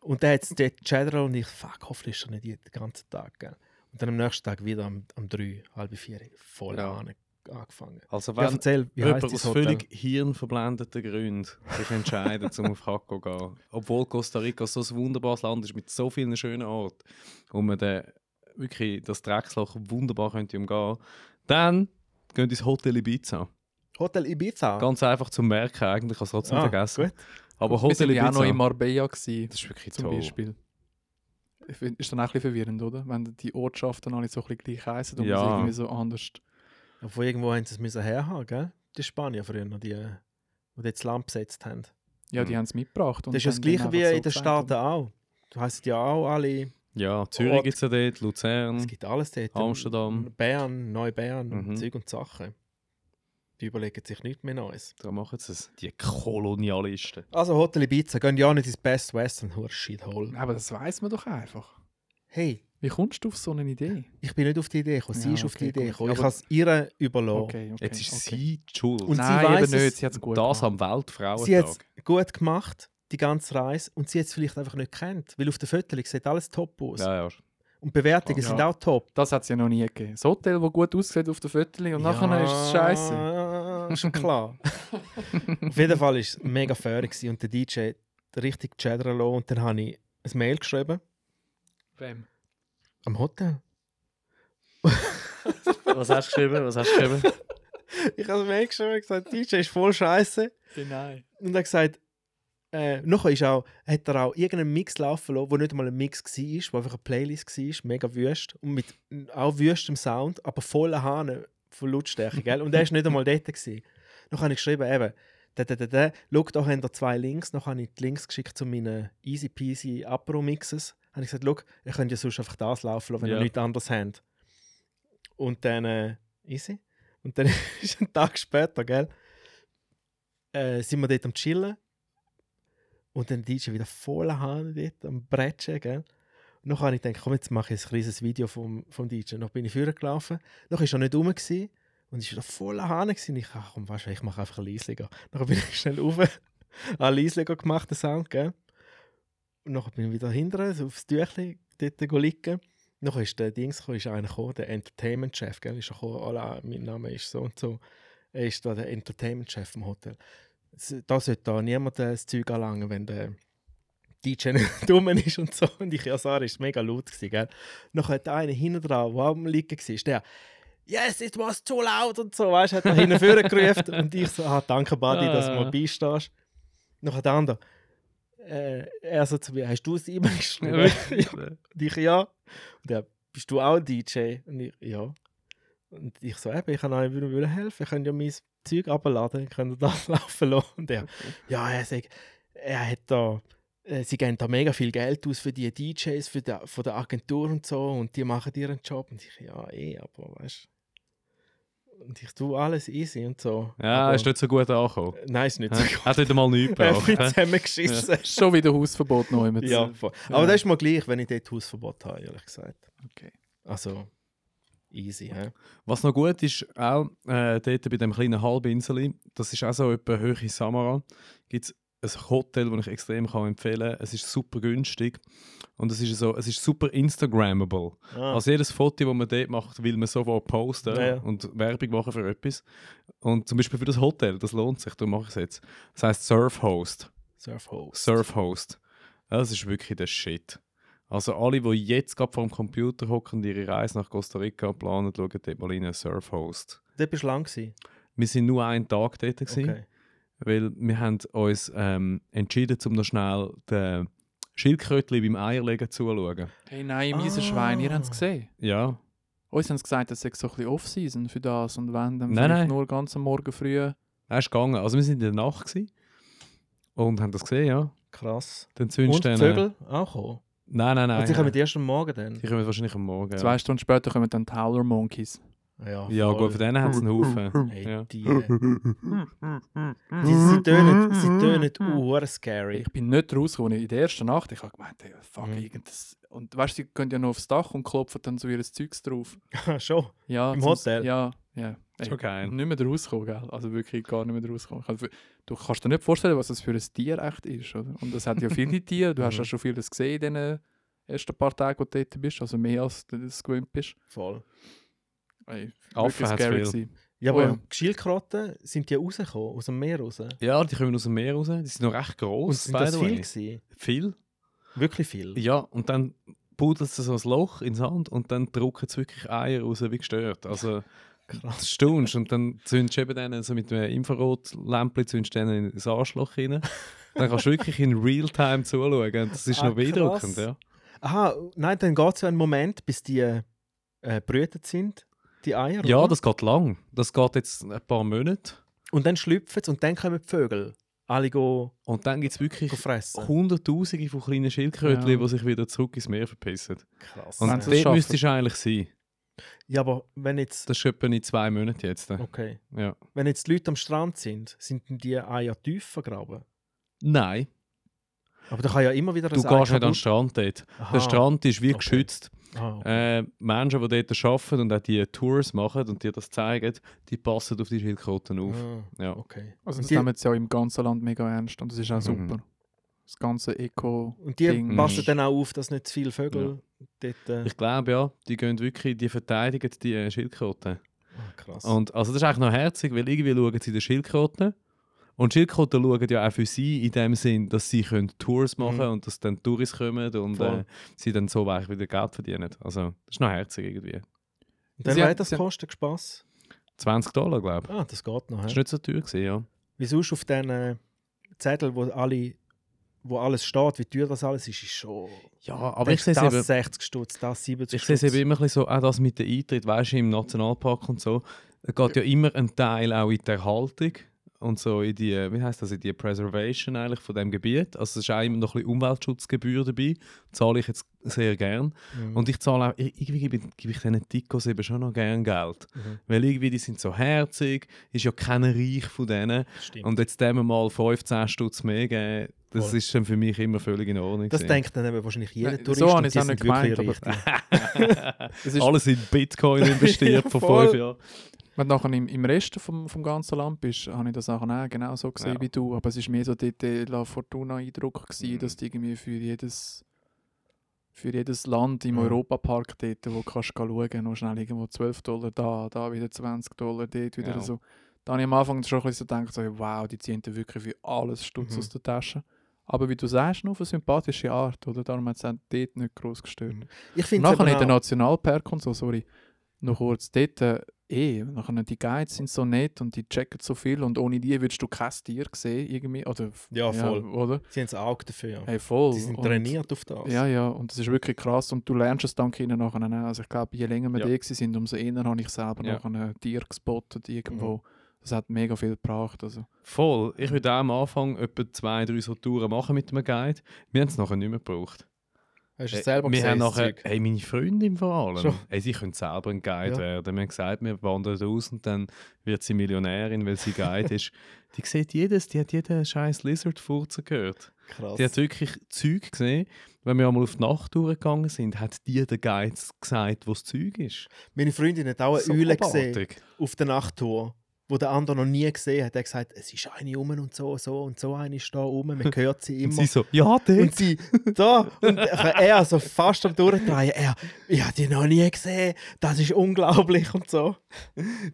Speaker 1: Und dann hat es dort General und ich, fuck, hoffentlich ist er nicht jeden ganzen Tag, gell? Und dann am nächsten Tag wieder am, am 3, halb 4, voller
Speaker 5: Ja.
Speaker 1: Hahn angefangen.
Speaker 5: Also
Speaker 1: Ja,
Speaker 5: wenn
Speaker 1: erzähl, wie
Speaker 5: jemand
Speaker 1: heißt das
Speaker 5: aus
Speaker 1: Hotel?
Speaker 5: völlig hirnverblendeten Gründen sich entscheidet, um auf Hakko zu gehen, obwohl Costa Rica so ein wunderbares Land ist mit so vielen schönen Orten und man den, wirklich das Drecksloch wunderbar könnte umgehen, dann geht ins Hotel Ibiza.
Speaker 1: Hotel Ibiza.
Speaker 5: Ganz einfach zum Merken eigentlich, ich habe es trotzdem
Speaker 1: Ah,
Speaker 5: vergessen.
Speaker 1: gut.
Speaker 5: Aber
Speaker 2: Wir
Speaker 5: Hotel
Speaker 2: sind ja
Speaker 5: Ibiza,
Speaker 2: auch noch in Marbella gewesen,
Speaker 5: das ist wirklich
Speaker 2: zum
Speaker 5: toll.
Speaker 2: Beispiel. Ich find, ist dann auch ein bisschen verwirrend, oder? Wenn die Ortschaften alle so ein bisschen gleich heißen und
Speaker 5: Ja.
Speaker 2: man sie irgendwie so anders...
Speaker 1: Von irgendwo haben sie es müssen herhaben, gell? Die Spanier früher, die, äh, die dort das Land besetzt haben.
Speaker 2: Ja, die
Speaker 5: Mhm.
Speaker 2: haben es mitgebracht. und
Speaker 1: Das ist ja das
Speaker 2: haben dann
Speaker 1: Gleiche wie
Speaker 2: einfach so
Speaker 1: in den
Speaker 2: gesagt,
Speaker 1: Staaten auch. Du heisst ja auch alle,
Speaker 5: Ja, Zürich
Speaker 1: Ort.
Speaker 5: gibt es ja dort, Luzern.
Speaker 1: es gibt alles dort.
Speaker 5: Amsterdam.
Speaker 1: Bern, Neu-Bern,
Speaker 5: Mhm.
Speaker 1: Zeug und Sachen. Die überlegen sich nichts mehr Neues.
Speaker 5: Da machen sie es. Die Kolonialisten.
Speaker 1: Also Hotel Ibiza, gehen ja nicht ins Best Western, hör Shithole.
Speaker 2: Aber das weiß man doch einfach.
Speaker 1: Hey,
Speaker 2: Wie kommst du auf so eine Idee?
Speaker 1: ich bin nicht auf die Idee gekommen, sie
Speaker 2: Ja,
Speaker 1: ist auf
Speaker 2: okay,
Speaker 1: die Idee
Speaker 2: gut.
Speaker 1: gekommen. Ich
Speaker 2: Aber-
Speaker 1: habe es ihr überlassen.
Speaker 2: Okay, okay.
Speaker 5: Jetzt ist
Speaker 2: okay.
Speaker 5: sie die schuld.
Speaker 1: Und
Speaker 5: Und
Speaker 2: Nein,
Speaker 1: sie
Speaker 2: eben
Speaker 1: weiss
Speaker 2: nicht.
Speaker 1: es.
Speaker 2: Sie hat es gut
Speaker 5: das
Speaker 2: gemacht.
Speaker 5: am Weltfrauentag.
Speaker 1: Sie hat es gut gemacht, die ganze Reise, und sie hat es vielleicht einfach nicht gekannt. Weil auf den Fotos sieht alles top aus.
Speaker 5: ja, ja.
Speaker 1: Und die Bewertungen
Speaker 2: Ja.
Speaker 1: sind auch top.
Speaker 2: Das hat es ja noch nie gegeben. Das Hotel, das gut aussieht auf der Viertel und nachher ist es scheiße.
Speaker 1: Ja, Ist klar. Auf jeden Fall war es mega fair gewesen und der DJ hat richtig Cheddar lassen. und dann habe ich ein Mail geschrieben
Speaker 2: Wem?
Speaker 1: am Hotel.
Speaker 5: Was hast du geschrieben? Was hast du geschrieben?
Speaker 1: Ich habe ein Mail geschrieben und gesagt, DJ ist voll scheiße.
Speaker 2: Nein.
Speaker 1: Und er hat gesagt, äh, nachher ist auch, hat er auch irgendeinen Mix laufen lassen, der nicht mal ein Mix war, der einfach eine Playlist war, mega wüst und mit mm, auch wüstem Sound, aber voller Hahn von Lautstärke, gell? Und er war nicht einmal dort. Gewesen. Dann habe ich geschrieben, eben, da, da, da, da, schau, da haben da zwei Links, dann habe ich die Links geschickt zu meinen easy peasy Apro-Mixes. Habe ich gesagt, schau, ihr könnt ja sonst einfach das laufen lassen, wenn
Speaker 5: Ja.
Speaker 1: ihr nichts anderes habt. Und dann, äh, easy. Und dann ist ein Tag später, gell, äh, sind wir dort am Chillen. Und dann der DJ wieder voller Hahn dort am Bretschen, gell. Und dann habe ich gedacht, komm, jetzt mache ich ein kleines Video vom, vom DJ. Dann bin ich vorher gelaufen, dann war er nicht rum gewesen, und es war wieder voller Hahn. gewesen. Ich dachte, komm, weißt du, ich mache einfach ein Leisliger. Dann bin ich schnell rauf, ein Leisliger gemacht, den Sound, gell. Und dann bin ich wieder hinterher, so aufs Tüchli, dort go liegen. Dann ist der Dings gekommen, ist einer gekommen, der Entertainment-Chef, gell, ist er gekommen, «Hola, mein Name ist so und so. er ist da der Entertainment-Chef im Hotel. S- Da sollte da niemand äh, das Zeug anlangen, wenn der DJ nicht dumm ist und so. Und ich ja, sorry, ist mega laut gewesen, gell? Noch hat einer hinten dran, der am liegen war, der «Yes, it was too loud!» und so, weißt du, hat da hinten vorgerufen. Und ich so «Ah, danke, Buddy, dass du mal
Speaker 5: Ah.
Speaker 1: beistehst.» Noch der andere äh, «Er so zu mir, hast du es ihm geschrieben?» Und ich, ja. Und er, bist du auch DJ? Und ich, ja. Und ich so, eben, ich kann euch wieder wieder helfen. Ich könnt ja mein Zeug abladen, könnt ihr das laufen lassen. Und er, ja, er sagt, er hat da, äh, sie geben da mega viel Geld aus für die DJs, für die, von der Agentur und so. Und die machen ihren Job. Und ich, ja, eh, aber weißt du. Und ich tue alles easy und so.
Speaker 5: Ja,
Speaker 1: aber,
Speaker 5: ist nicht so gut angekommen.
Speaker 1: Nein, ist nicht so
Speaker 5: Hä?
Speaker 1: gut.
Speaker 5: Hat heute mal nichts
Speaker 1: Er
Speaker 5: gebraucht.
Speaker 1: hat
Speaker 5: hä?
Speaker 1: zusammengeschissen.
Speaker 2: Schon wieder Hausverbot noch immer.
Speaker 1: Ja, voll. Aber das ist mir gleich, wenn ich dort Hausverbot habe, ehrlich gesagt.
Speaker 2: Okay.
Speaker 1: Also, easy, hä?
Speaker 5: Was noch gut ist, auch äh, dort bei dem kleinen Halbinseli, das ist auch so etwa Höhe Samara, gibt es ein Hotel, das ich extrem kann empfehlen kann. Es ist super günstig und es ist, so, es ist super Instagrammable.
Speaker 1: Ah,
Speaker 5: Also jedes Foto, das man dort macht, will man sofort posten
Speaker 1: Ja, ja.
Speaker 5: und Werbung machen für etwas. Und zum Beispiel für das Hotel, das lohnt sich, darum mache ich es jetzt. Das heisst Surfhost.
Speaker 1: Surfhost.
Speaker 5: Surfhost. Ja, Das ist wirklich der Shit. Also alle, die jetzt gerade vor dem Computer hocken und ihre Reise nach Costa Rica planen, schauen dort mal rein, Surfhost.
Speaker 1: Dort bist du lang gewesen.
Speaker 5: Wir sind nur einen Tag dort, gewesen,
Speaker 1: Okay.
Speaker 5: weil wir haben uns ähm, entschieden, um noch schnell den Schildkrötchen beim Eierlegen zuzuschauen.
Speaker 2: Hey, nein, miese Schwein, ihr habt es gesehen.
Speaker 5: Ja,
Speaker 2: Uns haben sie gesagt, es sei so ein bisschen Off-Season für das und wenn, dann
Speaker 5: Nein,
Speaker 2: vielleicht
Speaker 5: nein.
Speaker 2: nur ganz am Morgen früh.
Speaker 5: er ist gegangen. Also wir sind in der Nacht gewesen und haben das gesehen, ja.
Speaker 1: Krass.
Speaker 5: Dann
Speaker 1: Und
Speaker 5: zündest du
Speaker 1: die
Speaker 5: dann, äh,
Speaker 1: Vögel auch kommen.
Speaker 5: Nein, nein, nein.
Speaker 1: Also, ich
Speaker 5: nein.
Speaker 1: komme erst am Morgen dann.
Speaker 5: Die kommen wahrscheinlich am Morgen.
Speaker 2: Zwei Stunden später kommen dann die Howler Monkeys.
Speaker 1: Ah Ja,
Speaker 5: ja. ja, gut, für
Speaker 1: voll.
Speaker 5: denen haben sie einen Haufen.
Speaker 1: Hey,
Speaker 5: Ja.
Speaker 1: die, die, sie tönen, sie tönen uhr scary.
Speaker 2: Ich bin nicht rausgekommen in der ersten Nacht. Ich habe gemeint, hey, fuck,
Speaker 1: Mhm.
Speaker 2: irgendwas. Und weißt du, sie gehen ja noch aufs Dach und klopfen dann so ihr Zeugs drauf.
Speaker 1: Schon.
Speaker 2: Ja,
Speaker 1: Im
Speaker 2: zum-
Speaker 1: Hotel?
Speaker 2: Ja, ja. Ey,
Speaker 5: Schon geil.
Speaker 2: Nicht mehr rauskommen, gell? Also wirklich gar nicht mehr rauskommen. Ich hab- Du kannst dir nicht vorstellen, was das für ein Tier echt ist, oder? Und es hat ja viele Tiere. Du hast
Speaker 5: Mhm.
Speaker 2: ja schon vieles gesehen in den ersten paar Tagen, wo du dort bist. Also mehr als du das gewöhnt bist.
Speaker 1: Voll.
Speaker 2: Ey,
Speaker 5: Affen hat's viel.
Speaker 2: gewesen.
Speaker 1: Ja,
Speaker 2: Oh
Speaker 1: aber
Speaker 2: ja.
Speaker 1: die Schildkröten sind die rausgekommen, aus dem Meer raus.
Speaker 5: Ja, die kommen aus dem Meer raus. Die sind noch recht
Speaker 1: Und
Speaker 5: groß.
Speaker 1: sind das viel gewesen?
Speaker 5: Viel.
Speaker 1: Wirklich viel.
Speaker 5: Ja, und dann pudelt sie so ein Loch in den Sand und dann drücken sie wirklich Eier raus, wie gestört. Also,
Speaker 1: Krass.
Speaker 5: das staunst. Und dann zündest du eben denen so mit einem Infrarotlämpchen zündest du denen ins Arschloch rein. Dann kannst du wirklich in Realtime zuschauen. Und das ist
Speaker 1: Ah,
Speaker 5: noch beeindruckend,
Speaker 1: krass.
Speaker 5: ja.
Speaker 1: Aha, nein, dann geht es ja einen Moment, bis die äh, brütet sind, die Eier.
Speaker 5: Ja,
Speaker 1: oder?
Speaker 5: das geht lang. Das geht jetzt ein paar Monate.
Speaker 1: Und dann schlüpfen sie und dann kommen die Vögel. Alle go,
Speaker 5: Und dann gibt es wirklich
Speaker 1: go fressen.
Speaker 5: Hunderttausende von kleinen Schildkrötchen,
Speaker 2: Ja.
Speaker 5: die sich wieder zurück ins Meer verpissen.
Speaker 1: Krass. Also,
Speaker 5: Und
Speaker 2: Wenn
Speaker 5: dort
Speaker 2: sie es schaffen.
Speaker 5: müsstest du eigentlich sein.
Speaker 1: ja, aber wenn jetzt,
Speaker 5: Das ist etwa in zwei Monaten jetzt. äh,
Speaker 1: okay,
Speaker 5: Ja.
Speaker 1: wenn jetzt die Leute am Strand sind, sind denn die Eier tief vergraben?
Speaker 5: Nein,
Speaker 1: Aber da kann ja immer wieder ein
Speaker 5: du
Speaker 1: Ei
Speaker 5: gehst nicht an den
Speaker 1: kaputt-
Speaker 5: Strand dort.
Speaker 1: Aha.
Speaker 5: Der Strand ist wie
Speaker 1: Ah, Okay.
Speaker 5: geschützt.
Speaker 1: Ah,
Speaker 5: Äh, Menschen, die dort arbeiten und auch die Tours machen und dir das zeigen, die passen auf die Schildkröten auf.
Speaker 1: ah,
Speaker 5: Ja.
Speaker 1: okay.
Speaker 2: Also
Speaker 1: Und
Speaker 2: das
Speaker 1: die-
Speaker 2: nehmen sie ja im ganzen Land mega ernst. Und das ist auch
Speaker 5: Mhm.
Speaker 2: super. Das ganze Eco.
Speaker 1: Und die
Speaker 2: Ding.
Speaker 1: passen dann auch auf, dass nicht zu viele Vögel dort... Äh,
Speaker 5: Ich glaube ja, die gehen wirklich, die verteidigen die äh, Schildkröten.
Speaker 1: ah, krass.
Speaker 5: Und also das ist eigentlich noch herzig, weil irgendwie schauen sie den Schildkröten. Und Schildkröten schauen ja auch für sie in dem Sinn, dass sie können Tours machen
Speaker 1: Mhm.
Speaker 5: und dass dann Touristen kommen und
Speaker 1: Voll.
Speaker 5: äh, sie dann so weich wieder Geld verdienen. Also das ist noch herzig irgendwie.
Speaker 1: Und dann
Speaker 2: Sie
Speaker 1: wäre
Speaker 2: hat-
Speaker 1: das
Speaker 2: sie-
Speaker 1: kostet Spaß.
Speaker 5: 20 Dollar, glaube ich.
Speaker 1: Ah, das geht noch.
Speaker 5: Das ist
Speaker 1: hä?
Speaker 5: nicht so teuer gewesen, ja.
Speaker 1: Wie sonst auf diesen äh, Zettel, wo, alle, wo alles steht, wie teuer das alles ist, ist schon...
Speaker 5: Ja, aber ich sehe es
Speaker 1: das
Speaker 5: eben,
Speaker 1: 60 Stutz, das 70
Speaker 5: ich sehe es eben immer ein bisschen so, auch das mit dem Eintritt, weißt du, im Nationalpark und so, da geht ja immer ein Teil auch in die Erhaltung und so in die, wie heißt das, in die Preservation eigentlich von dem Gebiet. Also es ist auch immer noch ein bisschen Umweltschutzgebühr dabei, zahle ich jetzt sehr gern.
Speaker 1: Mhm.
Speaker 5: Und ich zahle auch, irgendwie gebe, gebe ich diesen Tikos eben schon noch gern Geld.
Speaker 1: Mhm.
Speaker 5: Weil irgendwie, die sind so herzig, ist ja keiner reich von denen.
Speaker 1: Stimmt.
Speaker 5: Und jetzt dem mal 15 Stutz mehr geben, das
Speaker 1: Voll.
Speaker 5: ist dann für mich immer völlig in Ordnung.
Speaker 1: das
Speaker 5: gewesen.
Speaker 1: denkt dann eben wahrscheinlich jeder
Speaker 2: Nein,
Speaker 1: Tourist
Speaker 2: so habe
Speaker 1: und
Speaker 2: ich
Speaker 1: die
Speaker 2: es auch
Speaker 1: sind
Speaker 2: nicht gemeint,
Speaker 1: wirklich
Speaker 2: aber-
Speaker 1: richtig.
Speaker 2: Es ist,
Speaker 5: Alles in Bitcoin investiert vor
Speaker 1: Voll.
Speaker 5: fünf Jahren.
Speaker 2: Wenn du nachher im, im Rest vom, vom ganzen Land bist, habe ich das nachher auch genau so gesehen
Speaker 5: Ja.
Speaker 2: wie du. Aber es war mehr so dort der La Fortuna-Eindruck, gewesen, dass du irgendwie für jedes, für jedes Land im
Speaker 1: Mhm.
Speaker 2: Europapark dort, wo du kannst gehen schauen, noch schnell irgendwo 12 Dollar da, da wieder 20 Dollar, dort wieder
Speaker 5: Ja.
Speaker 2: so. Da habe ich am Anfang schon ein bisschen so gedacht, so, wow, die ziehen da wirklich für alles Stutz
Speaker 1: Mhm.
Speaker 2: aus der Tasche. Aber wie du sagst, nur auf eine sympathische Art, oder? Darum hat es auch dort nicht gross gestört.
Speaker 1: Mhm. Ich
Speaker 2: Und
Speaker 1: finde
Speaker 2: nachher in
Speaker 1: es
Speaker 2: der Nationalpark und so, sorry, noch kurz dort, äh, eh, nachher die Guides sind so nett und die checken so viel und ohne die würdest du kein Tier sehen, irgendwie, oder?
Speaker 1: Ja, voll.
Speaker 2: oder?
Speaker 1: Sie haben das Auge dafür. Ja.
Speaker 2: Hey,
Speaker 5: oh,
Speaker 2: voll.
Speaker 1: Sie sind
Speaker 2: Und-
Speaker 1: trainiert auf das.
Speaker 2: Ja, ja, und das ist wirklich krass und du lernst es dank ihnen nachher auch. Also ich glaube, je länger wir
Speaker 5: Ja.
Speaker 2: da gewesen sind, umso eher habe ich selber
Speaker 5: Ja.
Speaker 2: noch ein Tier gespottet irgendwo.
Speaker 1: Mhm.
Speaker 2: Das hat mega viel gebracht. Also.
Speaker 5: Voll. Ich würde auch am Anfang etwa zwei, drei so Touren machen mit einem Guide. Wir haben es nachher nicht mehr gebraucht.
Speaker 1: Hast du
Speaker 5: Äh,
Speaker 1: es selber
Speaker 5: wir
Speaker 1: gesehen?
Speaker 5: haben
Speaker 1: das
Speaker 5: nachher,
Speaker 1: Zeug?
Speaker 5: hey, meine Freundin vor allem,
Speaker 1: Schon.
Speaker 5: hey, sie können selber ein Guide
Speaker 1: Ja.
Speaker 5: werden. Wir haben gesagt, wir wandern aus und dann wird sie Millionärin, weil sie Guide ist. Die sieht jedes, die hat jeden scheiß Lizard-Furzen gehört.
Speaker 1: Krass.
Speaker 5: Die hat wirklich Zeug gesehen. Wenn wir einmal auf die Nacht gegangen sind, hat die der Guide gesagt, was das Zeug ist.
Speaker 1: Meine Freundin hat auch eine
Speaker 5: So
Speaker 1: Eule
Speaker 5: abartig.
Speaker 1: gesehen auf der Nachttour, wo der andere noch nie gesehen hat. Er hat gesagt, es ist eine rum und so, so und so eine ist da rum. Man hört sie
Speaker 5: Und
Speaker 1: immer.
Speaker 5: sie so, ja,
Speaker 1: Und
Speaker 5: dort.
Speaker 1: sie da und er so fast am Durchdrehen. Er, ich habe die noch nie gesehen. Das ist unglaublich und so.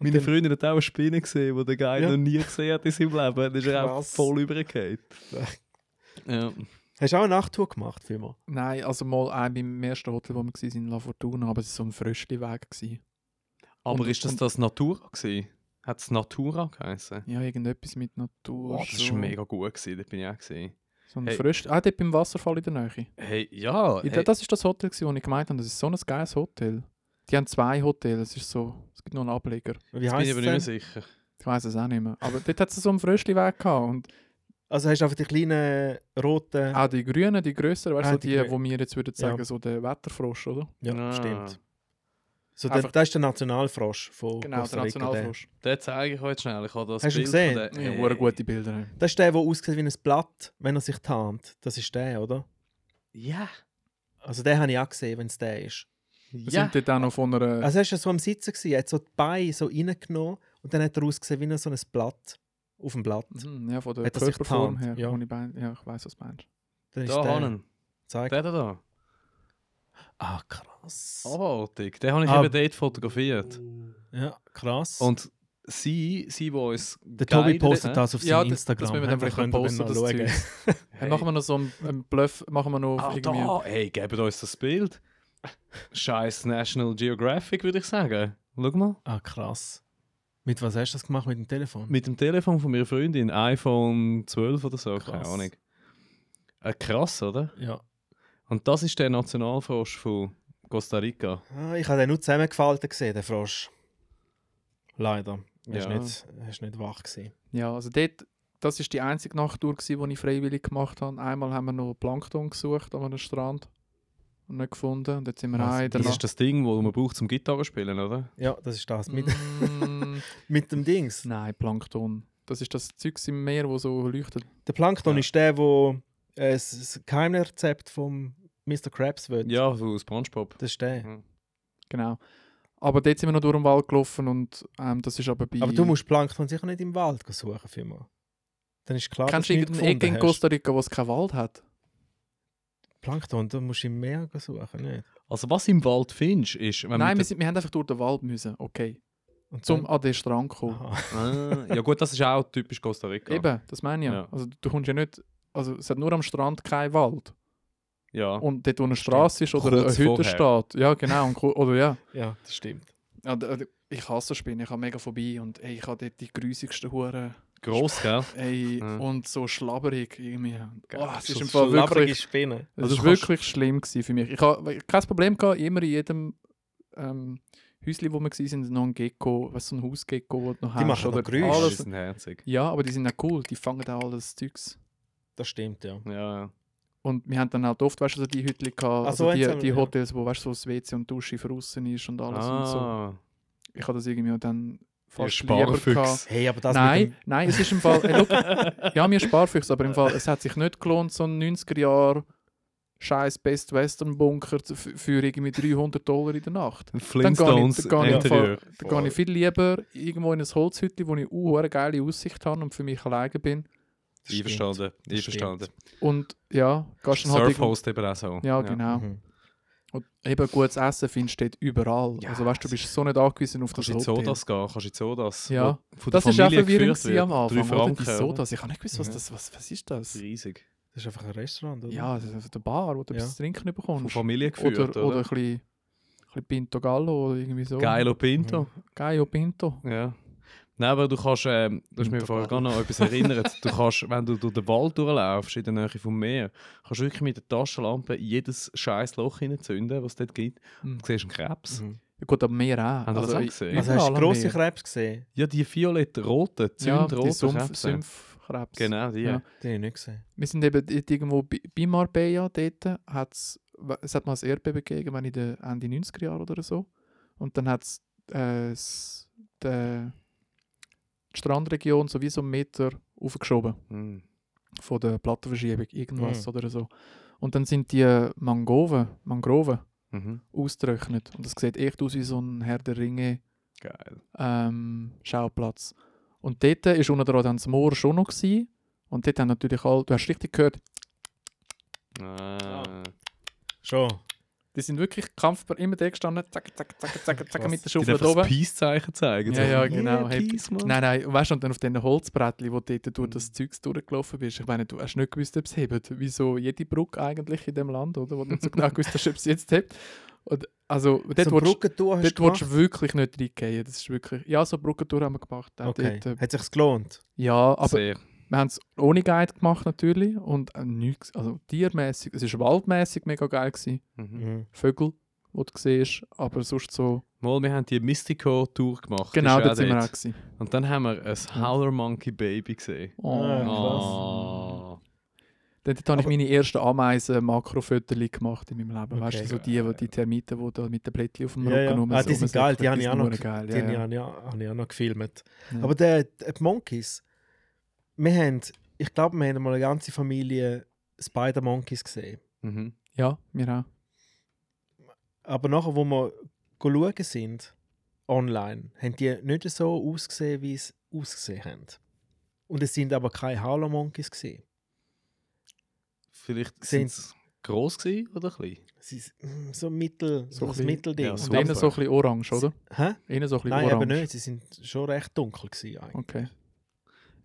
Speaker 5: Meine
Speaker 1: dann-
Speaker 5: Freundin hat auch eine Spinne gesehen, die der Guide
Speaker 1: Ja.
Speaker 5: noch nie gesehen hat in seinem Leben. Das ist er auch
Speaker 1: Krass.
Speaker 5: voll übergegangen. Ja.
Speaker 1: Hast du auch eine Nachttour gemacht, Fimo?
Speaker 2: Nein, also mal ein beim ersten Hotel, wo wir waren, in La Fortuna, aber es war so ein Fröschli-Weg. gewesen.
Speaker 5: Aber
Speaker 2: Und-
Speaker 5: ist das
Speaker 2: und-
Speaker 5: das Natura gewesen? Hat es Natura geheißen?
Speaker 2: Ja, irgendetwas mit Natur.
Speaker 5: Boah, das
Speaker 2: so.
Speaker 5: war mega gut, gewesen, dort bin ich auch. Gewesen.
Speaker 2: So ein
Speaker 5: Hey.
Speaker 2: Fröschli. Ah, dort beim Wasserfall in der Nähe.
Speaker 5: Hey, ja.
Speaker 2: Ich-
Speaker 5: Hey,
Speaker 2: Das war das Hotel, gewesen, wo ich gemeint habe, das ist so ein geiles Hotel. Die haben zwei Hotels, es ist so, es gibt noch einen Ableger.
Speaker 1: Wie
Speaker 5: bin ich
Speaker 1: heißt
Speaker 5: aber nicht mehr
Speaker 1: das? denn?
Speaker 5: sicher.
Speaker 2: Ich weiß es auch nicht mehr. Aber dort hat es so einen Fröschli-Weg gehabt und
Speaker 1: Also hast du einfach die kleinen roten.
Speaker 5: Ah.
Speaker 2: Auch die grünen, die grösseren, weißt du,
Speaker 1: Ah,
Speaker 2: so
Speaker 1: die
Speaker 2: die,
Speaker 1: grü-
Speaker 2: wo wir jetzt würden
Speaker 1: Ja.
Speaker 2: sagen, so der Wetterfrosch, oder?
Speaker 1: ja,
Speaker 5: Ah.
Speaker 1: stimmt. So, der,
Speaker 2: Einfach-
Speaker 1: das ist der Nationalfrosch von
Speaker 2: Genau,
Speaker 1: Oh, Costa
Speaker 2: der
Speaker 1: Rica,
Speaker 2: Nationalfrosch.
Speaker 5: Den zeige ich euch schnell. Ich habe das
Speaker 1: Hast du ihn
Speaker 5: Bild
Speaker 1: gesehen?
Speaker 5: Von
Speaker 2: Ja,
Speaker 5: der,
Speaker 2: hey. gute Bilder.
Speaker 1: Das ist der, der aussieht wie ein Blatt, wenn er sich tarnt. Das ist der, oder?
Speaker 5: Ja.
Speaker 1: Also den habe ich auch gesehen, wenn es der ist.
Speaker 2: Wir
Speaker 5: Ja.
Speaker 2: sind dort auch noch von einer...
Speaker 1: Also er ist ja so am Sitzen, gewesen. er hat so die Beine so reingenommen und dann hat er ausgesehen wie so ein Blatt. Auf dem Blatt.
Speaker 2: Mhm, ja, von der
Speaker 1: Also, Hat er sich
Speaker 2: Körperform her.
Speaker 1: getarnt? Ja.
Speaker 2: Ohne Bein. ja, ich weiß was du meinst.
Speaker 1: Dann ist
Speaker 5: Da
Speaker 1: der.
Speaker 5: haben
Speaker 1: Zeig.
Speaker 5: Den da.
Speaker 1: Ah, krass.
Speaker 5: Abartig. Den habe ich
Speaker 1: Ah.
Speaker 5: eben dort fotografiert.
Speaker 1: Ja, krass.
Speaker 5: Und sie, sie, die uns.
Speaker 1: der Tobi
Speaker 5: guidet,
Speaker 1: postet
Speaker 5: ne?
Speaker 1: das auf
Speaker 2: Ja,
Speaker 1: seinem
Speaker 2: das- das
Speaker 1: Instagram.
Speaker 2: müssen wir dann vielleicht
Speaker 1: könnt
Speaker 2: noch
Speaker 1: ihr dann
Speaker 2: posten, das
Speaker 1: schauen.
Speaker 2: Hey. Machen wir noch so einen, einen Bluff, machen wir noch
Speaker 5: Ah,
Speaker 2: irgendwie...
Speaker 5: da. Hey, gebt uns das Bild. Scheiß National Geographic, würde ich sagen. Schau mal.
Speaker 1: Ah, krass. Mit was hast du das gemacht? Mit dem Telefon?
Speaker 5: Mit dem Telefon von meiner Freundin, iPhone 12 oder so, keine
Speaker 1: Krass.
Speaker 5: Ahnung. Äh, krass, oder?
Speaker 1: ja.
Speaker 5: Und das ist der Nationalfrosch von Costa Rica.
Speaker 1: Ah, ich habe den nur zusammengefaltet gesehen, den Frosch. Leider. Er
Speaker 5: Ja.
Speaker 1: war nicht, er ist nicht wach. Gewesen.
Speaker 2: Ja, also dort, das war die einzige Nachttour, gewesen, die ich freiwillig gemacht habe. Einmal haben wir noch Plankton gesucht an einem Strand. Und nicht gefunden. Und jetzt sind wir
Speaker 1: Was?
Speaker 2: auch in der
Speaker 5: Also, Das ist das Ding, das man braucht um zum Gitarrespielen, oder?
Speaker 1: Ja, das ist das. Mit,
Speaker 2: Mm,
Speaker 1: mit dem Dings.
Speaker 2: Nein, Plankton. Das ist das Zeugs im Meer, wo so leuchtet.
Speaker 1: Der Plankton
Speaker 5: Ja.
Speaker 1: ist der, wo äh, das- das Geheimrezept vom Mr. Krabs will.
Speaker 5: Ja, aus Spongebob.
Speaker 1: Das ist der.
Speaker 2: Genau. Aber dort sind wir noch durch den Wald gelaufen und ähm, das ist aber bei...
Speaker 1: Aber du musst Plankton sicher nicht im Wald suchen, Firma. Dann ist klar,
Speaker 2: Kennst du
Speaker 1: dass du nicht
Speaker 2: irgendeinen Ecke in
Speaker 1: gefunden
Speaker 2: Costa Rica, wo es keinen Wald
Speaker 1: hast.
Speaker 2: hat?
Speaker 1: Plankton, du musst im Meer suchen, nicht?
Speaker 5: Also was im Wald findest, ist... Wenn
Speaker 2: Nein, wir,
Speaker 5: mit
Speaker 2: sind, wir haben einfach durch den Wald müssen, okay.
Speaker 1: Und
Speaker 2: Zum
Speaker 1: dann-
Speaker 2: an den Strand zu kommen.
Speaker 1: Aha.
Speaker 5: der- ah, ja gut, das ist auch typisch Costa Rica.
Speaker 2: Eben, das meine ich ja.
Speaker 5: Ja.
Speaker 2: Also du kommst ja nicht... Also es hat nur am Strand keinen Wald.
Speaker 5: Ja.
Speaker 2: Und dort, wo eine Straße ist oder eine
Speaker 5: Kurz
Speaker 2: Hütte
Speaker 5: vorher.
Speaker 2: steht. Ja, genau. Und, ku- oder ja.
Speaker 1: Ja, das stimmt.
Speaker 2: Ja, d- d- Ich hasse Spinnen, ich habe mega vorbei und ey, ich habe dort die grusigsten Huren.
Speaker 5: Gross, gell?
Speaker 2: Ey,
Speaker 5: Ja.
Speaker 2: und so schlabberig irgendwie. Oh,
Speaker 1: Also
Speaker 2: es ist
Speaker 5: so
Speaker 2: im Fall wirklich...
Speaker 1: Spinnen.
Speaker 2: Es
Speaker 5: Also
Speaker 2: war
Speaker 5: du kannst-
Speaker 2: wirklich schlimm gewesen für mich. Ich hatte kein Problem, gehabt, immer in jedem ähm, Häuschen, wo wir waren, noch ein Gecko, was so ein Hausgecko, wo du noch
Speaker 1: Die machen noch Geräusche.
Speaker 5: Alles
Speaker 2: Alles.
Speaker 5: ist herzig.
Speaker 2: Ja, aber die sind auch cool, die fangen auch alles Zeugs.
Speaker 1: Das stimmt, ja.
Speaker 5: Ja, ja.
Speaker 2: Und wir haben dann halt oft, weißt du, so die Hütchen gehabt,
Speaker 1: Ach so,
Speaker 2: also
Speaker 1: jetzt
Speaker 2: die,
Speaker 1: haben wir-
Speaker 2: die
Speaker 1: ja.
Speaker 2: Hotels, wo weißt du, so das WC und Dusche draußen ist und alles und so.
Speaker 5: Ah,
Speaker 2: Ich habe das irgendwie auch dann
Speaker 5: ihr
Speaker 2: fast lieber gehabt.
Speaker 5: Sparfüchs.
Speaker 1: Hey, aber das mit
Speaker 2: Nein,
Speaker 1: dem...
Speaker 2: nein, es ist im Fall. Ey, schau, ja, mir Sparfüchs, aber im Fall, es hat sich nicht gelohnt, so einen 90er Jahr scheiß Best Western Bunker zu- für für irgendwie 300 Dollar in der Nacht.
Speaker 5: Flintstones
Speaker 2: dann gehe ich-
Speaker 5: Interieur.
Speaker 2: Da gehe ich viel lieber irgendwo in ein Holzhütte, wo ich auch eine geile Aussicht habe und für mich alleine bin.
Speaker 1: Das stimmt.
Speaker 5: Einverstanden,
Speaker 1: Das stimmt.
Speaker 5: einverstanden.
Speaker 2: Und ja, gehst dann halt. irgendwo-
Speaker 5: Surfhost eben auch so.
Speaker 2: Ja, genau.
Speaker 1: Mhm.
Speaker 2: Und eben gutes Essen findest du dort überall.
Speaker 5: Ja,
Speaker 2: also weißt du, du bist so nicht angewiesen auf das
Speaker 5: Kannst du in
Speaker 2: Hotel.
Speaker 5: Sodas gehen, kannst du in Sodas.
Speaker 2: Ja.
Speaker 5: wo von der
Speaker 2: Das ist auch
Speaker 5: Familie
Speaker 2: verwirrend
Speaker 5: geführt
Speaker 2: gewesen
Speaker 5: wird.
Speaker 2: am Anfang.
Speaker 5: Drei
Speaker 2: oder? Die
Speaker 5: Franken.
Speaker 2: Sodas. Ich habe nicht gewusst, was
Speaker 1: Ja.
Speaker 2: das was, was ist das?
Speaker 5: Riesig.
Speaker 1: Das ist einfach ein Restaurant, oder?
Speaker 2: Ja, das ist also der Bar, wo du
Speaker 1: Ja.
Speaker 2: etwas zu trinken
Speaker 5: Von
Speaker 2: bekommst.
Speaker 5: Familie geführt,
Speaker 2: oder,
Speaker 5: oder?
Speaker 2: oder, ein bisschen, ein bisschen Pinto Gallo oder irgendwie so.
Speaker 5: Geilo Pinto.
Speaker 2: Geilo Pinto.
Speaker 5: Ja. Nein, aber du kannst, ähm, du hast mich
Speaker 2: Hinterwald.
Speaker 5: vorher gerade noch etwas erinnert. Du kannst, wenn du durch den Wald durchlaufst, in der Nähe vom Meer, kannst du wirklich mit der Taschenlampe jedes scheiß Loch hineinzünden, was es dort gibt.
Speaker 2: Mhm.
Speaker 5: Du siehst einen Krebs.
Speaker 1: Mhm.
Speaker 2: Ja, gut, aber mehr auch.
Speaker 5: Haben wir das auch
Speaker 2: i-
Speaker 5: gesehen?
Speaker 1: Also hast du
Speaker 2: überall am
Speaker 1: grosse
Speaker 2: Meer.
Speaker 1: Krebs gesehen?
Speaker 5: Ja, die violett-roten,
Speaker 2: Ja, die
Speaker 5: zündroten
Speaker 2: Sumpf,
Speaker 5: Krebs.
Speaker 2: Sumpfkrebs.
Speaker 5: Genau, die. Ja.
Speaker 2: Ja.
Speaker 1: Den habe ich nicht gesehen.
Speaker 2: Wir sind eben dort irgendwo bei- bei Marbella, dort hat's, es hat mal ein Erdbeben gegeben, wenn in den Ende 90er Jahre oder so. Und dann hat es äh, s- de- die Strandregion so wie so einen Meter aufgeschoben
Speaker 5: Mhm.
Speaker 2: von der Plattenverschiebung, irgendwas
Speaker 1: Mhm.
Speaker 2: oder so. Und dann sind die Mangroven, Mangroven
Speaker 5: Mhm.
Speaker 2: ausgetrocknet. Und das sieht echt aus wie so ein Herr der Ringe
Speaker 5: Geil.
Speaker 2: ähm, Schauplatz. Und dort war unter anderem dann das Moor schon noch. Gewesen. Und dort haben natürlich alle, du hast richtig gehört,
Speaker 5: Ah.
Speaker 1: Schon.
Speaker 2: die sind wirklich kampfbar immer da gestanden, zack, zack, zack, zack, zack,
Speaker 1: Krass.
Speaker 2: mit der
Speaker 5: Die
Speaker 2: Schaufel da
Speaker 5: einfach das
Speaker 2: oben.
Speaker 5: Peace-Zeichen zeigen.
Speaker 2: Ja,
Speaker 5: So,
Speaker 2: ja, genau.
Speaker 5: Yeah,
Speaker 2: Hey,
Speaker 5: peace, man.
Speaker 2: Nein, nein, weißt du, und dann auf diesen Holzbrettchen, wo du dort durch
Speaker 5: Mhm.
Speaker 2: das Zeugs durchgelaufen bist, ich meine, du hast nicht gewusst, ob es hebt. Wieso jede Brücke eigentlich in dem Land, oder? Wo du nicht so genau gewusst hast, ob es jetzt hebt. Und, also, dort
Speaker 1: so
Speaker 2: willst
Speaker 1: Brückentour hast
Speaker 2: dort
Speaker 1: du
Speaker 2: willst du
Speaker 1: gemacht?
Speaker 2: wirklich nicht reingehen. Das ist wirklich... Ja, so Brückentour haben wir gemacht. Auch
Speaker 1: Okay.
Speaker 2: Dort, äh,
Speaker 1: Hat sich's gelohnt?
Speaker 2: ja, aber
Speaker 5: Sehr.
Speaker 2: wir haben es ohne Guide gemacht natürlich und äh, nichts, also tiermäßig, es ist waldmäßig mega geil gewesen.
Speaker 5: Mhm.
Speaker 1: Mhm.
Speaker 2: Vögel, wo du siehst, aber sonst so.
Speaker 5: Mal, wir haben die Mystico-Tour gemacht. Die
Speaker 2: genau,
Speaker 5: ist
Speaker 2: dort sind wir auch Mhm.
Speaker 5: dort.
Speaker 2: gewesen.
Speaker 5: Und dann haben wir ein Howler Monkey Baby gesehen.
Speaker 2: Oh.
Speaker 1: Ah, krass.
Speaker 5: Ah.
Speaker 2: Dort, dort habe ich
Speaker 1: Aber-
Speaker 2: meine ersten Ameisen-Makrofötterchen gemacht in meinem Leben. weißt du,
Speaker 1: Okay.
Speaker 2: so die, die, die Termiten, die da mit den Blättchen auf dem
Speaker 1: Ja,
Speaker 2: Rücken
Speaker 1: ja.
Speaker 2: rum
Speaker 1: Ah, die
Speaker 2: so
Speaker 1: sind geil, die habe ich auch noch
Speaker 2: rumsäckeln, die sind
Speaker 1: Die
Speaker 2: geil. Ja, Mhm. ja.
Speaker 1: habe ich, auch- habe ich auch noch gefilmt.
Speaker 2: Ja.
Speaker 1: Aber der, der die Monkeys, wir haben, ich glaube, wir haben mal eine ganze Familie Spider-Monkeys gesehen.
Speaker 5: Mhm.
Speaker 2: ja, wir auch.
Speaker 1: Aber nachher, wo wir schauen sind, online, haben die nicht so ausgesehen, wie sie ausgesehen haben. Und es sind aber keine Howler Monkeys gesehen.
Speaker 5: Vielleicht sind
Speaker 1: Sehen-
Speaker 5: sie gross gewesen oder klein?
Speaker 1: Sie s- mm, so mittel,
Speaker 2: So
Speaker 1: so
Speaker 2: ein
Speaker 1: ein
Speaker 2: bisschen-
Speaker 1: Mittelding.
Speaker 5: ja,
Speaker 2: Und
Speaker 5: super.
Speaker 2: innen so ein bisschen orange, oder?
Speaker 1: Hä?
Speaker 2: Innen so ein bisschen
Speaker 1: Nein,
Speaker 2: orange.
Speaker 1: eben nicht. Sie sind schon recht dunkel gewesen eigentlich.
Speaker 2: Okay.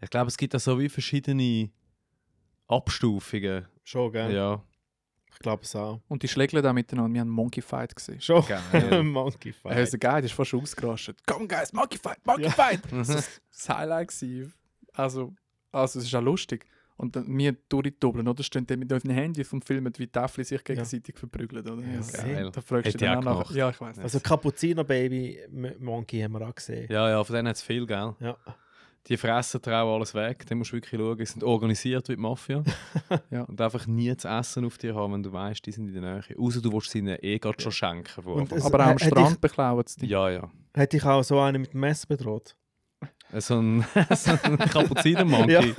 Speaker 5: Ich glaube, es gibt da so wie verschiedene Abstufungen.
Speaker 1: Schon,
Speaker 5: Ja.
Speaker 1: gell? Ich glaube es auch.
Speaker 2: Und die schlägeln da miteinander. Wir haben Monkey Fight gesehen.
Speaker 1: Schon.
Speaker 5: Geil.
Speaker 1: Monkey Fight.
Speaker 5: Also,
Speaker 2: Hey, so geil, das ist fast ausgerastet. Komm, Guys, Monkey Fight, Monkey Fight!
Speaker 5: Mhm.
Speaker 2: Das war das Highlight. gewesen. Also, also, es ist auch lustig. Und dann, wir durchdobeln, oder? Stehen dann mit unseren Handys und filmen, wie die Tafel sich gegenseitig verprügeln, oder?
Speaker 1: Ja,
Speaker 2: Also,
Speaker 5: geil.
Speaker 2: Da fragst du
Speaker 5: Hätte ich
Speaker 2: dann
Speaker 5: auch
Speaker 2: auch nach.
Speaker 5: gemacht.
Speaker 2: Ja, ich weiß.
Speaker 1: Also Kapuziner Baby M- Monkey haben wir auch gesehen.
Speaker 5: ja, ja, von denen hat es viel, gell?
Speaker 1: Ja.
Speaker 5: Die fressen dir auch alles weg. Da musst du wirklich schauen. Die sind organisiert wie die Mafia.
Speaker 2: Ja.
Speaker 5: Und einfach nie zu essen auf dir haben, wenn du weißt, die sind in der Nähe. Außer du willst sie ihnen eh gerade schon schenken. Wo
Speaker 1: Und
Speaker 5: einfach-
Speaker 1: es-
Speaker 2: Aber auch am
Speaker 1: Hätte ich-
Speaker 2: Strand beklauen sie dich.
Speaker 5: ja, ja.
Speaker 1: Hätte ich auch so einen mit dem Messer bedroht.
Speaker 5: So ein, so ein Kapuzinermonkey.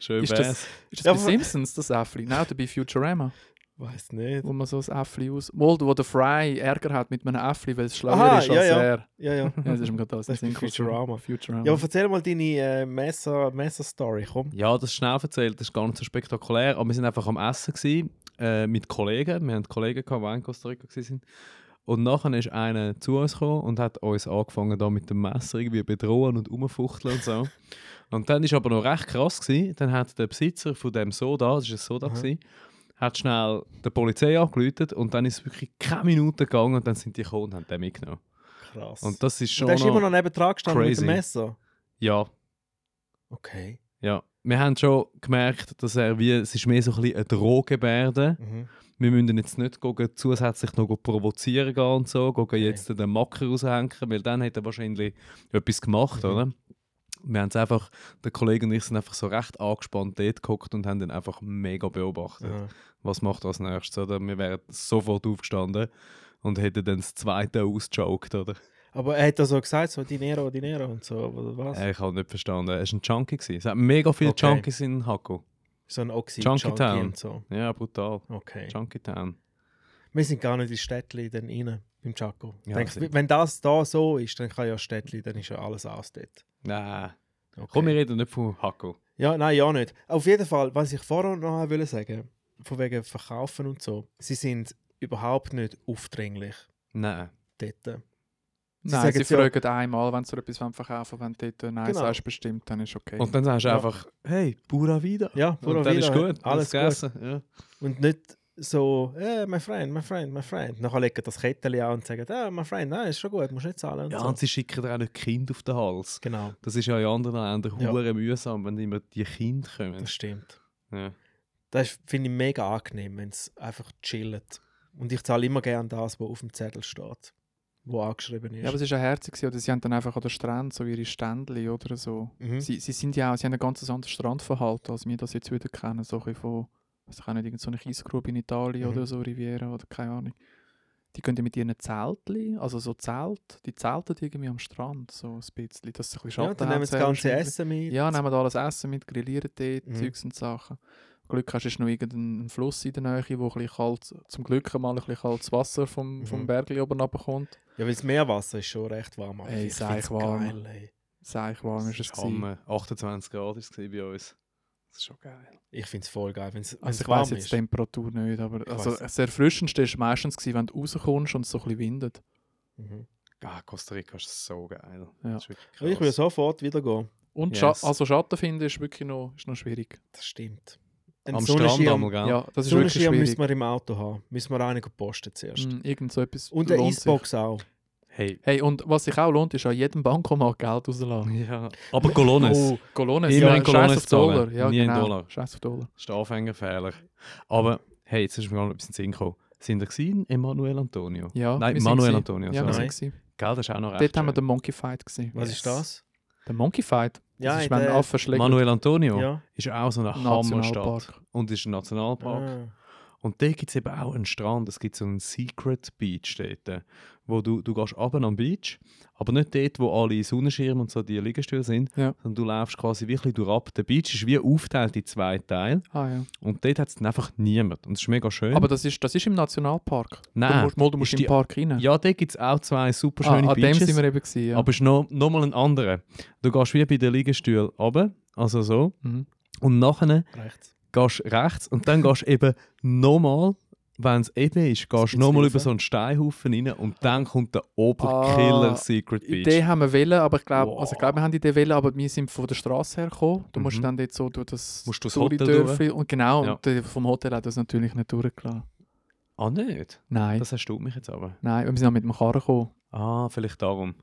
Speaker 5: Schön
Speaker 2: Ist
Speaker 5: wär's.
Speaker 2: das, ist das
Speaker 1: Ja,
Speaker 2: bei
Speaker 1: aber-
Speaker 2: Simpsons, das Äffli? Nein, oder bei Futurama,
Speaker 1: Weiß nicht.
Speaker 2: wo man so ein Äffli aus... Wohl, wo der Fry Ärger hat mit einem Äffli, weil es schlauer
Speaker 1: Aha,
Speaker 2: ist als
Speaker 1: ja, ja.
Speaker 2: er. Ja,
Speaker 1: Ja, ja.
Speaker 2: das ist mir gerade alles
Speaker 1: Das ist
Speaker 2: in den
Speaker 1: bei
Speaker 2: Sinn
Speaker 1: Futurama.
Speaker 2: gekommen. Futurama.
Speaker 1: Ja, aber erzähl mal deine äh, Messer- Messer-Story, komm.
Speaker 5: Ja, das ist schnell erzählt, das ist gar nicht so spektakulär. Aber wir sind einfach am Essen gewesen, äh, mit Kollegen. Wir hatten Kollegen, gehabt, die auch in Costa Rica waren. Und nachher ist einer zu uns gekommen und hat uns angefangen, da mit dem Messer irgendwie bedrohen und umfuchteln und so. und dann ist aber noch recht krass gewesen. Dann hat der Besitzer von dem Soda, das war ein Soda,
Speaker 1: Aha.
Speaker 5: gewesen, hat schnell der Polizei angeläutet und dann ist es wirklich keine Minute gegangen und dann sind die gekommen und haben den mitgenommen.
Speaker 1: Krass.
Speaker 5: Und das ist
Speaker 1: Und
Speaker 5: schon.
Speaker 1: der ist immer
Speaker 5: noch-
Speaker 1: noch nebendran gestanden mit dem
Speaker 5: crazy.
Speaker 1: Messer.
Speaker 5: ja,
Speaker 1: Okay.
Speaker 5: ja. Wir haben schon gemerkt, dass er wie, es ist mehr so ein bisschen eine Drohgebärde.
Speaker 1: Mhm.
Speaker 5: wir müssen ihn jetzt nicht gehen, zusätzlich noch provozieren gehen und so, gehen jetzt den Macker raushängen, weil dann hätte er wahrscheinlich etwas
Speaker 1: Mhm.
Speaker 5: gemacht, oder? Wir haben es einfach, der Kollege und ich sind einfach so recht angespannt dort gehockt und haben ihn einfach mega beobachtet.
Speaker 1: Ja.
Speaker 5: Was macht er als nächstes, oder? Wir wären sofort aufgestanden und hätten dann das zweite ausgejoked, oder?
Speaker 1: Aber er hat da so gesagt, so Dinero, Dinero und so, oder was?
Speaker 5: Äh, Ich habe nicht verstanden. Er war ein Junkie. Gewesen. Es hat mega viele
Speaker 1: Okay.
Speaker 5: Junkies in Hacko.
Speaker 1: so ein Oxy,
Speaker 5: Junkie
Speaker 1: Junkie
Speaker 5: Town.
Speaker 1: und so.
Speaker 5: Ja, brutal.
Speaker 1: Okay.
Speaker 5: Junkie Town.
Speaker 1: Wir sind gar nicht in Städtli dann rein, im Chaco.
Speaker 5: Ja,
Speaker 1: Denk,
Speaker 5: sind-
Speaker 1: wenn das da so ist, dann kann ja Städtli, dann ist ja alles aus dort.
Speaker 5: Nein.
Speaker 1: Okay.
Speaker 5: Komm, wir reden nicht von Hacko.
Speaker 1: Ja, nein, ja nicht. Auf jeden Fall, was ich vorher noch wollte sagen, von wegen Verkaufen und so. Sie sind überhaupt nicht aufdringlich
Speaker 5: Nein.
Speaker 1: dort. Sie
Speaker 2: Nein,
Speaker 1: sagen
Speaker 2: sie
Speaker 1: es ja-
Speaker 2: fragen einmal, wenn sie dir etwas verkaufen wollen, wenn du dort Nein
Speaker 1: Genau.
Speaker 2: sagst, bestimmt, dann ist okay.
Speaker 5: Und dann sagst du
Speaker 1: Ja.
Speaker 5: einfach, hey, pura vida.
Speaker 1: Ja, pura
Speaker 5: und dann ist
Speaker 1: vida,
Speaker 5: gut.
Speaker 1: alles
Speaker 5: gegessen. Ja.
Speaker 1: Und nicht so, eh, mein Freund, mein Freund, mein Freund. Nachher legen das Kettchen an und sagen, ah, mein Freund, nein, ist schon gut, musst nicht zahlen. Und
Speaker 5: ja,
Speaker 1: so.
Speaker 5: und sie schicken dir auch nicht Kind auf den Hals.
Speaker 1: Genau,
Speaker 5: Das ist ja in anderen Ländern
Speaker 1: Ja.
Speaker 5: hure mühsam, wenn immer die Kinder kommen.
Speaker 1: das stimmt.
Speaker 5: Ja.
Speaker 1: Das ist- finde ich mega angenehm, wenn es einfach chillt. Und ich zahle immer gerne das, was auf dem Zettel steht, wo angeschrieben ist.
Speaker 2: Ja, aber es war ja herzig, gewesen, oder sie haben dann einfach an der Strand so ihre Ständchen oder so.
Speaker 1: Mhm.
Speaker 2: Sie, sie sind ja auch, sie haben ein ganz anderes Strandverhalten, als wir das jetzt wieder kennen, so ein bisschen von, was ich auch nicht, irgend so eine Kiesgrube in Italien
Speaker 1: Mhm.
Speaker 2: oder so, Riviera oder keine Ahnung. Die gehen dann mit ihren Zeltli, also so Zelt, die zelten irgendwie am Strand, so ein bisschen, dass sie ein bisschen Schatten
Speaker 1: ja, dann nehmen das
Speaker 2: haben,
Speaker 1: ganze
Speaker 2: sehr
Speaker 1: Essen mit.
Speaker 2: ja, nehmen da alles Essen mit, grillieren dort,
Speaker 1: Mhm.
Speaker 2: Zeugs und Sachen. Glück hast, ist noch irgendein Fluss in der Nähe, wo ein bisschen kalt, zum Glück mal ein bisschen kaltes Wasser vom,
Speaker 1: Mhm.
Speaker 2: vom Bergli oben runterkommt.
Speaker 1: Ja, weil das Meerwasser ist schon recht warm. Aber
Speaker 2: Ey,
Speaker 1: ich
Speaker 2: sei
Speaker 1: find's
Speaker 2: ich warm.
Speaker 1: geil, ey.
Speaker 2: Seich warm ist es gewesen.
Speaker 5: Hammer. 28 Grad war es gewesen bei uns. Das ist schon geil.
Speaker 1: Ich finde es voll geil, wenn es
Speaker 2: Also ich
Speaker 1: warm
Speaker 2: weiss
Speaker 1: ist.
Speaker 2: jetzt die Temperatur nicht, aber also
Speaker 5: weiss.
Speaker 2: das Erfrischendste war meistens, gewesen, wenn du rauskommst und es so ein bisschen windet.
Speaker 1: Mhm.
Speaker 5: Ah, Costa Rica ist so geil.
Speaker 2: Ja.
Speaker 5: Das ist wirklich
Speaker 1: Ich
Speaker 5: krass.
Speaker 1: will sofort wieder gehen.
Speaker 2: Und
Speaker 5: Yes.
Speaker 2: Scha also Schatten finden ist wirklich noch, ist noch schwierig.
Speaker 1: Das stimmt. Ein
Speaker 5: am Strand
Speaker 1: Sonnenschirm,
Speaker 5: einmal, gell?
Speaker 2: Ja, das ist wirklich
Speaker 1: Sonnenschirm
Speaker 2: schwierig.
Speaker 1: müssen wir im Auto haben. Müssen wir einen posten zuerst.
Speaker 2: Mm, irgend so etwas
Speaker 1: Und eine
Speaker 2: lohnt sich.
Speaker 1: Eisbox auch.
Speaker 5: Hey.
Speaker 2: Hey, und was sich auch lohnt, ist an jedem Bankomat Geld rausladen.
Speaker 5: Ja. Aber Colones.
Speaker 1: Oh,
Speaker 2: Colones,
Speaker 5: Immer
Speaker 2: ja,
Speaker 5: in
Speaker 2: scheiß auf
Speaker 5: Colones zahlen,
Speaker 2: Dollar. Ja,
Speaker 5: nie in
Speaker 2: genau.
Speaker 5: Dollar.
Speaker 2: Scheiß auf Dollar.
Speaker 5: Das ist der Anfängerfehler. Aber hey, jetzt ist mir gar noch etwas in den Sinn gekommen. Sind ihr gesehen? Emanuel Antonio?
Speaker 2: Ja,
Speaker 5: Nein,
Speaker 2: wir sind
Speaker 5: Manuel
Speaker 2: gewesen.
Speaker 5: Antonio.
Speaker 2: Ja, wir
Speaker 5: sorry.
Speaker 1: Nein.
Speaker 2: sind gewesen.
Speaker 5: Gell, das ist auch noch recht.
Speaker 2: Dort haben wir den
Speaker 5: schön.
Speaker 2: Monkey Fight gesehen.
Speaker 1: was
Speaker 5: Yes.
Speaker 1: ist das?
Speaker 2: Der Monkey Fight? Das
Speaker 1: Ja,
Speaker 2: ist,
Speaker 1: in
Speaker 2: wenn ein
Speaker 1: der-
Speaker 2: Affe schlägt.
Speaker 5: Manuel Antonio
Speaker 1: Ja.
Speaker 5: ist auch so eine
Speaker 2: Nationalpark.
Speaker 5: Hammerstadt. Und ist ein Nationalpark.
Speaker 1: Ah.
Speaker 5: Und da gibt es eben auch einen Strand, es gibt so einen Secret Beach dort, wo du, du gehst runter am Beach, aber nicht dort, wo alle Sonnenschirme und so die Liegestühle sind,
Speaker 2: Ja.
Speaker 5: sondern du läufst quasi wirklich durch ab. Der Beach ist wie aufteilt in zwei Teile
Speaker 2: Ah, ja.
Speaker 5: und dort hat es einfach niemand und es ist mega schön.
Speaker 2: Aber das ist, das ist im Nationalpark.
Speaker 5: Nein,
Speaker 2: Du musst, mal, du musst
Speaker 5: ist
Speaker 2: im
Speaker 5: die-
Speaker 2: Park rein.
Speaker 5: ja, dort gibt es auch zwei super
Speaker 2: ah,
Speaker 5: schöne
Speaker 2: an dem
Speaker 5: Beaches,
Speaker 2: sind wir eben gewesen, ja.
Speaker 5: aber es ist noch, noch mal ein anderer. Du gehst wie bei den Liegestühlen runter, also so,
Speaker 2: mhm.
Speaker 5: und nachher
Speaker 1: Ah, Rechts.
Speaker 5: gehst rechts und dann gehst eben nochmal, wenn es eben ist, gehst
Speaker 1: bisschen
Speaker 5: nochmal
Speaker 1: rauf.
Speaker 5: über so einen Steinhaufen rein und dann kommt der Oberkiller
Speaker 2: Ah,
Speaker 5: Secret Beach.
Speaker 2: Idee haben wir wählen, aber ich glaube,
Speaker 5: Wow.
Speaker 2: also ich glaube, wir haben die Idee wählen, aber wir sind von der Straße hergekommen. Du musst
Speaker 5: Mhm.
Speaker 2: dann dort so durch das,
Speaker 5: Musst du das
Speaker 2: Zürich-
Speaker 5: Hotel durch?
Speaker 2: Dörfli- und genau,
Speaker 5: Ja.
Speaker 2: und der vom Hotel hat das natürlich nicht durchgelassen.
Speaker 5: ah, nicht?
Speaker 2: Nein,
Speaker 5: Das erstaunt mich jetzt aber.
Speaker 2: nein, wir sind auch mit dem Karren gekommen.
Speaker 5: Ah, vielleicht darum.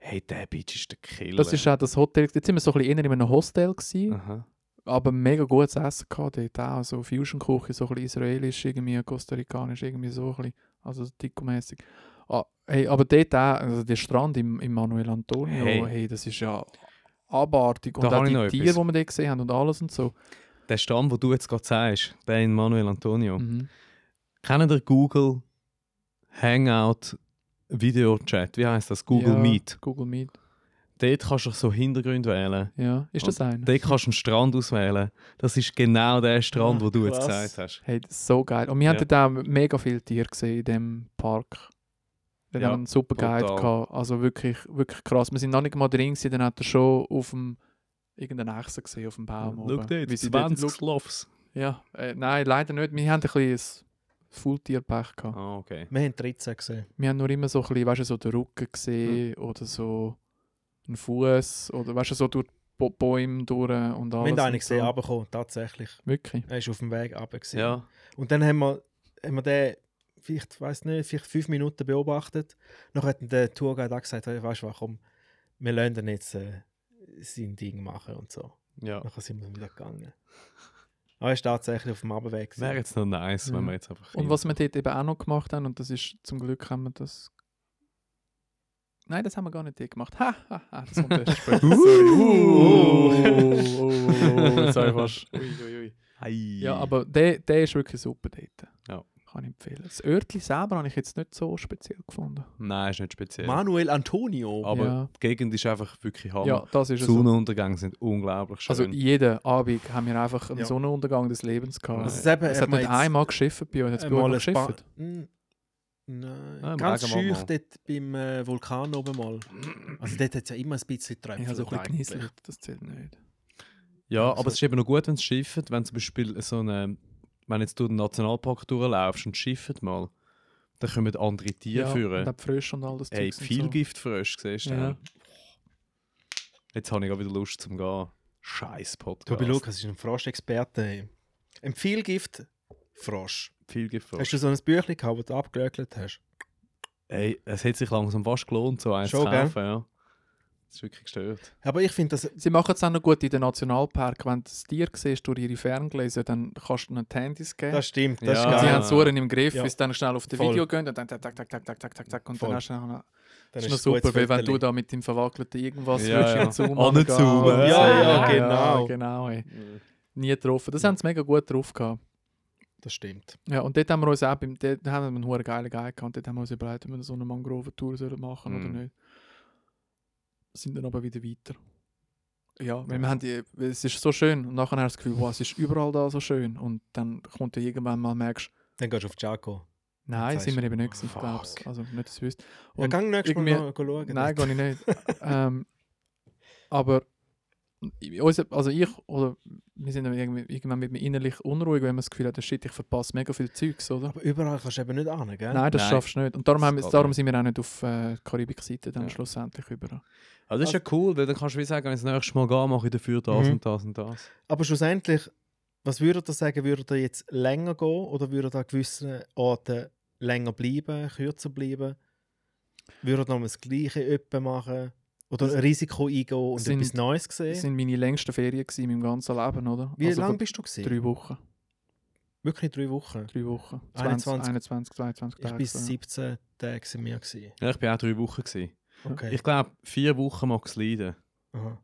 Speaker 5: Hey, der Beach ist der Killer.
Speaker 2: Das ist auch das Hotel. Jetzt sind wir so ein bisschen eher in einem Hostel gewesen,
Speaker 5: Aha.
Speaker 2: aber mega gutes Essen gehabt dort auch. So Fusion-Küche, so ein bisschen israelisch, irgendwie kostarikanisch, irgendwie so ein bisschen, also dickomässig. Ah, hey, aber dort auch, also der Strand im, im Manuel Antonio,
Speaker 5: Hey.
Speaker 2: hey. das ist ja abartig. und
Speaker 5: Da habe
Speaker 2: auch
Speaker 5: ich
Speaker 2: die
Speaker 5: noch
Speaker 2: Tiere, die
Speaker 5: etwas.
Speaker 2: wir dort gesehen haben und alles und so.
Speaker 5: Der Stamm, den du jetzt gerade sagst, der in Manuel Antonio.
Speaker 2: Mhm.
Speaker 5: Kennt ihr Google Hangout Videochat? Wie heißt das? Google
Speaker 2: ja,
Speaker 5: Meet.
Speaker 2: Google Meet,
Speaker 5: Dort kannst du so Hintergründe wählen.
Speaker 2: ja. Ist das einer?
Speaker 5: Dort kannst du einen Strand auswählen. Das ist genau der Strand,
Speaker 1: Ah,
Speaker 5: wo du jetzt
Speaker 1: krass.
Speaker 5: gesagt hast.
Speaker 2: Hey, das ist so geil. Und wir
Speaker 5: Ja.
Speaker 2: haben dort auch mega viele Tiere gesehen in diesem Park. Wir
Speaker 5: Ja,
Speaker 2: haben einen super Guide
Speaker 5: total.
Speaker 2: gehabt. Also wirklich, wirklich krass. Wir sind noch nicht mal drin, gewesen, dann hat er schon auf dem irgendeinen Echse gesehen, auf dem Baum.
Speaker 5: Schau
Speaker 2: oben.
Speaker 5: dort,
Speaker 2: Wie sie dort-
Speaker 5: 20
Speaker 2: schau-
Speaker 5: Sloths.
Speaker 2: Ja, äh, nein, leider nicht. Wir haben ein bisschen ein Fulltierpech gehabt.
Speaker 5: Ah, okay.
Speaker 1: Wir haben 13 gesehen.
Speaker 2: Wir haben nur immer so ein bisschen, weißt du, so den Rücken gesehen
Speaker 5: Hm.
Speaker 2: oder so einen Fuß oder weißt du, so durch die Bo- Bäume durch und
Speaker 1: Wir
Speaker 2: alles.
Speaker 1: haben
Speaker 2: und
Speaker 1: einen gesehen,
Speaker 2: Ah, so.
Speaker 1: runtergekommen, tatsächlich.
Speaker 2: Wirklich.
Speaker 1: Er ist auf dem Weg runter. gewesen.
Speaker 5: Ja.
Speaker 1: Und dann haben wir, haben wir den, vielleicht, weiß nicht, vielleicht fünf Minuten beobachtet. Dann hat dann der Tourguide auch gesagt, hey, weißt du was, komm, wir lassen ihn jetzt äh, sein Ding machen und so.
Speaker 5: ja.
Speaker 1: Nachher sind wir wieder gegangen. Aber er ist tatsächlich auf dem Abweg.
Speaker 5: Wäre jetzt noch nice, wenn
Speaker 2: Ja.
Speaker 5: wir jetzt einfach.
Speaker 2: Und was wir dort eben auch noch gemacht haben, und das ist zum Glück haben wir das. Nein, das haben wir gar nicht dort gemacht. Ha, ha, ha. Das kommt erst später. Sorry. Uh, uh, uh, uh, jetzt habe ich fast. Ja, aber der, der ist wirklich super dort.
Speaker 5: Ja.
Speaker 2: Kann ich empfehlen. Das Örtli selber habe ich jetzt nicht so speziell gefunden.
Speaker 5: Nein, ist nicht speziell.
Speaker 1: Manuel Antonio.
Speaker 5: aber
Speaker 2: Ja.
Speaker 5: die Gegend ist einfach wirklich Hammer.
Speaker 2: Ja, das ist es so.
Speaker 5: Sonnenuntergänge sind unglaublich schön.
Speaker 2: Also jeden Abend haben wir einfach einen
Speaker 1: Ja.
Speaker 2: Sonnenuntergang des Lebens gehabt.
Speaker 5: Also
Speaker 1: eben,
Speaker 2: es
Speaker 1: ich
Speaker 2: hat
Speaker 1: meine
Speaker 2: nicht
Speaker 1: jetzt-
Speaker 2: einmal geschifft bei uns, hat es bei
Speaker 1: Mal
Speaker 2: euch
Speaker 1: ein
Speaker 2: geschifft.
Speaker 1: Spa- N- Nein,
Speaker 5: Ah, im
Speaker 1: ganz
Speaker 5: Regenwald
Speaker 1: schüch
Speaker 5: mal.
Speaker 1: dort beim äh, Vulkan oben mal. Also dort hat es ja immer ein bisschen Tröpfchen.
Speaker 2: Ich habe so ein bisschen
Speaker 1: eigentlich.
Speaker 2: genieselt, das zählt nicht.
Speaker 5: ja,
Speaker 1: so-
Speaker 5: aber es ist eben noch gut, wenn es schifft, wenn zum Beispiel so eine. Wenn jetzt du den Nationalpark durchlaufst und schifft mal, Da kommen andere Tiere
Speaker 2: ja,
Speaker 5: führen.
Speaker 2: Und auch die Frösche und all das
Speaker 5: Ey,
Speaker 2: Zeugs und
Speaker 5: viel
Speaker 2: so.
Speaker 5: Giftfrösche, siehst du?
Speaker 2: Ja.
Speaker 5: Jetzt habe ich auch wieder Lust zum Gehen. Scheiß Podcast.
Speaker 1: Tobi Lukas ist ein Froschexperte. ey. Empfiehl Gift, Frosch.
Speaker 5: Viel
Speaker 1: Hast
Speaker 5: Giftfrösche.
Speaker 1: du so ein Büchlein gehabt, das du abgelöckelt hast?
Speaker 5: Ey, es hat sich langsam fast gelohnt, so eins
Speaker 1: Schon,
Speaker 5: zu
Speaker 1: gell?
Speaker 5: kaufen, ja. Das ist wirklich gestört.
Speaker 1: Aber ich finde das...
Speaker 2: Sie machen es auch noch gut in den Nationalpark. Wenn du das Tier siehst durch ihre Ferngläser, dann kannst du ihnen die Handys geben.
Speaker 1: Das stimmt, das
Speaker 5: Ja.
Speaker 1: ist
Speaker 2: und
Speaker 1: geil.
Speaker 2: sie
Speaker 5: Ja.
Speaker 2: haben es Uhren im Griff,
Speaker 1: Ja.
Speaker 2: bis sie dann schnell auf das
Speaker 1: Voll.
Speaker 2: Video gehen und dann tak, tak, tak, tak, tak, tak, tak, tak. Und
Speaker 1: Voll.
Speaker 2: dann hast du noch,
Speaker 1: Dann
Speaker 2: das ist noch
Speaker 1: es ein
Speaker 2: super,
Speaker 1: gutes
Speaker 2: weil wenn du
Speaker 1: Foto.
Speaker 2: da mit dem verwackelten irgendwas
Speaker 5: Ja,
Speaker 2: willst,
Speaker 5: ja.
Speaker 2: nicht zoomen,
Speaker 5: Auch nicht
Speaker 2: gehen.
Speaker 5: zoomen.
Speaker 1: Ja, ja,
Speaker 2: Ja,
Speaker 1: genau.
Speaker 2: genau ey. Nie getroffen. Das haben sie mega gut drauf gehabt.
Speaker 1: Das stimmt.
Speaker 2: Ja, und dort haben wir uns auch beim, dort haben wir einen hohen geilen Guide gehabt. Und dort haben wir uns überlegt, ob wir so eine Mangroventour sollen machen
Speaker 5: Mhm.
Speaker 2: oder nicht. Sind dann aber wieder weiter. Ja, weil wir haben die, es ist so schön. Und nachher hast du das Gefühl, wow, es ist überall da so schön. Und dann kommt ja irgendwann mal merkst,
Speaker 1: Dann gehst du auf Jaco.
Speaker 2: nein,
Speaker 1: Jetzt
Speaker 2: sind wir
Speaker 1: sagst
Speaker 2: eben
Speaker 1: du,
Speaker 2: nicht gewesen,
Speaker 1: fuck.
Speaker 2: glaubst du. Also nicht, dass du wüsst.
Speaker 1: Ja, genau.
Speaker 2: Und
Speaker 1: gang nächstes Mal
Speaker 2: irgendwie-
Speaker 1: noch schauen.
Speaker 2: Nein, gar nicht. ähm, aber ich- unser- also ich oder wir sind dann irgendwie, irgendwann mit mir innerlich unruhig, wenn man das Gefühl hat, "Oh, shit, ich verpasse mega viel Zeugs, oder?
Speaker 1: Aber überall kannst du eben nicht an, gell?
Speaker 2: Nein, das
Speaker 5: Nein.
Speaker 2: schaffst du nicht. Und darum,
Speaker 5: Das
Speaker 2: haben wir,
Speaker 5: geht
Speaker 2: darum
Speaker 5: nicht.
Speaker 2: sind wir auch nicht auf äh, die Karibikseite dann
Speaker 5: Ja.
Speaker 2: schlussendlich über.
Speaker 5: Also das ist ja cool, weil dann kannst du wie sagen, wenn ich das nächste Mal gehe, mache ich dafür das
Speaker 1: Mhm.
Speaker 5: und das und das.
Speaker 1: Aber schlussendlich, was würdet ihr sagen, würdet ihr jetzt länger gehen oder würdet ihr an gewissen Orten länger bleiben, kürzer bleiben? Würdet ihr noch das gleiche öppe machen? Oder ein Risiko eingehen und
Speaker 2: Sind-
Speaker 1: etwas Neues sehen?
Speaker 2: Das sind meine längsten Ferien gewesen in meinem ganzen Leben, oder?
Speaker 1: Wie
Speaker 2: Also
Speaker 1: lange
Speaker 2: da-
Speaker 1: bist du gewesen?
Speaker 2: Drei Wochen.
Speaker 1: Wirklich drei Wochen?
Speaker 2: Drei Wochen.
Speaker 1: 21.
Speaker 2: 21, 22
Speaker 1: Ich
Speaker 2: Tage.
Speaker 1: bin
Speaker 2: so.
Speaker 1: 17 Tage in mir. Gewesen.
Speaker 5: Ja, ich war auch drei Wochen. Gewesen.
Speaker 1: Okay.
Speaker 5: Ich glaube, vier Wochen mag es leiden.
Speaker 1: Aha.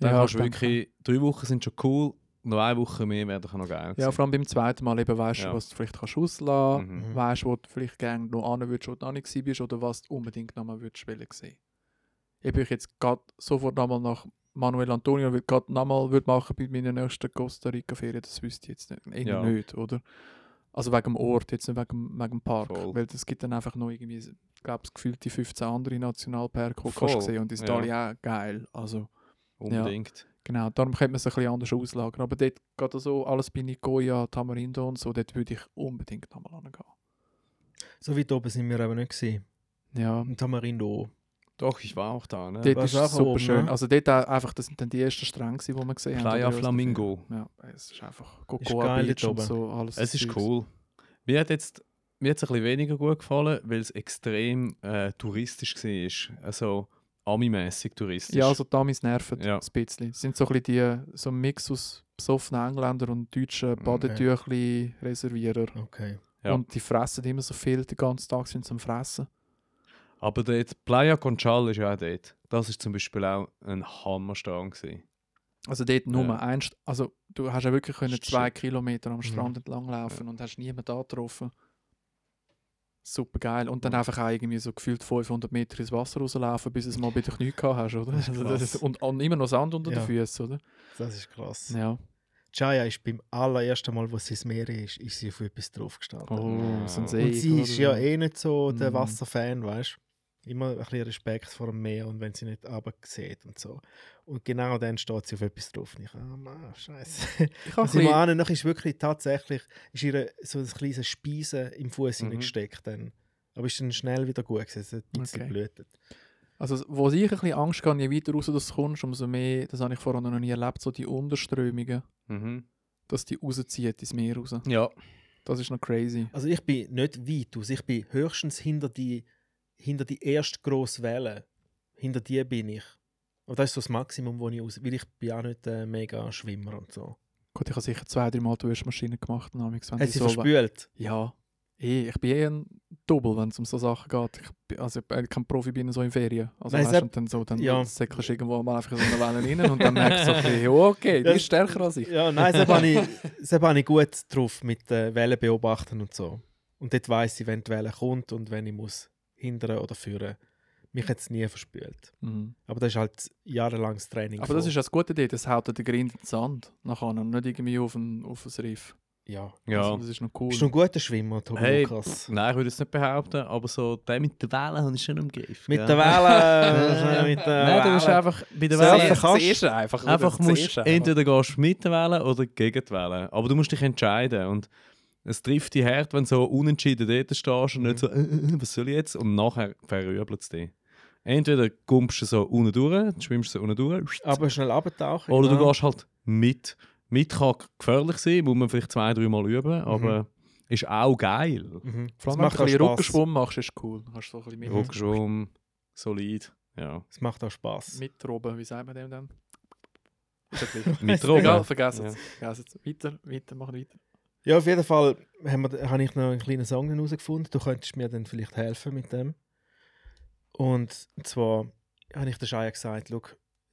Speaker 5: Dann
Speaker 2: Ja,
Speaker 5: kannst du
Speaker 2: ich denke-
Speaker 5: wirklich, drei Wochen sind schon cool, noch eine Woche mehr wäre doch noch geil
Speaker 2: Ja,
Speaker 5: gewesen.
Speaker 2: vor allem beim zweiten Mal eben weißt du,
Speaker 5: Ja.
Speaker 2: was du vielleicht kannst auslassen kannst.
Speaker 5: Mhm.
Speaker 1: Mhm.
Speaker 2: weißt, wo du vielleicht gerne noch hin würdest, wo du noch nicht gewesen bist oder was du unbedingt noch mal würdest wollen sehen. Ich bin jetzt gerade sofort nochmal nach Manuel Antonio, weil ich gerade nochmal würde machen bei meiner nächsten Costa Rica Ferien, das wüsste ich jetzt nicht, eher
Speaker 5: Ja.
Speaker 2: nicht, oder? Also wegen dem Ort, jetzt nicht wegen, wegen dem Park,
Speaker 5: Voll.
Speaker 2: weil es gibt dann einfach noch irgendwie, ich glaube, es gefühlt die 15 andere Nationalparke, die du
Speaker 5: Voll,
Speaker 2: kannst sehen und in
Speaker 5: ja.
Speaker 2: Italien auch geil, also...
Speaker 5: Unbedingt.
Speaker 2: Genau, darum könnte man es ein bisschen anders auslagern. Aber dort geht das so, alles bei Nicoya, Tamarindo und so, dort würde ich unbedingt nochmal angehen.
Speaker 1: So weit oben sind wir eben nicht. Gewesen.
Speaker 2: Ja,
Speaker 1: Im Tamarindo.
Speaker 5: Doch, ich war auch da. Ne?
Speaker 2: dort
Speaker 1: was
Speaker 2: ist
Speaker 1: auch
Speaker 2: es super
Speaker 1: oben,
Speaker 2: schön.
Speaker 1: ne?
Speaker 2: Also dort auch einfach, das sind dann die ersten Strände, die wir gesehen haben.
Speaker 5: Playa
Speaker 2: oder die ersten
Speaker 5: Flamingo.
Speaker 2: Filme. Ja, es ist einfach
Speaker 1: geil
Speaker 2: Cocoa Beach
Speaker 1: dort
Speaker 2: und
Speaker 1: oben.
Speaker 2: so, alles.
Speaker 5: Es ist
Speaker 2: Zeugs.
Speaker 5: cool. Mir hat jetzt mir hat's ein bisschen weniger gut gefallen, weil es extrem äh, touristisch war. Also Ami-mässig touristisch.
Speaker 2: Ja, also Tamis nerven
Speaker 5: Ja.
Speaker 2: ein bisschen. Es sind so ein bisschen die, so ein Mix aus besoffenen Engländern und deutschen Badetüchli-Reservierer.
Speaker 1: Okay.
Speaker 5: Mhm. Ja.
Speaker 2: Und die fressen immer so viel, den ganzen Tag sind sie am Fressen.
Speaker 5: Aber dort, Playa Conchal ist ja auch dort. Das ist zum Beispiel auch ein Hammerstrang. Gewesen.
Speaker 2: Also dort nur
Speaker 5: Ja.
Speaker 2: ein, St- also du hast ja wirklich können
Speaker 5: Ist
Speaker 2: zwei
Speaker 5: shit.
Speaker 2: Kilometer am
Speaker 1: Mhm.
Speaker 2: Strand entlang laufen und hast niemanden da getroffen. Super geil. Und dann einfach auch irgendwie so gefühlt 500 Meter ins Wasser rauslaufen, bis du es mal bei den Knien gehabt hast, oder?
Speaker 1: Das ist
Speaker 2: Also das,
Speaker 1: krass.
Speaker 2: und, und immer noch Sand unter den
Speaker 1: Ja.
Speaker 2: Füßen, oder?
Speaker 1: Das ist krass.
Speaker 2: Ja.
Speaker 1: Chaya ist beim allerersten Mal, wo sie ins Meer ist, ist sie auf etwas draufgestanden.
Speaker 2: Oh, so ein See.
Speaker 1: Und sie ist ja eh nicht so der
Speaker 2: Mhm.
Speaker 1: Wasserfan, weißt du? Immer ein bisschen Respekt vor dem Meer und wenn sie nicht runtergeht und so. Und genau dann steht sie auf etwas drauf. Und ich, ah, Mann, Scheiße.
Speaker 2: Ich
Speaker 1: Und
Speaker 2: habe
Speaker 1: sie mal an, ist wirklich tatsächlich ist ihr so ein kleines Speisen im Fuß
Speaker 5: Mhm.
Speaker 1: hineingesteckt. Dann. Aber ist dann schnell wieder gut gewesen. Es hat ein bisschen
Speaker 2: Okay.
Speaker 1: geblutet.
Speaker 2: Also, wo ich ein bisschen Angst habe, je weiter raus du kommst, umso mehr, das habe ich vorher noch nie erlebt, so die Unterströmungen,
Speaker 5: Mhm.
Speaker 2: dass die rauszieht ins Meer raus.
Speaker 5: Ja.
Speaker 2: Das ist noch crazy.
Speaker 1: Also ich bin nicht weit aus. Ich bin höchstens hinter die, hinter die erste grosse Welle. Hinter die bin ich. Und das ist so das Maximum, wo ich aus... Weil ich bin auch nicht äh, mega Schwimmer und so.
Speaker 2: Gut, ich habe sicher zwei, drei Mal die Waschmaschine gemacht. und amigs, wenn
Speaker 1: Hat
Speaker 2: die
Speaker 1: sie
Speaker 2: so we-
Speaker 1: verspült?
Speaker 2: Ja, eh, ich bin eher ein Double, wenn es um so Sachen geht. Ich bin, also ich bin kein Profi bin so in Ferien. Also
Speaker 1: Nein,
Speaker 2: weißt,
Speaker 1: es
Speaker 2: du, und dann so, dann
Speaker 1: ja.
Speaker 2: ja. säckelst du irgendwo mal einfach in so eine Welle rein und dann merkst du so, ein bisschen, okay, die
Speaker 1: Ja.
Speaker 2: ist stärker als ich.
Speaker 1: Ja, nein, das habe ich, das habe ich gut drauf mit äh, Wellen beobachten und so. Und dort weiss ich, wenn die Welle kommt und wenn ich muss hindern oder führen. Mich hat es nie verspült.
Speaker 2: Mhm.
Speaker 1: Aber das ist halt jahrelanges Training.
Speaker 2: Aber das
Speaker 1: von-
Speaker 2: ist das Gute dort, das haut dir den Grind in den Sand nachher und nicht irgendwie auf ein, auf ein Riff.
Speaker 1: Ja.
Speaker 5: ja.
Speaker 2: Also, das ist noch cool.
Speaker 1: Bist du ein guter Schwimmer, Tobi
Speaker 5: Hey,
Speaker 1: Lukas?
Speaker 5: Nein, ich würde es nicht behaupten, aber so der mit der Welle habe ich schon im Griff.
Speaker 1: Mit
Speaker 5: gell?
Speaker 1: der Welle! mit äh, der
Speaker 5: Äh, Nein, du musst
Speaker 1: Welle.
Speaker 5: einfach bei der
Speaker 1: Surfen
Speaker 5: Welle.
Speaker 1: kannst du. eh
Speaker 2: Siehst du einfach. oder?
Speaker 5: Einfach musst
Speaker 2: Siehst
Speaker 5: du
Speaker 2: du
Speaker 5: entweder gehst du mit der Welle oder gegen die Welle. Aber du musst dich entscheiden. Und Es trifft dich hart, wenn du so unentschieden dort stehst und nicht so, äh, äh, was soll ich jetzt? Und nachher verrübelt es dich. Entweder gumpst du so unten durch, du schwimmst so unten durch,
Speaker 1: Aber schnell genau. abtauchen.
Speaker 5: oder du gehst halt mit. Mit kann gefährlich sein, muss man vielleicht zwei, dreimal üben, aber ist auch geil.
Speaker 1: Mhm.
Speaker 2: Vor
Speaker 1: Das
Speaker 2: allem, wenn
Speaker 1: macht
Speaker 2: du ein
Speaker 1: auch
Speaker 2: bisschen
Speaker 1: Spass.
Speaker 2: Rückenschwumm machst, ist cool. Dann kannst du so ein
Speaker 1: Mhm.
Speaker 2: bisschen mit,
Speaker 5: Rückschwumm, solid, ja.
Speaker 1: Das macht auch Spass.
Speaker 2: mitroben, wie sagt man dem dann? Ist ja gleich.
Speaker 5: Mit
Speaker 2: Egal,
Speaker 5: Drogen.
Speaker 2: vergessen
Speaker 5: Ja.
Speaker 2: es. Vergessen es. Weiter, weiter, machen weiter.
Speaker 1: Ja, auf jeden Fall haben wir- habe ich noch einen kleinen Song herausgefunden. Du könntest mir dann vielleicht helfen mit dem. Und zwar habe ich der Shia gesagt, «Schau,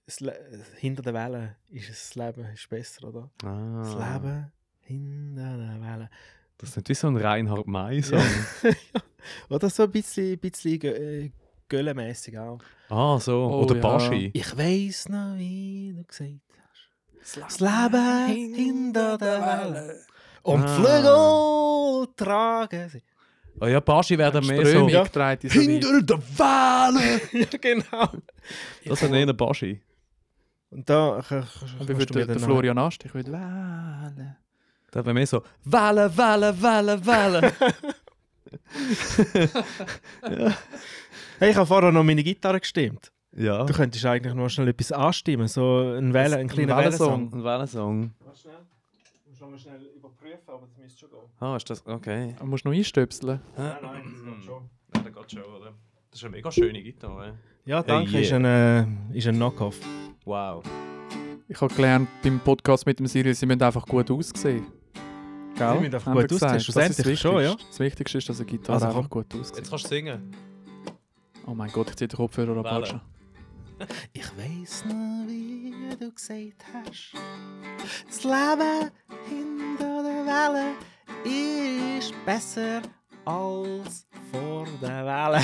Speaker 1: das Le- hinter der Welle ist es- das Leben ist besser, oder? Das
Speaker 5: Ah,
Speaker 1: Leben hinter der Welle.
Speaker 5: das ist nicht wie so ein Reinhard May-Song.
Speaker 1: Oder so ein bisschen, bisschen gö- äh, göllenmässig auch.
Speaker 5: Ah, so.
Speaker 2: Oh,
Speaker 5: Oder
Speaker 2: ja.
Speaker 5: Baschi.
Speaker 1: Ich weiß noch, wie du gesagt hast. Das Leben hinter der Welle. Ah. Und
Speaker 5: Ah.
Speaker 1: Flügel tragen sie.
Speaker 5: Ah ja, Baschi werden mehr so.
Speaker 2: Strömung dreht in so weit.
Speaker 5: Hinter der Wale!
Speaker 1: ja, genau.
Speaker 5: Das sind eher Baschi.
Speaker 1: Und da k- k-
Speaker 2: Und
Speaker 1: kannst
Speaker 2: wie
Speaker 1: du
Speaker 2: würde
Speaker 1: mir
Speaker 2: der, der
Speaker 1: dann noch-
Speaker 2: Florian Ast? Ich würde wählen.
Speaker 5: Da wäre mehr so. Wale, Wale, Wale, Wale.
Speaker 1: Hey, ich habe vorher noch meine Gitarre gestimmt.
Speaker 5: ja.
Speaker 1: Du könntest eigentlich noch schnell etwas anstimmen, so ein Welle, ein kleiner Wellensong.
Speaker 5: Ein Wellensong.
Speaker 1: Warte schnell, muss mal schnell überprüfen, aber das müsste schon gehen.
Speaker 5: Ah, ist das. Okay.
Speaker 2: Du musst noch einstöpseln.
Speaker 1: Nein, nein, das geht schon.
Speaker 5: Ja, der geht schon, oder? Das ist eine mega schöne Gitarre.
Speaker 1: Ja, danke,
Speaker 5: Hey,
Speaker 1: ist ein, äh, ist ein Knockoff.
Speaker 5: Wow.
Speaker 2: Ich habe gelernt beim Podcast mit dem Sirius, sie müssen einfach gut aussehen. Gell?
Speaker 1: Sie müssen einfach
Speaker 2: Haben wir
Speaker 1: gut
Speaker 2: gesagt.
Speaker 1: aussehen,
Speaker 2: Das ist das
Speaker 1: schlussendlich schon, ja.
Speaker 2: Wichtigste. Das Wichtigste ist, dass eine Gitarre
Speaker 1: Also komm.
Speaker 2: einfach gut aussieht.
Speaker 5: Jetzt kannst du singen.
Speaker 2: Oh mein Gott, ich ziehe den Kopfhörer ab.
Speaker 5: Wählen.
Speaker 2: Alter.
Speaker 1: Ich weiß noch, wie du gesagt hast, das Leben hinter der Welle ist besser als vor der Welle.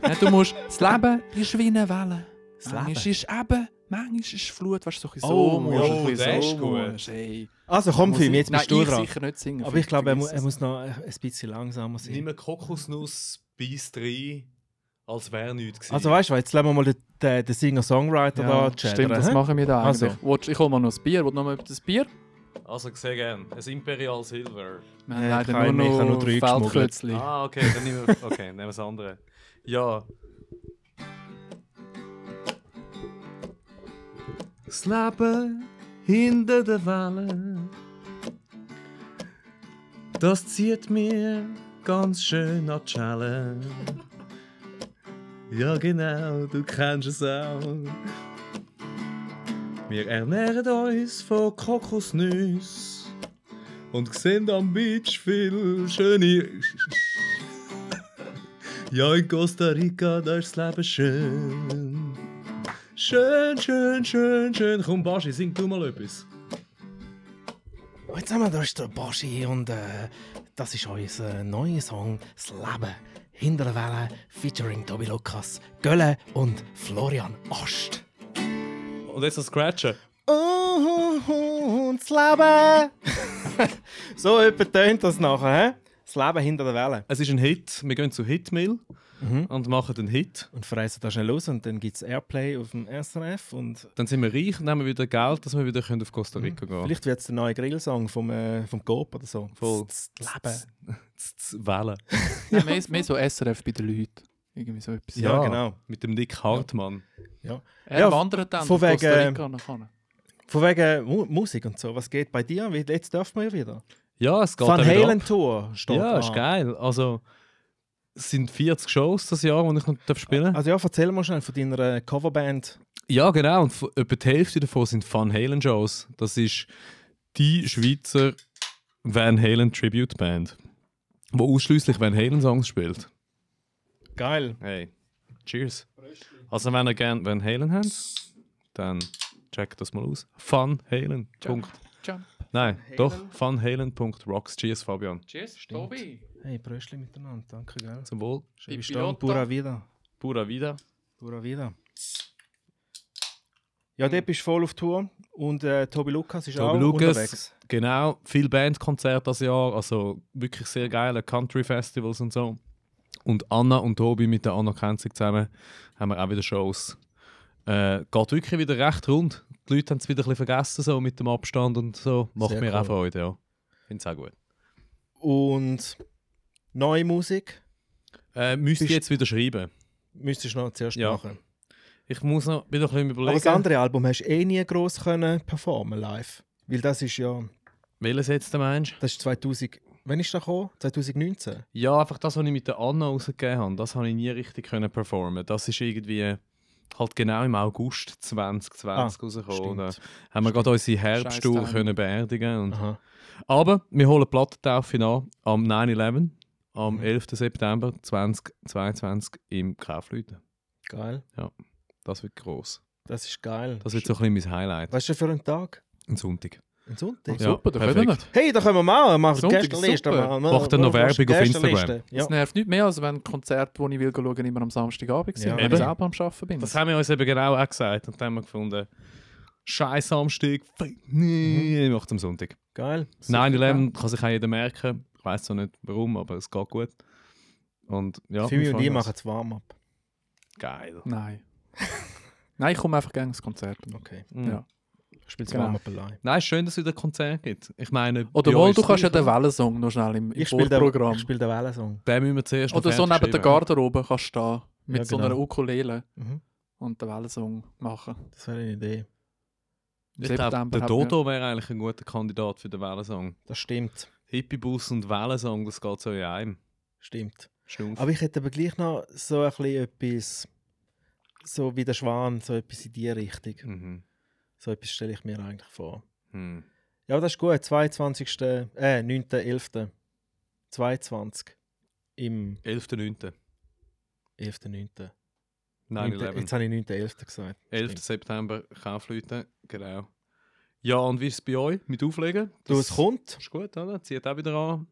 Speaker 2: Nein, du musst, das Leben ist wie eine Welle.
Speaker 1: Das
Speaker 2: manchmal
Speaker 1: Leben.
Speaker 2: ist Ebbe, manchmal ist Flut. Weißt du, so ein bisschen
Speaker 1: Oh,
Speaker 2: so musst du,
Speaker 5: oh,
Speaker 2: ein bisschen
Speaker 5: das
Speaker 2: so
Speaker 5: ist gut.
Speaker 2: musst du, ey.
Speaker 1: Also komm,
Speaker 2: Muss
Speaker 1: Film,
Speaker 2: ich-
Speaker 1: jetzt bist
Speaker 2: Nein,
Speaker 1: du
Speaker 2: ich
Speaker 1: dran.
Speaker 2: sicher nicht singen.
Speaker 1: Aber ich glaube, er, mu
Speaker 2: vergiss
Speaker 1: er
Speaker 2: es.
Speaker 1: muss noch ein ein bisschen langsamer
Speaker 5: Nimm
Speaker 1: sein.
Speaker 5: eine Kokosnuss, beiß rein, als wäre nichts gewesen.
Speaker 1: Also weißt du, was, jetzt lassen wir mal den, den, den Singer-Songwriter da chattern.
Speaker 2: stimmt, das
Speaker 1: hä?
Speaker 2: machen wir da
Speaker 1: Also.
Speaker 2: eigentlich. Willst, ich hole mal noch ein Bier. Wollt noch mal das Bier?
Speaker 5: also sehr gern. Ein Imperial Silver.
Speaker 2: Wir haben
Speaker 1: Äh, ich
Speaker 2: leider
Speaker 1: habe- ich
Speaker 2: nur
Speaker 1: habe
Speaker 2: noch
Speaker 1: noch drei geschmuggelt.
Speaker 2: Feldklötzli.
Speaker 5: Ah, okay, dann nehmen wir, okay, nehmen wir das andere. Ja. Das Leben hinter der Welle, das zieht mir ganz schön an die Schelle. Ja, genau, du kennst es auch. Wir ernähren uns von Kokosnüsse und sehen am Beach viel schöne. ja, in Costa Rica, da ist das Leben schön. Schön, schön, schön, schön. Komm, Baschi, sing du mal etwas.
Speaker 1: Und Oh, Jetzt haben wir, da ist der Boschi und äh, das ist unser neuer Song «Das Leben hinter der Welle» featuring Tobi Lukas, Gölle und Florian Ast.
Speaker 5: Und jetzt das Scratchen.
Speaker 1: Und das Leben! so etwa tönt das nachher, hä? Das Leben hinter der Welle.
Speaker 5: Es ist ein Hit. Wir gehen zu Hitmill und machen einen Hit.
Speaker 1: Und fressen da schnell raus und dann gibt es Airplay auf dem SRF und
Speaker 5: Dann sind wir reich und haben wieder Geld, dass wir wieder können auf Costa Rica gehen können.
Speaker 1: vielleicht wird es der neue Grillsong vom, äh, vom Coop oder so.
Speaker 5: Voll.
Speaker 1: Das Leben.
Speaker 5: Wählen.
Speaker 2: Nein, Ah. mehr, mehr so SRF bei den Leuten. Irgendwie so etwas.
Speaker 1: Ja, genau.
Speaker 5: Mit dem Nick Hartmann.
Speaker 1: Ja.
Speaker 2: Er
Speaker 1: Ja,
Speaker 2: wandert dann
Speaker 1: von
Speaker 2: nach Costa
Speaker 1: wegen,
Speaker 2: Rica nach vorne.
Speaker 1: Von wegen Mu Musik und so, was geht bei dir? Wie- Jetzt dürfen wir ja wieder.
Speaker 5: Ja, es geht
Speaker 1: Van
Speaker 5: auch wieder ab.
Speaker 1: Halen Tour steht
Speaker 5: Ja, ist
Speaker 1: an.
Speaker 5: geil. Also, es sind 40 Shows das Jahr, die ich noch darf spielen darf.
Speaker 1: Also ja, erzähl mal schnell von deiner äh, Coverband.
Speaker 5: Ja, genau. Und f- etwa die Hälfte davon sind Van Halen Shows. Das ist die Schweizer Van Halen Tribute Band, die ausschließlich Van Halen Songs spielt.
Speaker 1: Geil.
Speaker 5: Hey, cheers. Also, wenn ihr gerne Van Halen habt, dann checkt das mal aus. Van Halen.
Speaker 1: äh,
Speaker 5: Punkt.
Speaker 2: Jump.
Speaker 5: Nein, doch. Van Halen. Punkt Rocks. Cheers, Fabian.
Speaker 2: Cheers, Tobi.
Speaker 1: Hey, Bröschli miteinander, danke, gell.
Speaker 5: Zum Wohl.
Speaker 1: Schreibe ich da
Speaker 2: Pilota.
Speaker 1: Pura Vida.
Speaker 5: Pura Vida.
Speaker 1: Pura Vida. Ja, Depp ist voll auf Tour und äh, Tobi Lukas ist auch
Speaker 5: Tobi Lucas,
Speaker 1: unterwegs.
Speaker 5: genau. Viel Bandkonzerte das Jahr, also wirklich sehr geile Country-Festivals und so. Und Anna und Tobi mit der Anna Kenzig zusammen haben wir auch wieder Shows. Äh, geht wirklich wieder recht rund. Die Leute haben es wieder ein bisschen vergessen so mit dem Abstand und so. Macht
Speaker 1: Sehr
Speaker 5: mir
Speaker 1: cool.
Speaker 5: auch Freude, ja. Finde es auch gut.
Speaker 1: Und neue Musik
Speaker 5: Äh, müsste ich
Speaker 1: Bist-
Speaker 5: jetzt wieder schreiben.
Speaker 1: müsstest du noch zuerst
Speaker 5: Ja.
Speaker 1: machen.
Speaker 5: Ich muss noch, bin noch ein bisschen
Speaker 1: Aber das
Speaker 5: überlegen,
Speaker 1: andere Album hast du eh nie gross können performen live. Weil das ist ja,
Speaker 5: welches jetzt der Mensch?
Speaker 1: das ist 2000, wann ist das gekommen? 2019?
Speaker 5: Ja, einfach das, was ich mit der Anna rausgegeben habe, das habe ich nie richtig können performen. Das ist irgendwie halt genau im August 2020 rausgekommen. Da
Speaker 1: stimmt. Ah.
Speaker 5: haben wir gerade unsere
Speaker 2: Scheiss
Speaker 5: Herbsttour
Speaker 2: Timing.
Speaker 5: können beerdigen und
Speaker 1: Aha.
Speaker 5: Aber wir holen die Plattentaufe an am 9-11, am 11. September 2022 im Kaufleuten.
Speaker 1: Geil.
Speaker 5: Das wird gross.
Speaker 1: Das ist geil.
Speaker 5: Das wird so ein bisschen mein Highlight.
Speaker 1: Was ist denn für ein Tag?
Speaker 5: Ein Sonntag.
Speaker 1: Ein Sonntag?
Speaker 2: Ja. Super, da können wir.
Speaker 5: perfekt.
Speaker 1: Hey, da können wir mal. Machen
Speaker 2: Sonntag ist
Speaker 1: Gästeliste.
Speaker 2: super.
Speaker 1: machen wir-
Speaker 5: Macht dann noch
Speaker 1: machen wir
Speaker 5: Werbung auf
Speaker 1: Gästeliste.
Speaker 5: Instagram.
Speaker 1: Ja.
Speaker 2: Es nervt nicht mehr, als wenn Konzerte, die ich will schauen, immer am Samstagabend sind,
Speaker 1: Ja.
Speaker 2: wenn
Speaker 5: Eben.
Speaker 2: ich selber am Arbeiten bin.
Speaker 5: Das haben wir uns eben genau auch gesagt und dann haben wir gefunden, Scheiß Samstag, fuck, nee, mhm. macht am Sonntag.
Speaker 1: Geil.
Speaker 5: 9-11 kann sich auch jeder merken. Ich weiß zwar nicht warum, aber es geht gut. Und ja,
Speaker 1: Fimi und
Speaker 5: wir
Speaker 1: ich
Speaker 5: freuen uns.
Speaker 1: machen es warm ab.
Speaker 5: Geil.
Speaker 2: Nein. Nein, ich komme einfach gerne ins Konzert.
Speaker 1: Okay.
Speaker 2: Ja.
Speaker 1: Spielst
Speaker 2: Genau.
Speaker 1: warm up allein.
Speaker 5: Nein, schön, dass es wieder ein Konzert gibt. Ich meine,
Speaker 2: Oder
Speaker 5: bei
Speaker 2: wohl,
Speaker 5: uns
Speaker 2: du kannst ja
Speaker 5: gleich,
Speaker 2: den
Speaker 5: oder?
Speaker 2: Wellensong noch schnell im, im
Speaker 1: Ich spiele den,
Speaker 2: Vorprogramm.
Speaker 1: ich spiel den Wellensong.
Speaker 5: Den müssen wir zuerst noch
Speaker 2: Oder so
Speaker 5: fertig
Speaker 2: neben der
Speaker 5: schreiben.
Speaker 2: Garderobe kannst du stehen. Mit
Speaker 1: Ja,
Speaker 2: so
Speaker 1: genau.
Speaker 2: einer Ukulele
Speaker 1: Mhm.
Speaker 2: und den Wellensong machen.
Speaker 1: Das wäre eine Idee.
Speaker 5: Ich
Speaker 2: September
Speaker 5: glaube, der
Speaker 2: hat man-
Speaker 5: Dodo wäre eigentlich ein guter Kandidat für den Wellensong.
Speaker 1: Das stimmt.
Speaker 5: Hippiebus und Wellensong, das geht so in einem.
Speaker 1: Stimmt.
Speaker 5: Schnuff.
Speaker 1: Aber ich hätte aber gleich noch so ein bisschen etwas, so wie der Schwan, so etwas in die Richtung.
Speaker 5: Mhm.
Speaker 1: So etwas stelle ich mir eigentlich vor.
Speaker 5: Hm.
Speaker 1: Ja, das ist gut. 22. äh, 9.11. 22. Im
Speaker 5: 11.9.
Speaker 1: 11.9. 9.11. Jetzt
Speaker 5: 9-11.
Speaker 1: habe ich 9.11. gesagt.
Speaker 5: 11. September Kaufleute, genau. Ja, und wie ist es bei euch mit Auflegen?
Speaker 1: Du, es kommt.
Speaker 5: Ist gut, oder? Zieht auch wieder an.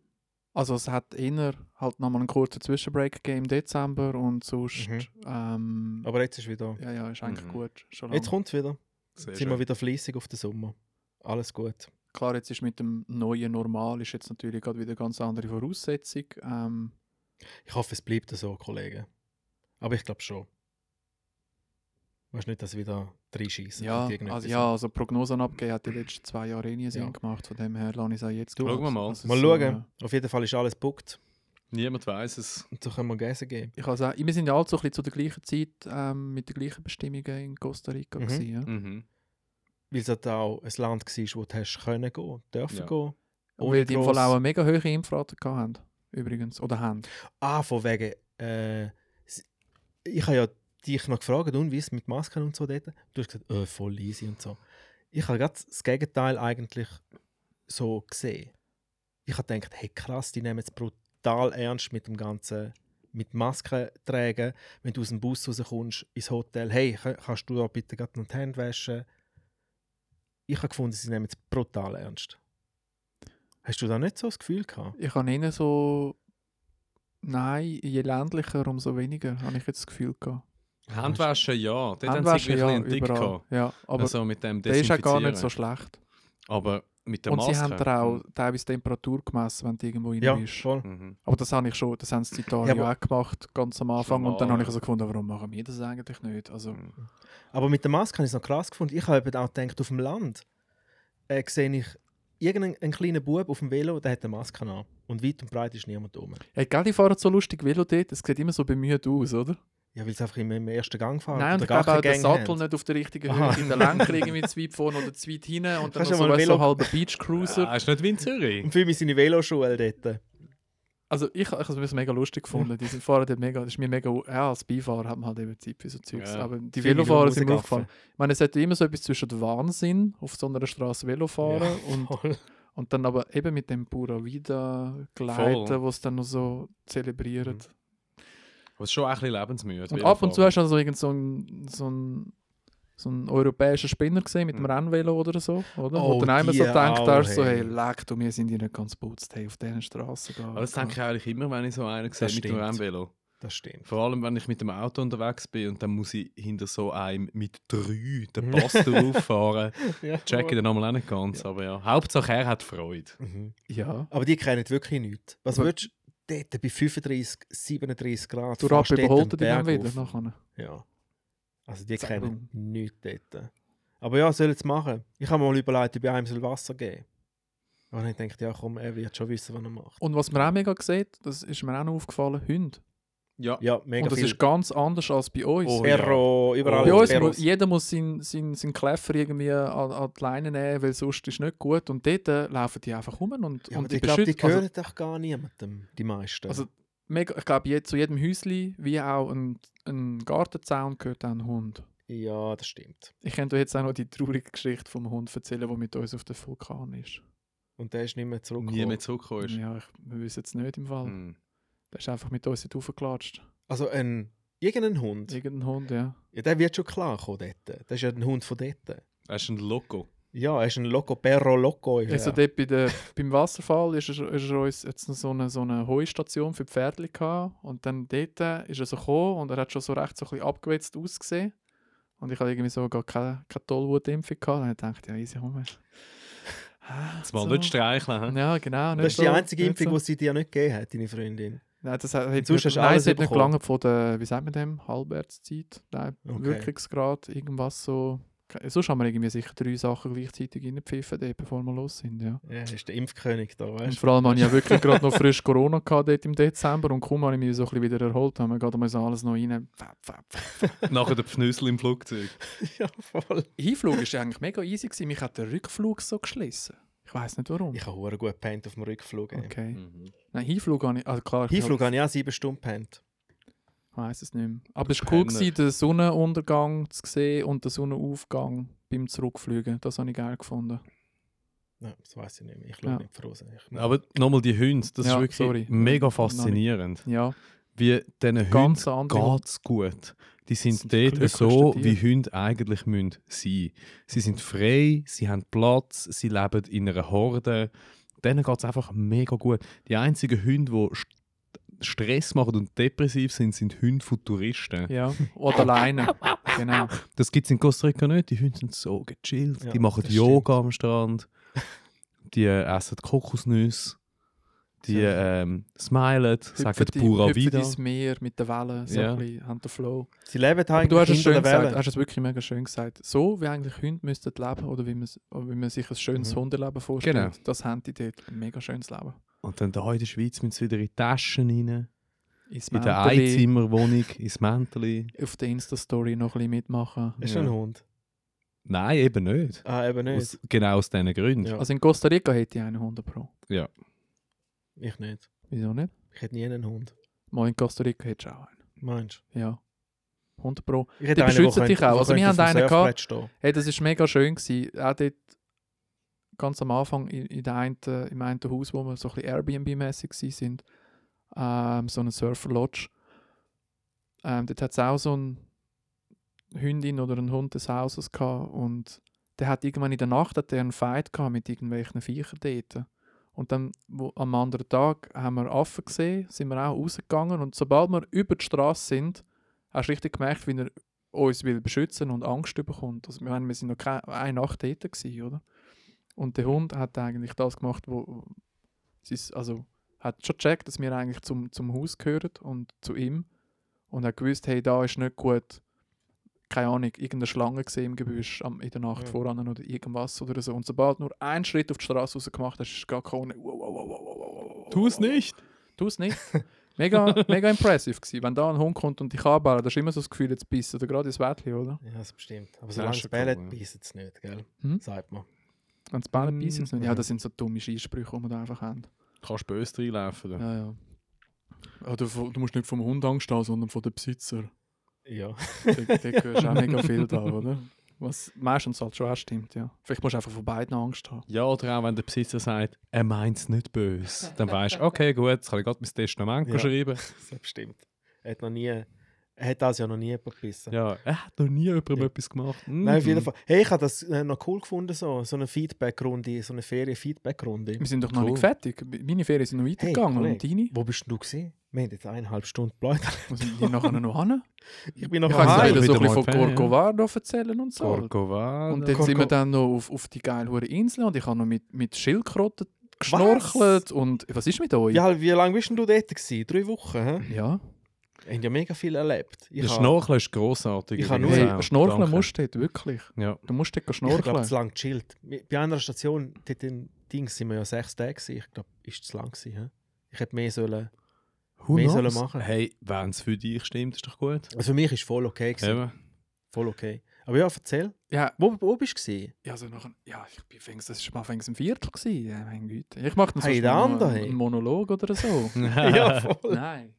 Speaker 2: Also es hat eher halt nochmal einen kurzen Zwischenbreak gegeben im Dezember und sonst...
Speaker 1: Mhm.
Speaker 2: Ähm,
Speaker 1: Aber jetzt ist wieder.
Speaker 2: ja, ja, ist eigentlich
Speaker 5: Mhm.
Speaker 2: gut. Schon
Speaker 1: Jetzt
Speaker 2: lange.
Speaker 1: kommt es wieder.
Speaker 5: Sehr
Speaker 1: Jetzt sind wir wieder fließig auf den Sommer. Alles gut.
Speaker 2: Klar, jetzt ist mit dem neuen Normal ist jetzt natürlich gerade wieder eine ganz andere Voraussetzung. Ähm,
Speaker 1: Ich hoffe, es bleibt so, Kollegen. Aber ich glaube schon. Weißt du nicht, dass wieder drei schießen?
Speaker 2: ja, also, ja, also Prognosen abgegeben hat die letzten zwei Jahre eh nie Sinn
Speaker 1: halt Ja.
Speaker 2: gemacht. Von dem her lasse ich es auch jetzt.
Speaker 1: Du,
Speaker 2: gut.
Speaker 5: schauen wir mal.
Speaker 2: Also
Speaker 1: Mal
Speaker 2: so,
Speaker 1: schauen.
Speaker 2: äh,
Speaker 1: Auf jeden Fall ist alles gebucht.
Speaker 5: Niemand weiß es.
Speaker 1: Und so können wir Gäse geben.
Speaker 2: Ich also, wir sind ja alle so ein bisschen zu der gleichen Zeit ähm, mit den gleichen Bestimmungen in Costa Rica.
Speaker 1: Mhm.
Speaker 2: Gewesen, ja.
Speaker 5: Mhm.
Speaker 1: Weil es halt auch ein Land war, wo du hast können gehen, dürfen
Speaker 5: Ja.
Speaker 1: gehen.
Speaker 2: Und weil die im Fall
Speaker 1: gross-
Speaker 2: auch eine mega hohe Impfrate gehabt haben. Übrigens. Oder haben.
Speaker 1: Ah, von wegen. Äh, s- ich habe ja dich noch gefragt, und wie ist es mit Masken und so dort? Du hast gesagt, äh, voll easy und so. Ich habe gerade das Gegenteil eigentlich so gesehen. Ich habe gedacht, hey krass, die nehmen es brutal ernst mit dem ganzen mit Masken tragen, wenn du aus dem Bus rauskommst, ins Hotel, hey, ka- kannst du da bitte gerade noch die Hände waschen? Ich habe gefunden, sie nehmen es brutal ernst. Hast du da nicht so das Gefühl gehabt?
Speaker 2: Ich habe ihnen so. Nein, je ländlicher, umso weniger, habe ich jetzt das Gefühl gehabt.
Speaker 5: Handwaschen, ja. Dort haben sie
Speaker 2: Handwaschen,
Speaker 5: wirklich
Speaker 2: ja,
Speaker 5: einen Dick
Speaker 2: überall.
Speaker 5: gehabt.
Speaker 2: Ja, aber
Speaker 5: also mit dem
Speaker 2: der ist ja gar nicht so
Speaker 5: Desinfizieren.
Speaker 2: schlecht.
Speaker 5: Aber mit der
Speaker 2: Und
Speaker 5: Maske.
Speaker 2: sie haben da auch teilweise Temperatur gemessen, wenn du irgendwo rein
Speaker 1: Ja,
Speaker 2: bist.
Speaker 1: voll.
Speaker 5: Mhm.
Speaker 2: Aber das habe ich schon, das haben sie in
Speaker 1: Ja,
Speaker 2: Italien
Speaker 1: aber-
Speaker 2: auch gemacht, ganz am Anfang. Und dann
Speaker 5: normal,
Speaker 2: habe ich
Speaker 5: ja.
Speaker 2: so gefunden, warum machen wir das eigentlich nicht? Also,
Speaker 5: Mhm.
Speaker 1: Aber mit der Maske habe ich es noch krass gefunden. Ich habe eben auch gedacht, auf dem Land äh, sehe ich irgendeinen einen kleinen Bub auf dem Velo, der hat eine Maske an. Und weit und breit ist niemand rum.
Speaker 2: ja, gell, die fahren so lustig Velo dort, es sieht immer so bemüht aus, oder?
Speaker 1: Ja, weil es einfach immer im ersten Gang fahren.
Speaker 2: Nein,
Speaker 1: oder
Speaker 2: und ich glaube
Speaker 1: keine
Speaker 2: auch, der
Speaker 1: Gang
Speaker 2: Sattel
Speaker 1: haben.
Speaker 2: nicht auf der richtigen
Speaker 1: Aha.
Speaker 2: Höhe, in der Lenker irgendwie zu weit vorne oder zu weit hinten und dann
Speaker 1: Kannst Ah.
Speaker 2: noch
Speaker 1: du
Speaker 2: so,
Speaker 1: mal
Speaker 2: weißt, so
Speaker 1: Velo-
Speaker 2: halber Beachcruiser.
Speaker 5: Ah, ist nicht wie in Zürich.
Speaker 1: Und für mich seine Veloschuhe dort.
Speaker 2: Also ich, ich habe es mega lustig gefunden, die sind fahren dort mega, das ist mir mega, ja, als Beifahrer hat man halt eben Zeit für so Zeugs,
Speaker 5: Ja.
Speaker 2: aber die
Speaker 1: Viel
Speaker 2: Velofahrer
Speaker 1: Musik
Speaker 2: sind mir
Speaker 1: machen.
Speaker 2: aufgefallen. Ich meine, es hat immer so etwas zwischen Wahnsinn, auf so einer Straße Velofahren und
Speaker 1: Voll.
Speaker 2: Und dann aber eben mit dem Pura Vida
Speaker 5: Voll.
Speaker 2: gleiten, wo es dann noch so zelebrieren.
Speaker 5: Mhm. Aber es ist schon auch ein bisschen lebensmüde.
Speaker 2: Und ab und zu hast du also irgend so einen so einen- so einen europäischen Spinner gesehen mit dem
Speaker 5: Mhm.
Speaker 2: Rennvelo oder so, oder?
Speaker 1: Oh,
Speaker 2: wo dann einmal so
Speaker 1: die
Speaker 2: denkt,
Speaker 1: auch,
Speaker 2: hast so,
Speaker 1: hey.
Speaker 2: hey, leck du, wir sind ja nicht ganz putzt, hey, auf diesen Straßen da.
Speaker 5: Aber das denke ich eigentlich immer, wenn ich so einen sehe
Speaker 1: Das
Speaker 5: mit dem
Speaker 1: stimmt.
Speaker 5: Rennvelo.
Speaker 1: Das stimmt.
Speaker 5: Vor allem, wenn ich mit dem Auto unterwegs bin und dann muss ich hinter so einem mit drei den Pass drauffahren.
Speaker 1: Ja.
Speaker 5: Check ich den nochmal auch nicht ganz, aber ja. Hauptsache er hat Freude.
Speaker 1: Mhm.
Speaker 2: Ja.
Speaker 1: Aber die kennen wirklich nichts. Was
Speaker 2: Aber-
Speaker 1: würdest du dort bei 35, 37 Grad
Speaker 2: Du
Speaker 1: fährst
Speaker 2: rapp
Speaker 1: dort
Speaker 2: überholt
Speaker 1: einen
Speaker 2: dich dann
Speaker 1: Berg
Speaker 2: wieder
Speaker 1: auf.
Speaker 2: nachher.
Speaker 1: Ja. Also die
Speaker 2: Zack,
Speaker 1: kennen nichts dort. Aber ja, sollen sie machen. Ich habe mir mal überlegt, ob ich einem soll Wasser geben Und ich denke, ja komm, er wird schon wissen, was er macht.
Speaker 2: Und was man auch mega sieht, das ist mir auch noch aufgefallen, Hunde.
Speaker 5: Ja.
Speaker 1: Ja, mega
Speaker 2: Und das
Speaker 1: viel.
Speaker 2: ist ganz anders als bei uns.
Speaker 5: Oh,
Speaker 1: Perro, überall.
Speaker 2: Bei uns
Speaker 1: Perros.
Speaker 2: muss jeder muss seinen sein, sein Kläffer irgendwie an, an die Leine nehmen, weil sonst ist nicht gut. Und dort äh, laufen die einfach rum und,
Speaker 1: ja,
Speaker 2: und
Speaker 1: und ich glaube, die
Speaker 2: beschützen- also,
Speaker 1: gehören doch gar niemandem, die meisten.
Speaker 2: Also- mega, ich glaube, je, zu jedem Häusli, wie auch ein, ein Gartenzaun, gehört auch ein Hund.
Speaker 1: ja, das stimmt.
Speaker 2: Ich könnte euch jetzt auch noch die traurige Geschichte vom Hund erzählen, der mit uns auf dem Vulkan ist.
Speaker 1: Und der ist nicht mehr zurückgekommen.
Speaker 5: Nie mehr zurückgekommen ist.
Speaker 2: Ja, ich, wir wissen es nicht im Fall.
Speaker 5: Hm.
Speaker 2: Der ist einfach mit uns dort raufgeklatscht.
Speaker 1: Also ein, irgendein Hund,
Speaker 2: Irgendein Hund, ja.
Speaker 1: ja, der wird schon klar kommen dort. Das ist ja ein Hund von dort.
Speaker 5: Er ist ein Loco.
Speaker 1: Ja, er ist ein Loco, Perro Loco. Ist
Speaker 2: Also
Speaker 1: er.
Speaker 2: dort bei der, beim Wasserfall ist er, ist er uns jetzt noch so eine, so eine Heustation für die Pferdchen gehabt. Und dann dort äh, ist er so gekommen und er hat schon so recht so ein bisschen abgewetzt ausgesehen. Und ich hatte irgendwie so gar keine, keine Tollwutimpfung gehabt. Und dann dachte ich, ja, easy, Hummel.
Speaker 5: Jetzt mal nicht ne? streicheln. hä?
Speaker 2: Ja, genau.
Speaker 1: Das
Speaker 2: nicht
Speaker 1: ist die
Speaker 2: so-
Speaker 1: einzige
Speaker 2: nicht
Speaker 1: Impfung,
Speaker 2: so.
Speaker 1: die sie dir nicht gegeben hat, deine Freundin.
Speaker 2: Nein, das hat, hat
Speaker 1: Sonst
Speaker 2: nicht,
Speaker 1: hast du
Speaker 2: nein,
Speaker 1: alles
Speaker 2: es hat nicht
Speaker 1: bekommen.
Speaker 2: gelangt von der, wie sagt man dem, Halbwertszeit, nein,
Speaker 1: Okay.
Speaker 2: Wirkungsgrad, irgendwas so. Sonst haben wir irgendwie sicher drei Sachen gleichzeitig reingepfiffen, dort, bevor wir los sind, ja.
Speaker 1: Ja, das ist der Impfkönig da,
Speaker 2: Und
Speaker 1: weißt du?
Speaker 2: vor allem habe ich ja wirklich gerade noch frisch Corona gehabt dort im Dezember und kaum habe ich mich so ein bisschen wieder erholt, haben wir gerade mal so alles noch rein. Pfeff, pfeff, pfeff.
Speaker 5: Nachher der Pfnüssel im Flugzeug.
Speaker 1: ja, voll.
Speaker 2: Hinflug war eigentlich mega easy, gewesen. mich hat der Rückflug so geschlissen. Ich weiß nicht warum.
Speaker 1: Ich habe hure gut gepennt auf dem Rückflug. ey.
Speaker 2: Okay.
Speaker 5: Mhm.
Speaker 2: Nein, Hinflug habe ich, also klar, ich
Speaker 1: Hinflug habe ich auch sieben Stunden gepennt.
Speaker 2: Ich weiß es nicht mehr. Aber es war cool,
Speaker 5: Penner.
Speaker 2: gewesen, den Sonnenuntergang zu sehen und den Sonnenaufgang beim Zurückfliegen. Das habe ich geil gefunden.
Speaker 1: Nein, das weiß ich nicht mehr. Ich schaue
Speaker 2: Ja.
Speaker 1: nicht frozen. Ich
Speaker 5: Aber nochmal die Hunde, das
Speaker 2: Ja,
Speaker 5: ist wirklich
Speaker 2: sorry.
Speaker 5: mega
Speaker 2: Noch nicht.
Speaker 5: faszinierend.
Speaker 2: Ja,
Speaker 5: Wie diesen
Speaker 2: ganz
Speaker 5: Hunden
Speaker 2: andere.
Speaker 5: geht es gut. Die sind
Speaker 2: sind die
Speaker 5: dort so,
Speaker 2: glücklichsten
Speaker 5: wie
Speaker 2: Tiere.
Speaker 5: Hunde eigentlich müssen sein Sie sind frei, sie haben Platz, sie leben in einer Horde. Denen geht es einfach mega gut. Die einzigen Hunde, die St- Stress machen und depressiv sind, sind Hunde von Touristen.
Speaker 2: ja. Oder alleine. genau.
Speaker 5: Das gibt es in Costa Rica nicht. Die Hunde sind so gechillt.
Speaker 1: Ja,
Speaker 5: die machen
Speaker 1: das
Speaker 5: Yoga am Strand. Die äh, essen Kokosnüsse. Die ähm, smilen, sagen
Speaker 2: Hüpfen die-
Speaker 5: Pura
Speaker 2: hüpfen
Speaker 5: Vida.
Speaker 2: ins Meer mit den Wellen, so
Speaker 5: Ja.
Speaker 2: ein bisschen, haben den Flow.
Speaker 1: Sie leben
Speaker 2: Aber
Speaker 1: halt
Speaker 2: du hast es
Speaker 1: hinter
Speaker 2: schön
Speaker 1: der
Speaker 2: gesagt,
Speaker 1: Welle.
Speaker 2: hast es wirklich mega schön gesagt. So wie eigentlich Hunde müssten leben oder wie man, s- oder wie man sich ein schönes
Speaker 1: Mhm.
Speaker 2: Hundeleben vorstellt,
Speaker 5: Genau.
Speaker 2: das haben die dort. Ein mega schönes Leben.
Speaker 5: Und dann hier in der Schweiz müssen sie wieder in die Taschen rein.
Speaker 2: Ins
Speaker 5: In der
Speaker 2: Mäntelchen,
Speaker 5: Einzimmerwohnung, ins Mäntel.
Speaker 2: Auf der Insta-Story noch ein bisschen mitmachen.
Speaker 1: Ist schon ein
Speaker 5: Ja.
Speaker 1: Hund.
Speaker 5: Nein, eben nicht.
Speaker 1: Ah, eben nicht.
Speaker 5: Aus, genau aus diesen Gründen.
Speaker 1: Ja.
Speaker 2: Also in Costa Rica hätte ich einen Hund pro.
Speaker 1: Ich nicht.
Speaker 2: Wieso nicht?
Speaker 1: Ich hätte nie einen Hund.
Speaker 2: Mal in Costa Rica hättest du auch einen.
Speaker 1: Meinst
Speaker 2: Ja. 100 Pro.
Speaker 1: du? Ich hätte
Speaker 2: Die
Speaker 1: einen, der
Speaker 2: beschützen
Speaker 1: könnte-
Speaker 2: dich auch.
Speaker 1: der
Speaker 2: Also wir
Speaker 1: könnte
Speaker 2: haben
Speaker 1: auf dem
Speaker 2: einen gehabt-
Speaker 1: Surfbrett stehen.
Speaker 2: Hey, das war mega schön. Gewesen. Auch dort ganz am Anfang in, in der einen, im einen Haus, wo wir so ein bisschen Airbnb-mässig waren, ähm, so eine Surfer-Lodge. Ähm, dort hat es auch so eine Hündin oder einen Hund des Hauses gehabt und der hat irgendwann in der Nacht hat der einen Fight gehabt mit irgendwelchen Viechern dort. Und dann wo, am anderen Tag haben wir Affen gesehen, sind wir auch rausgegangen und sobald wir über die Straße sind, hast du richtig gemerkt, wie er uns will beschützen und Angst bekommt. Also, wir, wir sind noch keine, eine Nacht dort, gewesen, oder? Und der Hund hat eigentlich das gemacht, wo es ist, also hat schon gecheckt, dass wir eigentlich zum, zum Haus gehören und zu ihm. Und hat gewusst, hey, da ist nicht gut, keine Ahnung, irgendeine Schlange gesehen im Gebüsch am, in der Nacht
Speaker 1: Ja.
Speaker 2: voran oder irgendwas oder so. Und sobald nur einen Schritt auf die Straße raus gemacht hast, ist gar keine. Wow, wow, wow, wow, wow, wow, wow,
Speaker 5: Tu es nicht!
Speaker 2: Tu es nicht. Mega, mega impressive gewesen. Wenn da ein Hund kommt und dich anballert, hast du immer so das Gefühl, jetzt bist oder gerade ins Wettchen, oder?
Speaker 1: Ja, das bestimmt. Aber
Speaker 5: ist
Speaker 1: solange es
Speaker 5: schon
Speaker 1: bellet,
Speaker 5: cool, ja.
Speaker 1: beißt es nicht, gell?
Speaker 2: Hm?
Speaker 1: Sagt man.
Speaker 2: Wenn es Bälle beißen,
Speaker 5: Mhm.
Speaker 2: nicht. Mm. Ja, das sind so dumme Scheißsprüche, die wir da einfach haben.
Speaker 5: Kannst böse reinlaufen.
Speaker 2: Ja, ja. Oder von- du musst nicht vom Hund Angst haben, sondern von den Besitzer.
Speaker 1: Ja.
Speaker 2: Da da hörst du auch mega viel da, oder? Was meistens halt schon auch stimmt, ja. Vielleicht musst du einfach von beiden Angst haben.
Speaker 5: Ja, oder auch wenn der Besitzer sagt, er meint es nicht böse. Dann weißt du, okay, gut, jetzt kann ich gerade mein Testament
Speaker 1: Ja.
Speaker 5: schreiben.
Speaker 1: Das bestimmt. Er hat noch nie, er hat das ja noch nie gebissen.
Speaker 5: Ja, er hat noch nie jemandem etwas gemacht. Mhm.
Speaker 1: Nein, auf jeden Fall. Hey, ich habe das äh, noch cool gefunden, so, so eine Feedback-Runde, so eine Ferien-Feedback-Runde.
Speaker 2: Wir sind doch noch
Speaker 5: Cool.
Speaker 2: nicht fertig. Meine Ferien sind noch weitergegangen.
Speaker 1: Kollege.
Speaker 2: und deine?
Speaker 1: Wo bist denn du gewesen? Wir haben jetzt eineinhalb Stunden geläutert.
Speaker 2: Wo sind die nachher noch hin?
Speaker 1: Ich bin
Speaker 2: Ich
Speaker 1: noch
Speaker 5: kann
Speaker 2: kann
Speaker 5: Aha,
Speaker 1: heim.
Speaker 5: sagen,
Speaker 2: dir so ein
Speaker 5: wieder
Speaker 2: bisschen
Speaker 5: mal
Speaker 2: von
Speaker 5: Ferien.
Speaker 2: Corcovado erzählen und so.
Speaker 5: Corcovado.
Speaker 2: Und dann
Speaker 1: Korko-
Speaker 2: sind wir dann noch auf, auf die geile hure Insel und ich habe noch mit, mit Schildkröten geschnorchelt und was ist mit euch?
Speaker 1: Ja, halt, wie lange bist denn du dort? Gewesen? Drei Wochen? hä?
Speaker 2: Ja.
Speaker 1: Wir haben ja mega viel erlebt. Ich
Speaker 5: der
Speaker 1: habe-
Speaker 5: Schnorcheln ist grossartig.
Speaker 1: Ich habe nur-
Speaker 5: übrigens
Speaker 2: Hey,
Speaker 5: auch.
Speaker 2: schnorcheln
Speaker 5: Danke.
Speaker 2: musst du dort, wirklich.
Speaker 5: Ja.
Speaker 2: Du musst dort
Speaker 1: Ich
Speaker 2: schnorcheln.
Speaker 1: glaube, zu lange gechillt. Bei einer Station dort in Dings sind wir ja sechs Tage gewesen. Ich glaube, ist zu lang gewesen. hä? Ich hätte mehr sollen.
Speaker 5: Who
Speaker 1: Mehr
Speaker 5: knows?
Speaker 1: sollen machen.
Speaker 5: Hey, wenn es für dich stimmt, ist doch gut.
Speaker 1: Also für mich ist voll okay gewesen.
Speaker 5: Eben.
Speaker 1: Voll okay. Aber ja, erzähl.
Speaker 2: Ja,
Speaker 1: Wo, wo bist du? gewesen?
Speaker 2: ja, so nach, ja ich bin fängs, das war mal fängs im Viertel. Gewesen. Ja, mein Güte. Ich mache dann
Speaker 1: Hey,
Speaker 2: sonst
Speaker 1: der
Speaker 2: nur
Speaker 1: andere, hey.
Speaker 2: einen Monolog oder so.
Speaker 1: ja, voll.
Speaker 2: Nein.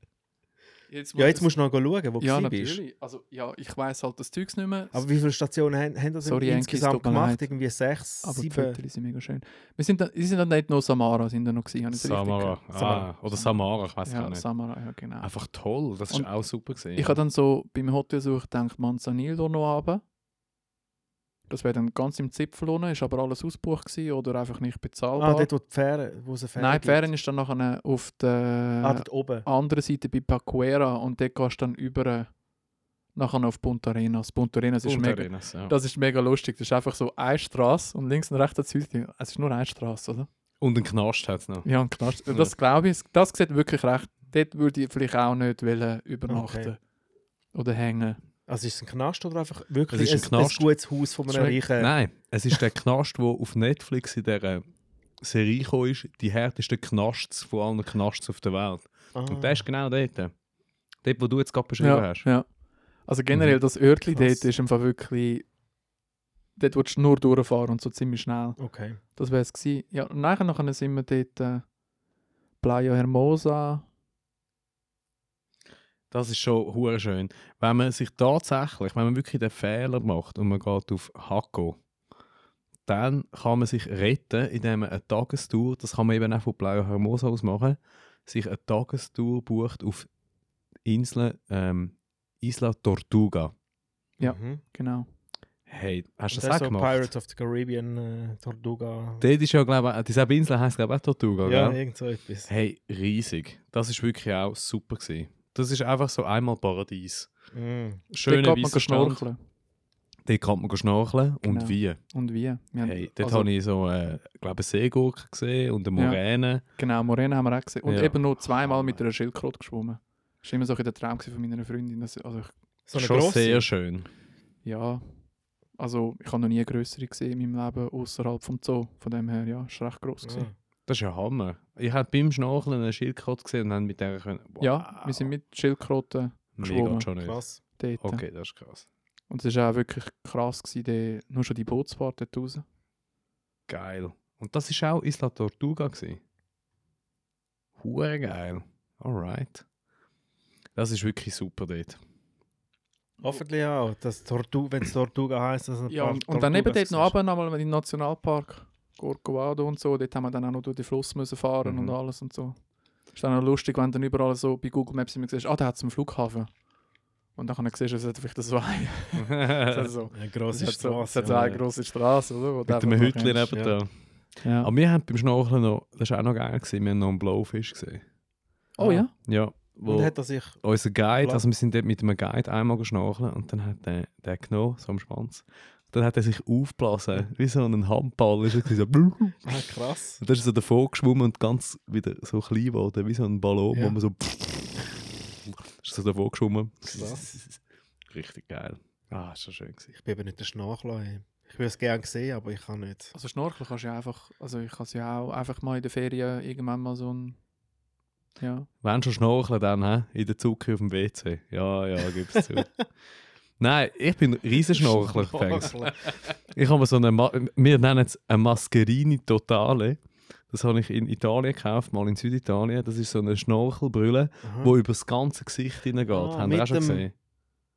Speaker 2: Jetzt
Speaker 1: Ja, jetzt
Speaker 2: das-
Speaker 1: musst du noch schauen, wo
Speaker 2: Ja,
Speaker 1: du gewesen bist.
Speaker 2: natürlich. Also, ja, ich weiss halt das Zeugs nicht mehr.
Speaker 1: Aber wie viele Stationen haben, haben das
Speaker 2: Sorry, Yankees,
Speaker 1: insgesamt
Speaker 2: tut mir
Speaker 1: gemacht?
Speaker 2: leid.
Speaker 1: Irgendwie sechs,
Speaker 2: aber die
Speaker 1: sieben.
Speaker 2: Fotos sind mega schön. Wir sind dann, sie sind dann nicht nur Samara, sind dann noch gewesen. habe ich das richtig
Speaker 5: Samara.
Speaker 2: gehört?
Speaker 5: Ah, oder Samara, ich weiß gar
Speaker 2: Ja,
Speaker 5: nicht.
Speaker 2: Samara, ja, genau.
Speaker 5: Einfach toll, das ist
Speaker 2: Und
Speaker 5: auch super gesehen.
Speaker 2: Ich habe dann so beim Hotelsuch gedacht, Manzanillo noch runter. Das wäre dann ganz im Zipfel unten, ist aber alles ausgebucht gewesen oder einfach nicht bezahlbar.
Speaker 1: Ah, dort, wo die Fähre, wo es eine Fähre
Speaker 2: Nein, die
Speaker 1: gibt.
Speaker 2: Fähren ist dann nachher auf der
Speaker 1: Ah, dort oben.
Speaker 2: anderen Seite bei Pacuera und dort gehst du dann über äh, nachher auf Punta Arenas. Punta Arenas ist mega,
Speaker 5: Arenas, ja.
Speaker 2: das ist mega lustig. Das ist einfach so eine Straße und links und rechts hat es Häuschen. Es ist nur eine Straße, oder?
Speaker 5: Und einen Knast hat es noch.
Speaker 2: Ja, und Knast. Das glaube ich, das sieht wirklich recht. Dort würde ich vielleicht auch nicht wollen übernachten oder hängen.
Speaker 1: Also ist es ein Knast oder einfach wirklich
Speaker 5: Es ist ein Knast.
Speaker 1: gutes Haus von einem
Speaker 2: Schmeckt-
Speaker 1: reichen...
Speaker 5: Nein, es ist der Knast, der auf Netflix in dieser Serie gekommen ist, die härteste Knast von allen Knasts auf der Welt.
Speaker 1: Ah.
Speaker 5: Und der ist genau dort. Dort, wo du jetzt gerade beschrieben
Speaker 2: Ja,
Speaker 5: hast. Mhm.
Speaker 2: ja. Also generell, das Örtli
Speaker 1: Krass.
Speaker 2: dort ist einfach wirklich. Dort willst du nur durchfahren und so ziemlich schnell.
Speaker 1: Okay.
Speaker 2: Das wäre es gewesen. Ja, und nachher, nachher sind wir dort äh, Playa Hermosa.
Speaker 5: Das ist schon hure schön. Wenn man sich tatsächlich, wenn man wirklich den Fehler macht und man geht auf Hakko, dann kann man sich retten, indem man eine Tagestour, das kann man eben auch von Playa Hermosa aus machen, sich eine Tagestour bucht auf Insel, ähm, Isla Tortuga.
Speaker 2: Ja.
Speaker 1: Mhm.
Speaker 2: Genau.
Speaker 5: Hey, hast du
Speaker 1: Das
Speaker 5: das,
Speaker 1: ist so
Speaker 5: auch gemacht?
Speaker 1: Pirates of the Caribbean, äh, Tortuga.
Speaker 5: Dort ist ja, glaube ich, diese Insel heisst, glaube ich, auch Tortuga,
Speaker 1: ja,
Speaker 5: gell?
Speaker 1: irgend so etwas.
Speaker 5: Hey, riesig. Das ist wirklich auch super gewesen. Das ist einfach so einmal Paradies.
Speaker 1: Mhm.
Speaker 5: Schöner
Speaker 2: dort geht man
Speaker 5: weißer Strand.
Speaker 2: schnorcheln.
Speaker 5: Dort kann man schnorcheln
Speaker 2: Genau.
Speaker 5: und wie.
Speaker 2: Und wie? Wir haben-
Speaker 5: Hey, dort
Speaker 2: also,
Speaker 5: habe ich so, äh, glaube ich, Seegurke gesehen und eine
Speaker 2: Ja.
Speaker 5: Moräne.
Speaker 2: Genau, Morena haben wir auch gesehen. Und
Speaker 5: Ja.
Speaker 2: eben nur zweimal
Speaker 5: Hammer.
Speaker 2: mit einer Schildkröte geschwommen. Das war immer so ein bisschen der Traum gewesen von meiner Freundin. Dass, also ich,
Speaker 1: So eine
Speaker 5: Schon
Speaker 1: grosse.
Speaker 5: sehr schön.
Speaker 2: ja, also ich habe noch nie eine größere gesehen in meinem Leben außerhalb vom Zoo. Von dem her, ja, ist recht
Speaker 5: Mhm.
Speaker 2: groß gewesen.
Speaker 1: Ja.
Speaker 5: Das ist ja Hammer. Ich habe beim Schnorcheln eine Schildkröte gesehen und dann mit der können. Wow.
Speaker 2: Ja, wir sind mit Schildkröten
Speaker 5: Mega
Speaker 2: geschwommen.
Speaker 5: schon nicht.
Speaker 1: Krass.
Speaker 2: dort.
Speaker 5: Okay, das ist krass.
Speaker 2: Und es war auch wirklich krass, gewesen, die, nur schon die Bootsfahrt dort raus.
Speaker 5: Geil. Und das ist auch Isla Tortuga gewesen. Hure geil. Alright. Das ist wirklich super dort.
Speaker 1: Hoffentlich auch, dass Tortu wenn es Tortuga heisst, dass ein
Speaker 2: Ja,
Speaker 1: paar
Speaker 2: und, und dann eben
Speaker 1: Tortugas
Speaker 2: dort noch
Speaker 1: sind.
Speaker 2: runter, nochmal in den Nationalpark, Corcovado und so, dort haben wir dann auch noch durch den Fluss müssen fahren
Speaker 5: Mhm.
Speaker 2: und alles und so. Ist dann auch lustig, wenn dann überall so bei Google Maps immer siehst, ah, da hat es einen Flughafen. Und dann siehst du, es hat vielleicht das zwei. Es
Speaker 5: Äh,
Speaker 2: hat so,
Speaker 1: Eine
Speaker 2: es
Speaker 1: grosse
Speaker 2: Also, hat so, es
Speaker 1: Straße.
Speaker 2: hat so eine
Speaker 5: ja.
Speaker 2: grosse Straße, oder? Wo du
Speaker 5: Mit
Speaker 2: einfach
Speaker 5: einem
Speaker 2: noch
Speaker 5: Hütchen
Speaker 2: kannst.
Speaker 5: neben da.
Speaker 2: Ja.
Speaker 5: Aber wir haben beim Schnorcheln noch, das war auch noch geil, gewesen, wir haben noch einen Blowfish gesehen.
Speaker 2: Oh ja?
Speaker 5: Ja. Wo
Speaker 1: Und hat er sich...
Speaker 5: unser Guide,
Speaker 1: Klar.
Speaker 5: also wir sind dort mit einem Guide einmal geschnorchelt und dann hat der, der genommen, so am Schwanz. Und dann hat er sich aufgeblasen, wie so ein Handball. Ist er gewesen, so, blub.
Speaker 1: Ah, krass.
Speaker 5: und dann ist er so davor geschwommen und ganz wieder so klein geworden, wie so ein Ballon,
Speaker 2: Ja.
Speaker 5: wo man so... ist so davor geschwommen.
Speaker 1: Krass.
Speaker 5: Richtig geil. Ah, ist schon schön gewesen.
Speaker 1: Ich bin eben nicht der Schnorchler. ey. Ich würde es gerne sehen, aber ich kann nicht.
Speaker 2: Also Schnorcheln kannst du ja einfach, also ich kann es ja auch einfach mal in der Ferien irgendwann mal so ein, ja.
Speaker 5: Wenn schon schnorcheln, dann hä? in der Zucke auf dem WC. Ja, ja, gib's zu. Nein, ich bin Riesenschnorchler. Fängs. Ich habe so eine, Ma wir nennen es eine Mascherini Totale. Das habe ich in Italien gekauft, mal in Süditalien. Das ist so eine Schnorchelbrille,
Speaker 1: Aha.
Speaker 5: die über das ganze Gesicht hineingeht.
Speaker 1: Hm. Ah,
Speaker 5: Haben wir auch
Speaker 1: mit
Speaker 5: schon
Speaker 1: dem-
Speaker 5: gesehen.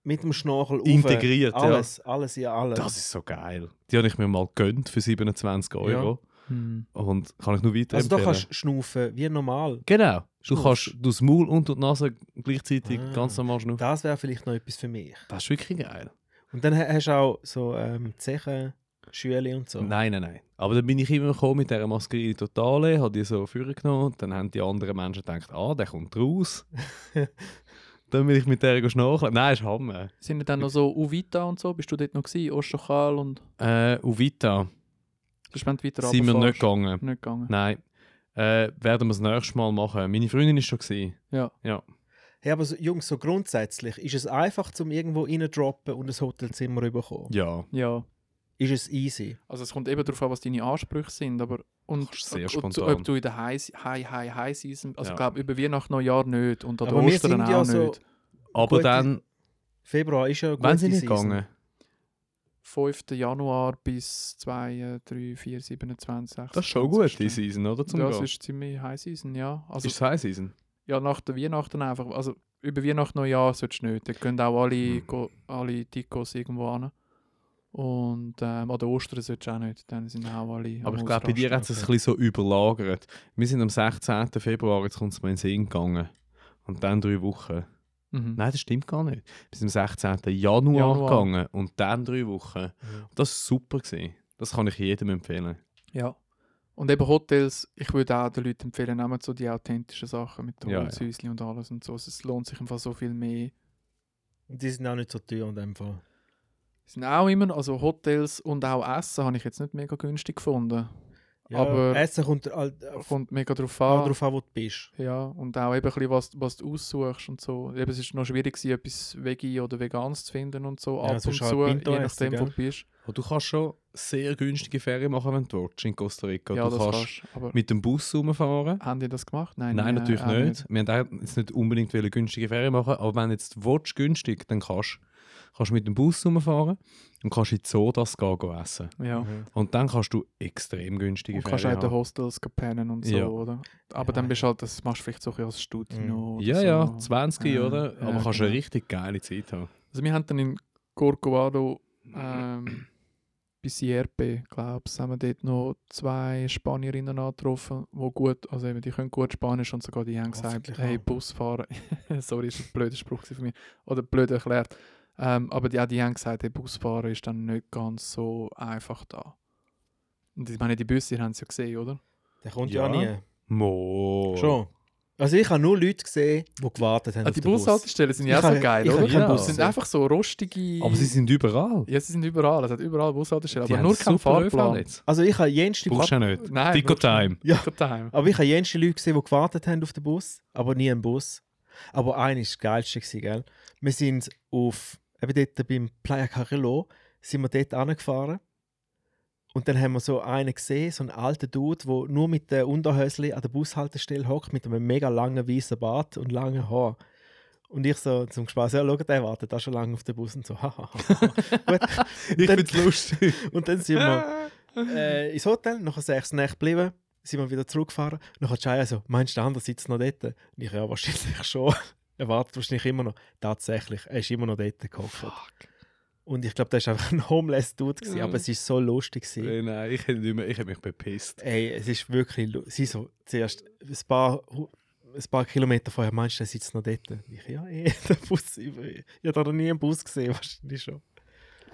Speaker 1: Mit dem Schnorchel rauf.
Speaker 5: Integriert, ja.
Speaker 1: Alles, alles in alles.
Speaker 5: Das ist so geil. Die habe ich mir mal gönnt für 27 Euro. Hm. Und kann ich nur
Speaker 1: also
Speaker 5: weiterempfehlen.
Speaker 1: da kannst du schnaufen, wie normal.
Speaker 5: genau. Du
Speaker 1: Schnurst.
Speaker 5: kannst du das Maul und die Nase gleichzeitig
Speaker 1: Ah.
Speaker 5: ganz normal schnaufen.
Speaker 1: Das wäre vielleicht noch etwas für mich.
Speaker 5: Das ist wirklich geil.
Speaker 1: Und dann ha- hast du auch so ähm, Zechen, Schüle und so.
Speaker 5: Nein, nein, nein. Aber dann bin ich immer gekommen mit dieser Maskerine Totale, habe die so vorgenommen und dann haben die anderen Menschen gedacht, ah, der kommt raus. dann bin ich mit der schnorcheln. Nein, ist Hammer.
Speaker 2: Sind denn dann noch so Uvita und so? Bist du dort noch gewesen? Ostochal und...
Speaker 5: Äh, Uvita
Speaker 2: Sonst, wenn du weiter
Speaker 5: sind wir
Speaker 2: runterfährst,
Speaker 5: nicht gegangen.
Speaker 2: nicht gegangen.
Speaker 5: Nein. Äh, werden wir das nächste Mal machen. Meine Freundin ist schon gewesen.
Speaker 2: Ja.
Speaker 1: Hey, aber so, Jungs, so grundsätzlich, ist es einfach, zum irgendwo reindroppen und ein Hotelzimmer zu bekommen?
Speaker 5: Ja.
Speaker 2: Ja,
Speaker 1: ist es easy.
Speaker 2: Also es kommt eben darauf an, was deine Ansprüche sind, aber und,
Speaker 5: Kannst sehr
Speaker 2: und- und
Speaker 5: spontan.
Speaker 2: ob du in der High, High, High, High Season, also
Speaker 5: Ja.
Speaker 2: ich glaube über Weihnachten, Neujahr nicht und an
Speaker 1: Aber wir
Speaker 2: Ostern
Speaker 1: sind
Speaker 2: auch
Speaker 1: ja
Speaker 2: nicht.
Speaker 1: so-
Speaker 5: Aber
Speaker 1: Gute-
Speaker 5: dann,
Speaker 1: Februar ist ja eine gute
Speaker 5: wenn sie nicht
Speaker 1: Season.
Speaker 5: gegangen,
Speaker 2: 5. Januar bis 2, 3, 4, 27, 6.
Speaker 5: das ist schon gut, die Season, oder? Zum
Speaker 2: das
Speaker 5: Gehen.
Speaker 2: ist ziemlich High Season, ja. Also
Speaker 5: ist es High Season?
Speaker 2: ja, nach der Weihnachten einfach, also über Weihnachten, Neujahr solltest du nicht, da gehen auch alle,
Speaker 5: Hm.
Speaker 2: go, alle Tikos irgendwo hin. Und ähm, an der Ostern solltest du auch nicht, dann sind auch alle am
Speaker 5: Aber ich glaube, bei dir
Speaker 2: Ausrasten.
Speaker 5: hat es ein bisschen so überlagert. Wir sind am 16. Februar, jetzt kommt es mir in den Sinn gegangen. Und dann drei Wochen.
Speaker 2: Mhm.
Speaker 5: Nein, das stimmt gar nicht. Bis am 16. Januar,
Speaker 2: Januar.
Speaker 5: gegangen und dann drei Wochen. Das war super. Gewesen. Das kann ich jedem empfehlen.
Speaker 2: Ja. Und eben Hotels, ich würde auch den Leuten empfehlen, nehmen so die authentischen Sachen mit
Speaker 5: Ja, ja.
Speaker 2: Holzhäuschen und alles und so. Es lohnt sich einfach so viel mehr.
Speaker 1: Die sind auch nicht so teuer in dem Fall.
Speaker 2: Es sind auch immer, also Hotels und auch Essen habe ich jetzt nicht mega günstig gefunden.
Speaker 1: Ja,
Speaker 2: Aber-
Speaker 1: Essen kommt halt, äh,
Speaker 2: Kommt mega drauf
Speaker 1: auch
Speaker 2: an.
Speaker 1: darauf an, wo du bist.
Speaker 2: Ja, und auch eben ein bisschen, was, was du aussuchst und so. Eben, es ist noch schwierig gewesen, etwas Veggie oder Veganes zu finden und so.
Speaker 1: Ja,
Speaker 2: Ab
Speaker 1: es
Speaker 2: und
Speaker 1: ist halt
Speaker 2: zu, je
Speaker 1: Pinto essen,
Speaker 2: nachdem, wo
Speaker 1: gell?
Speaker 2: du bist.
Speaker 5: Aber du kannst schon sehr günstige Ferien machen, wenn du willst, in Costa Rica.
Speaker 2: ja,
Speaker 5: du
Speaker 2: das
Speaker 5: kannst,
Speaker 2: kannst du. Aber
Speaker 5: mit dem Bus rumfahren.
Speaker 2: haben die das gemacht? Nein,
Speaker 5: Nein,
Speaker 2: äh,
Speaker 5: natürlich
Speaker 2: auch
Speaker 5: nicht. Wir haben auch jetzt nicht unbedingt wollen günstige Ferien machen, aber wenn jetzt willst, günstig, dann kannst du. Kannst mit dem Bus rumfahren und kannst in Zodas gehen, gehen essen.
Speaker 2: Ja.
Speaker 1: Mhm.
Speaker 5: Und dann kannst du extrem günstige
Speaker 2: Und kannst auch
Speaker 5: Ferien
Speaker 2: in den
Speaker 5: haben.
Speaker 2: Hostels planen und so,
Speaker 5: Ja. Mm.
Speaker 2: oder?
Speaker 1: Ja,
Speaker 2: Aber dann bist du halt, das machst du vielleicht so ein bisschen als Studio. oder
Speaker 5: Ja,
Speaker 2: so.
Speaker 5: ja, 20,
Speaker 2: Äh,
Speaker 5: oder?
Speaker 2: ja,
Speaker 5: Aber kannst eine
Speaker 2: genau.
Speaker 5: richtig geile Zeit haben.
Speaker 2: Also wir haben dann in Corcovado
Speaker 1: Mhm.
Speaker 2: ähm, bei Sierpe, glaube ich, haben wir dort noch zwei Spanierinnen angetroffen, die gut, also eben, die können gut Spanisch und sogar die haben gesagt,
Speaker 1: Hoffentlich
Speaker 2: hey,
Speaker 1: auch.
Speaker 2: Busfahren, sorry, ist ein blöder Spruch gewesen von mir, oder blöd erklärt, ähm, aber die, auch die haben gesagt, hey, Busfahren ist dann nicht ganz so einfach da. Und ich meine, die Busse haben sie ja gesehen, oder?
Speaker 1: Der kommt ja,
Speaker 5: Ja. Oh.
Speaker 1: nie.
Speaker 5: Mo.
Speaker 1: Schon. Also ich habe nur Leute gesehen, die gewartet haben
Speaker 2: Ah,
Speaker 1: auf
Speaker 2: die
Speaker 1: den Bus.
Speaker 2: Bushaltestellen sind
Speaker 1: Ich
Speaker 2: ja auch so
Speaker 1: habe-
Speaker 2: geil,
Speaker 1: ich habe
Speaker 2: oder?
Speaker 5: keinen Bus
Speaker 2: Das sind
Speaker 1: gesehen.
Speaker 2: einfach so rostige...
Speaker 5: Aber sie sind überall.
Speaker 2: Ja, sie sind überall. Es hat überall Bushaltestellen,
Speaker 5: Die
Speaker 2: aber
Speaker 5: haben
Speaker 2: nur kein
Speaker 5: super ÖV
Speaker 2: Fahrplan.
Speaker 5: jetzt.
Speaker 1: Also ich habe jenste
Speaker 5: Brauchst du auch nicht.
Speaker 2: Nein,
Speaker 5: Tico Time.
Speaker 1: Ja,
Speaker 2: Time.
Speaker 1: aber ich habe jenste Leute gesehen, die gewartet haben auf den Bus, aber nie einen Bus. Aber einer war das Geilste, gewesen, gell? Wir sind auf, eben dort beim Playa Carrillo, sind wir dort angefahren. Und dann haben wir so einen gesehen, so einen alten Dude, der nur mit den Unterhösli an der Bushaltestelle hockt, mit einem mega langen weißen Bart und langen Haar. Und ich so zum Spaß, ja, schau, der wartet auch schon lange auf den Bus und so, haha. Gut,
Speaker 5: Ich
Speaker 1: Dann-
Speaker 5: find's lustig.
Speaker 1: Und dann sind wir äh, ins Hotel, nachher sechs Nächte geblieben, sind wir wieder zurückgefahren. Nachher hat Chaya so, meinst du, der andere sitzt noch dort? Und ich, ja, wahrscheinlich schon. Er wartet wahrscheinlich immer noch. Tatsächlich, er ist immer noch dort gehockt. Und ich glaube, der war einfach ein homeless Dude, gewesen,
Speaker 2: Ja.
Speaker 1: aber es war so lustig. Gewesen.
Speaker 5: Nein, nein, ich hätte nicht mehr- ich hätte mich bepisst.
Speaker 1: Ey, es ist wirklich, lu- sie so, zuerst ein paar, hu- ein paar Kilometer vorher, meinst du, der sitzt noch dort? Und Ich, ja, eh, der Bus, ich, ich habe noch nie einen Bus gesehen, wahrscheinlich schon.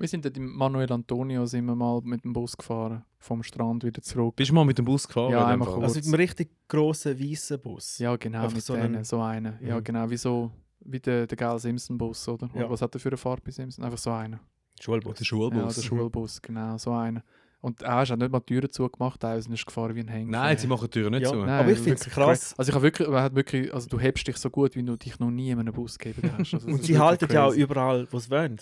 Speaker 2: Wir sind dort im Manuel Antonio sind wir mal mit dem Bus gefahren, vom Strand wieder zurück.
Speaker 5: Bist du mal mit dem Bus gefahren?
Speaker 2: Ja,
Speaker 5: in dem
Speaker 2: einmal
Speaker 5: Fall?
Speaker 2: kurz.
Speaker 1: Also mit einem richtig grossen, weißen Bus.
Speaker 2: Ja, genau,
Speaker 1: Einfach
Speaker 2: mit
Speaker 1: so
Speaker 2: so denen,
Speaker 1: einen-
Speaker 2: so einen. Ja,
Speaker 1: Mhm.
Speaker 2: genau, wie so, wie der, der Gal Simpson Bus, oder?
Speaker 1: Ja.
Speaker 2: Oder was hat er für eine Farbe bei Simpson? Einfach so einen.
Speaker 5: Oh,
Speaker 1: Schulbus.
Speaker 2: Ja,
Speaker 5: Der Schulbus.
Speaker 2: der Schulbus, genau, so einen. Und er hat nicht mal die Türen zugemacht, er ist gefahren wie ein Henker.
Speaker 5: Nein, sie machen die Türen nicht
Speaker 1: Ja,
Speaker 5: zu.
Speaker 1: nein. Aber ich find's
Speaker 2: wirklich
Speaker 1: krass.
Speaker 2: cra- Also ich habe wirklich, man hat wirklich, also du hebst dich so gut, wie du dich noch nie in einem Bus gegeben hast. Also, das
Speaker 1: Und
Speaker 2: ist
Speaker 1: sie
Speaker 2: wirklich
Speaker 1: halten ja auch
Speaker 2: crazy.
Speaker 1: überall, wo sie wollen.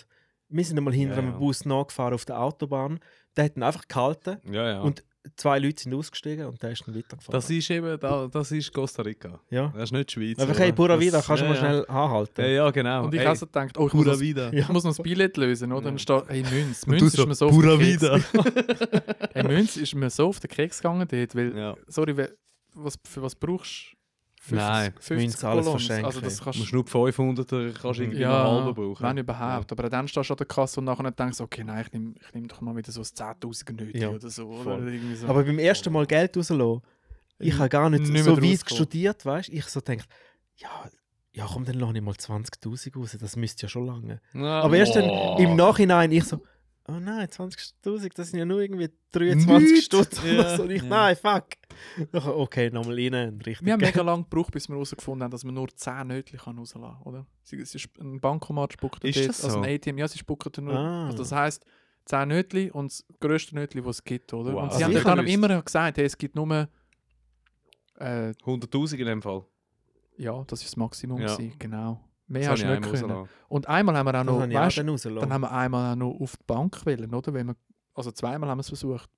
Speaker 1: Wir sind einmal hinter
Speaker 5: Ja,
Speaker 1: einem
Speaker 5: ja.
Speaker 1: Bus nachgefahren auf der Autobahn. Der hat ihn einfach gehalten.
Speaker 5: Ja, ja.
Speaker 1: Und zwei Leute sind ausgestiegen und der ist dann weitergefahren.
Speaker 5: das ist eben, da, das ist Costa Rica.
Speaker 1: ja.
Speaker 5: Das ist nicht die Schweiz.
Speaker 1: Einfach,
Speaker 5: oder?
Speaker 1: hey, Pura Vida,
Speaker 5: Das-
Speaker 1: kannst du
Speaker 5: ja,
Speaker 1: mal
Speaker 5: ja.
Speaker 1: schnell anhalten.
Speaker 5: Ja, ja, genau.
Speaker 2: Und ich
Speaker 5: Ey,
Speaker 2: habe so gedacht, oh, ich muss
Speaker 5: Pura
Speaker 2: noch-
Speaker 5: Vida.
Speaker 2: Ich muss noch das Billett lösen, oder? Dann steht, hey Münz,
Speaker 5: Und du
Speaker 2: Münz ist
Speaker 5: so,
Speaker 2: mir so auf
Speaker 5: Pura
Speaker 2: den Keks-
Speaker 5: Vida.
Speaker 2: Hey Münz ist mir so auf den Keks gegangen dort, weil,
Speaker 5: Ja.
Speaker 2: sorry, we- was, für was brauchst du?
Speaker 5: Nein,
Speaker 2: 50
Speaker 1: Münz alles
Speaker 2: Ballons.
Speaker 1: verschenken.
Speaker 2: Also das
Speaker 5: Du musst
Speaker 2: kannst
Speaker 5: nur die 500er kannst du irgendwie ja, noch
Speaker 2: ja,
Speaker 5: halben brauchen.
Speaker 2: wenn überhaupt. Aber dann stehst du an der Kasse und nachher denkst du, okay, nein, ich nehme ich nehm doch mal wieder so ein 10.000 Nötchen
Speaker 1: Ja,
Speaker 2: oder so. Oder
Speaker 1: voll.
Speaker 2: irgendwie so.
Speaker 1: Aber
Speaker 5: also-
Speaker 1: beim ersten Mal Geld rauslassen, ich
Speaker 5: Äh,
Speaker 1: habe gar nicht,
Speaker 2: Nicht mehr
Speaker 1: so
Speaker 2: drausgekommen.
Speaker 1: weit studiert, weißt Ich so denke, ja, ja, komm, dann lasse ich mal 20.000 raus, das müsste ja schon lange.
Speaker 5: Ja.
Speaker 1: Aber erst dann
Speaker 5: Oh.
Speaker 1: im Nachhinein, ich so, oh nein, 20.000, das sind ja nur irgendwie 23 Stutz.
Speaker 5: Ja.
Speaker 1: oder So, Und ich,
Speaker 5: Ja.
Speaker 1: nein, fuck. Nachher, okay, nochmal rein und richtig.
Speaker 2: wir haben
Speaker 1: Geld.
Speaker 2: mega lange gebraucht, bis wir herausgefunden haben, dass man nur 10 Nötchen kann rauslassen kann, oder? Sie- Es ist ein Bankomat spuckt
Speaker 5: Ist
Speaker 2: dort,
Speaker 5: das
Speaker 2: also
Speaker 5: so?
Speaker 2: ein ATM, ja, sie spucken nur.
Speaker 1: Ah.
Speaker 2: Also das heisst, 10 Nötchen und das grösste Nötchen, das es gibt, oder?
Speaker 5: Wow.
Speaker 2: Und sie
Speaker 1: Also
Speaker 2: haben
Speaker 1: ich
Speaker 2: dort
Speaker 5: hab
Speaker 2: dann
Speaker 5: gewusst.
Speaker 2: immer gesagt, hey, es gibt nur. Äh,
Speaker 5: 100.000 in dem Fall.
Speaker 2: ja, das ist das Maximum,
Speaker 5: Ja.
Speaker 2: gewesen, genau. Mehr
Speaker 5: Das
Speaker 2: hast du
Speaker 5: habe ich
Speaker 2: nicht
Speaker 5: einmal
Speaker 2: können.
Speaker 5: rausgelassen.
Speaker 2: Und einmal haben wir auch
Speaker 1: Das
Speaker 2: noch,
Speaker 1: habe ich auch
Speaker 2: weißt,
Speaker 1: dann
Speaker 2: dann
Speaker 1: rausgelassen.
Speaker 2: haben wir einmal auch noch auf die Bank wählen, oder? Wenn wir also zweimal haben wir es versucht,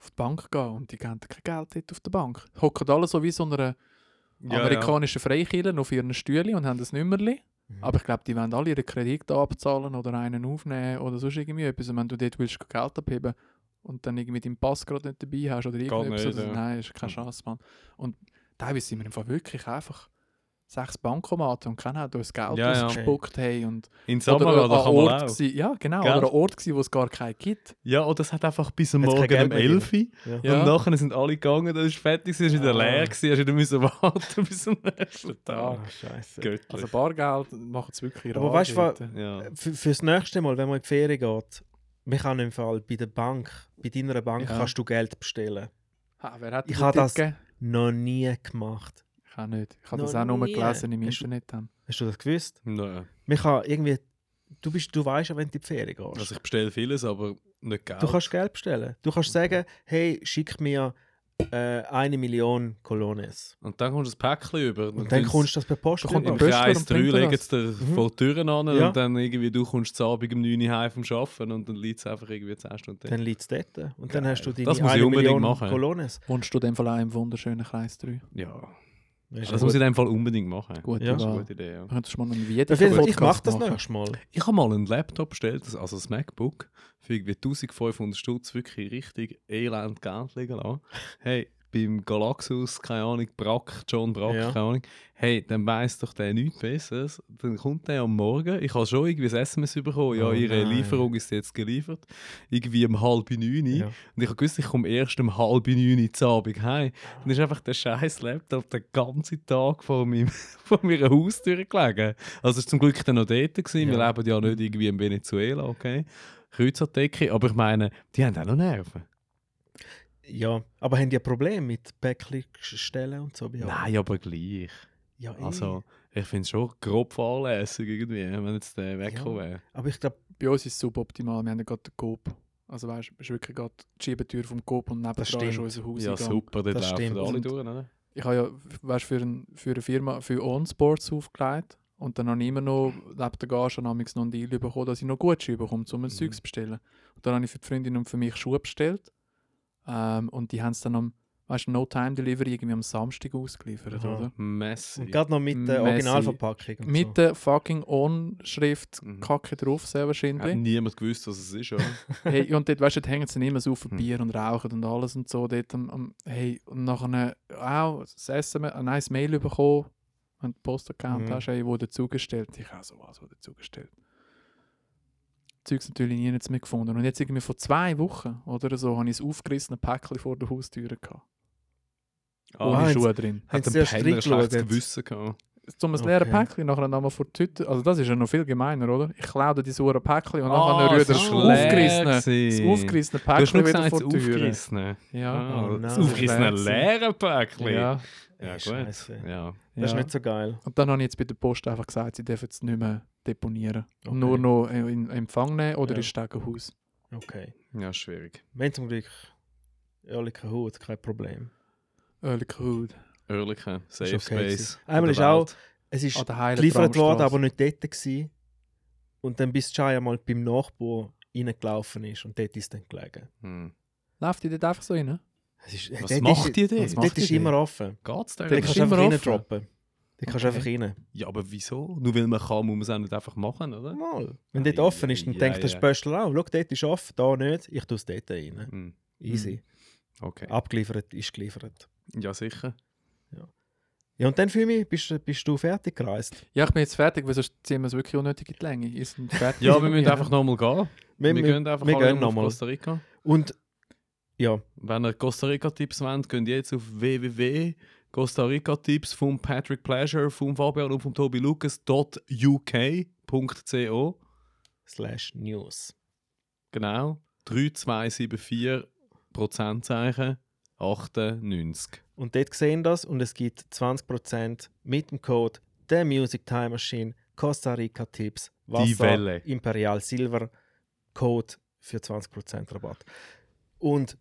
Speaker 2: auf die Bank gehen und die geben dir kein Geld dort auf der Bank. Hocken alle so wie so einer amerikanischen Freikiller auf ihren Stühlen und haben ein Nümmerli.
Speaker 1: Mhm.
Speaker 2: Aber ich glaube, die wollen alle ihren Kredit da abzahlen oder einen aufnehmen oder sonst irgendwie etwas. Und wenn du dort willst, Geld abheben und dann irgendwie deinen Pass gerade nicht dabei hast oder irgendetwas,
Speaker 5: nicht,
Speaker 2: oder,
Speaker 5: ja.
Speaker 2: nein, ist keine
Speaker 5: Mhm.
Speaker 2: Chance, Mann. Und teilweise sind wir im Fall wirklich einfach sechs Bankomaten und keiner hat uns Geld
Speaker 5: Ja, ja.
Speaker 2: ausgespuckt. Hey, und
Speaker 5: In
Speaker 2: oder
Speaker 5: Samara,
Speaker 2: an
Speaker 5: da kann man
Speaker 2: Ort
Speaker 5: auch.
Speaker 2: gsi- ja, genau,
Speaker 5: Gell?
Speaker 2: oder an Ort gsi, wo es gar keinen gibt.
Speaker 5: Ja, oder es hat einfach bis am
Speaker 1: Hat's kein
Speaker 5: Morgen
Speaker 1: Geld
Speaker 5: um
Speaker 1: mehr
Speaker 5: 11 Uhr.
Speaker 1: Ja.
Speaker 2: Ja.
Speaker 5: Und nachher sind alle gegangen, dann ist fertig, es war
Speaker 2: Ja.
Speaker 5: wieder leer, gewesen, hast wieder müssen warten bis am nächsten Tag.
Speaker 1: Ah, Scheiße.
Speaker 5: Göttlich.
Speaker 2: Also Bargeld macht es wirklich
Speaker 1: Aber
Speaker 2: rar
Speaker 1: weißt du,
Speaker 2: dort.
Speaker 5: ja.
Speaker 1: Für, fürs nächste Mal, wenn man in die Ferien geht, man kann im Fall bei der Bank, bei deiner Bank
Speaker 2: Ja.
Speaker 1: kannst du Geld bestellen.
Speaker 2: Ha, wer hat
Speaker 1: Ich
Speaker 2: den
Speaker 1: habe
Speaker 2: Tipp
Speaker 1: das-
Speaker 2: gegeben?
Speaker 1: Noch nie gemacht.
Speaker 2: Ich habe nicht. Ich habe
Speaker 1: Noch
Speaker 2: das auch nur
Speaker 1: nie.
Speaker 2: gelesen im
Speaker 1: Hast du-
Speaker 2: Internet dann.
Speaker 1: Hast du das gewusst?
Speaker 5: Nein.
Speaker 1: Man kann irgendwie, du, bist, du weißt ja, wenn du in die Ferien gehst.
Speaker 5: Also ich bestelle vieles, aber nicht Geld.
Speaker 1: Du kannst Geld bestellen. Du kannst sagen, hey, schick mir äh, eine Million Colones.
Speaker 5: und dann kommst du das Päckchen über.
Speaker 1: Und dann kommst du das per Post.
Speaker 2: Da kommt
Speaker 5: im
Speaker 1: über.
Speaker 2: Böschler
Speaker 5: Kreis
Speaker 2: und
Speaker 5: 3
Speaker 2: bringt dir
Speaker 5: legen
Speaker 2: das.
Speaker 5: sie dir vor die Türen an
Speaker 1: Ja.
Speaker 5: und dann irgendwie du kommst zu Abend um 9 Uhr heim vom Arbeiten und dann liegt es einfach irgendwie 10 Stunden.
Speaker 1: Dann liegt es dort. Und dann
Speaker 5: Geil.
Speaker 1: hast du deine
Speaker 5: Das muss ich
Speaker 1: eine
Speaker 5: unbedingt
Speaker 1: Million
Speaker 5: machen.
Speaker 1: Colones.
Speaker 2: Wohnst du in dem Fall auch im wunderschönen Kreis 3?
Speaker 5: ja.
Speaker 1: Das ist
Speaker 5: Das
Speaker 1: ja
Speaker 5: muss ich
Speaker 1: gut.
Speaker 5: in dem Fall unbedingt machen.
Speaker 2: Gute
Speaker 1: Ja.
Speaker 5: Das ist eine
Speaker 2: Wahl.
Speaker 5: gute Idee, ja.
Speaker 2: Könntest du mal einen
Speaker 1: Auf jeden Fall, ich mache
Speaker 2: Videopodcast
Speaker 1: das
Speaker 2: machen?
Speaker 1: nächstes Mal.
Speaker 5: Ich habe mal einen Laptop bestellt, das- also das MacBook, für irgendwie 1500 Stutz, wirklich richtig elend Geld liegen lassen. Hey, beim Galaxus, keine Ahnung, Brack, John Brack,
Speaker 1: Ja.
Speaker 5: keine Ahnung. Hey, dann weiss doch der nichts Besseres. Dann kommt der am Morgen, ich habe schon irgendwie ein SMS bekommen, ja,
Speaker 1: Oh
Speaker 5: ihre
Speaker 1: nein.
Speaker 5: Lieferung ist jetzt geliefert. Irgendwie um halb neun.
Speaker 1: Ja.
Speaker 5: Und ich habe gewusst, ich komme erst um halb neun zu Abend heim. Dann ist einfach der scheiß Laptop den ganzen Tag vor, meinem, vor meiner Haustür gelegen. Also es war zum Glück dann noch dort. Gewesen. Wir
Speaker 1: Ja.
Speaker 5: leben ja nicht irgendwie in Venezuela, okay? Kreuz an die Decke. Aber ich meine, die haben auch noch Nerven.
Speaker 1: Ja, aber haben die ein Problem mit Päckchen stellen und so? Ja.
Speaker 5: Nein, aber gleich.
Speaker 1: Ja, eh.
Speaker 5: Also, ich finde es schon grob fahrlässig irgendwie, wenn jetzt der weggekommen wäre.
Speaker 1: aber ich glaube,
Speaker 2: Bei uns ist es suboptimal. Wir haben ja gerade den Coop. Also weißt du, es ist wirklich gerade die Schiebetür vom Coop und neben ist
Speaker 1: stimmt.
Speaker 2: unser Haus.
Speaker 5: Ja,
Speaker 2: Eingang.
Speaker 5: super, dort
Speaker 1: Das
Speaker 5: laufen
Speaker 1: stimmt.
Speaker 5: alle
Speaker 2: Und-
Speaker 5: durch, ne?
Speaker 2: Ich habe ja, weißt, für, ein, für eine Firma für Onsports aufgelegt und dann habe ich immer noch neben der Gage habe ich noch einen Deal bekommen, dass ich noch Gutscheine bekomme,
Speaker 1: Mhm.
Speaker 2: um ein Zeugs zu bestellen. Und dann habe ich für die Freundin und für mich Schuhe bestellt. Ähm, und die haben es dann am weißt, No-Time-Delivery irgendwie am Samstag ausgeliefert,
Speaker 1: Aha.
Speaker 2: oder?
Speaker 5: Messi.
Speaker 1: und gerade noch mit der
Speaker 2: Messi.
Speaker 1: Originalverpackung. Und
Speaker 2: Mit
Speaker 1: so.
Speaker 2: der fucking On-Schrift
Speaker 5: Mhm.
Speaker 2: Kacke drauf, sehr wahrscheinlich.
Speaker 5: Hat niemand gewusst, was es ist, oder?
Speaker 2: hey, und dort, weißt du, dort hängen sie immer so auf
Speaker 5: Hm.
Speaker 2: Bier und rauchen und alles und so. Dort, am- am- hey, und nachher auch das Essen, ein nice Mail bekommen, wenn du Postaccount
Speaker 1: Mhm.
Speaker 2: hast, hey, wurde zugestellt. Ich auch so was, wurde zugestellt. Zeugs natürlich nie nichts mehr gefunden. Und jetzt irgendwie vor zwei Wochen oder so habe ich ein aufgerissenes Päckchen vor der Haustür gehabt.
Speaker 5: Ah,
Speaker 2: ohne
Speaker 1: jetzt-
Speaker 2: Schuhe drin.
Speaker 5: hat
Speaker 1: Haben
Speaker 5: ein
Speaker 1: sie erst
Speaker 5: Penner ein schlechtes
Speaker 1: reingeschaut?
Speaker 5: Gewissen gehabt.
Speaker 2: Um ein leeres
Speaker 1: Okay.
Speaker 2: Päckchen, nachher nochmal vor die Tüte. Also das ist ja noch viel gemeiner, oder? Ich klaue die saure Päckchen und
Speaker 5: Ah,
Speaker 2: nachher rühre
Speaker 5: es
Speaker 2: das
Speaker 5: ist
Speaker 2: aufgerissene,
Speaker 5: leer
Speaker 2: das
Speaker 5: gewesen.
Speaker 2: aufgerissene
Speaker 5: Du hast
Speaker 2: Päckchen
Speaker 5: nur
Speaker 2: wieder
Speaker 5: gesagt,
Speaker 2: vor
Speaker 5: das
Speaker 2: die Tür.
Speaker 5: aufgerissene.
Speaker 2: Ja.
Speaker 5: Ah,
Speaker 1: Oh
Speaker 5: das
Speaker 1: nein.
Speaker 5: aufgerissene
Speaker 2: Das
Speaker 5: leere Päckchen.
Speaker 2: ja.
Speaker 5: ja
Speaker 1: Ey,
Speaker 5: gut.
Speaker 1: Scheiße.
Speaker 5: Ja.
Speaker 1: Das ist
Speaker 2: ja.
Speaker 1: nicht so geil.
Speaker 2: Und dann habe ich jetzt bei der Post einfach gesagt, sie dürfen es nicht mehr deponieren.
Speaker 1: Okay.
Speaker 2: Nur noch in, in Empfang nehmen oder
Speaker 1: Ja.
Speaker 2: ins Stegenhaus.
Speaker 1: Okay.
Speaker 5: ja, schwierig.
Speaker 1: Wir haben zum Glück ehrliche Haut, kein Problem.
Speaker 2: Early cool.
Speaker 5: Ehrliche,
Speaker 1: Ist
Speaker 5: Safe
Speaker 1: okay
Speaker 5: Space.
Speaker 1: gewesen. Einmal
Speaker 5: der
Speaker 1: ist auch-
Speaker 5: Welt.
Speaker 1: Es ist
Speaker 5: Ah,
Speaker 2: An der heilen
Speaker 1: geliefert worden,
Speaker 2: Tramstrasse.
Speaker 1: aber nicht dort gewesen. Und dann bis Chai einmal beim Nachbar reingelaufen ist und dort ist es dann gelegen.
Speaker 5: Hm.
Speaker 2: Läuft die dort einfach so rein?
Speaker 1: Es ist,
Speaker 5: Was
Speaker 1: dort
Speaker 5: macht
Speaker 1: ist,
Speaker 5: die denn?
Speaker 2: was macht
Speaker 1: Dort ist
Speaker 2: die
Speaker 1: immer offen.
Speaker 5: Geht's
Speaker 1: Dort
Speaker 5: denn?
Speaker 2: ist
Speaker 1: kannst du
Speaker 2: immer
Speaker 1: einfach
Speaker 2: offen.
Speaker 1: reindroppen. Dort kannst du
Speaker 2: Okay.
Speaker 1: einfach rein.
Speaker 5: Ja, aber wieso? Nur weil man kann, muss man es auch nicht einfach machen, oder?
Speaker 1: Mal. Wenn
Speaker 5: Ei,
Speaker 1: dort offen ist, dann
Speaker 5: ei,
Speaker 1: denkt
Speaker 5: ei,
Speaker 1: der
Speaker 5: ei.
Speaker 1: Spöstler auch, schau, dort ist offen, da nicht, ich tue es dort rein.
Speaker 5: Hm.
Speaker 1: Easy.
Speaker 5: Okay.
Speaker 1: Abgeliefert ist geliefert.
Speaker 5: Ja, sicher.
Speaker 1: Ja, und dann für mich bist, du- bist du fertig gereist.
Speaker 2: Ja, ich bin jetzt fertig, weil sonst ziehen wir es wirklich unnötig in die Länge. Ist ein fertig.
Speaker 5: Ja, wir müssen einfach nochmal gehen. Wir, gehen einfach
Speaker 1: wir
Speaker 5: alle
Speaker 1: gehen
Speaker 5: auf
Speaker 1: nochmal.
Speaker 5: Costa Rica.
Speaker 1: Und ja,
Speaker 5: Wenn ihr Costa Rica-Tipps wollt, geht jetzt auf www. Costa Rica-Tipps von Patrick Pleasure, von Fabian und von Tobi Lucas.uk.co.
Speaker 1: slash News.
Speaker 5: Genau. 3274 Prozentzeichen 98.
Speaker 1: Und dort sehen das und es gibt 20% mit dem Code der Music Time Machine Costa Rica Tipps Wasser
Speaker 5: Welle.
Speaker 1: Imperial Silver Code für 20% Rabatt. Und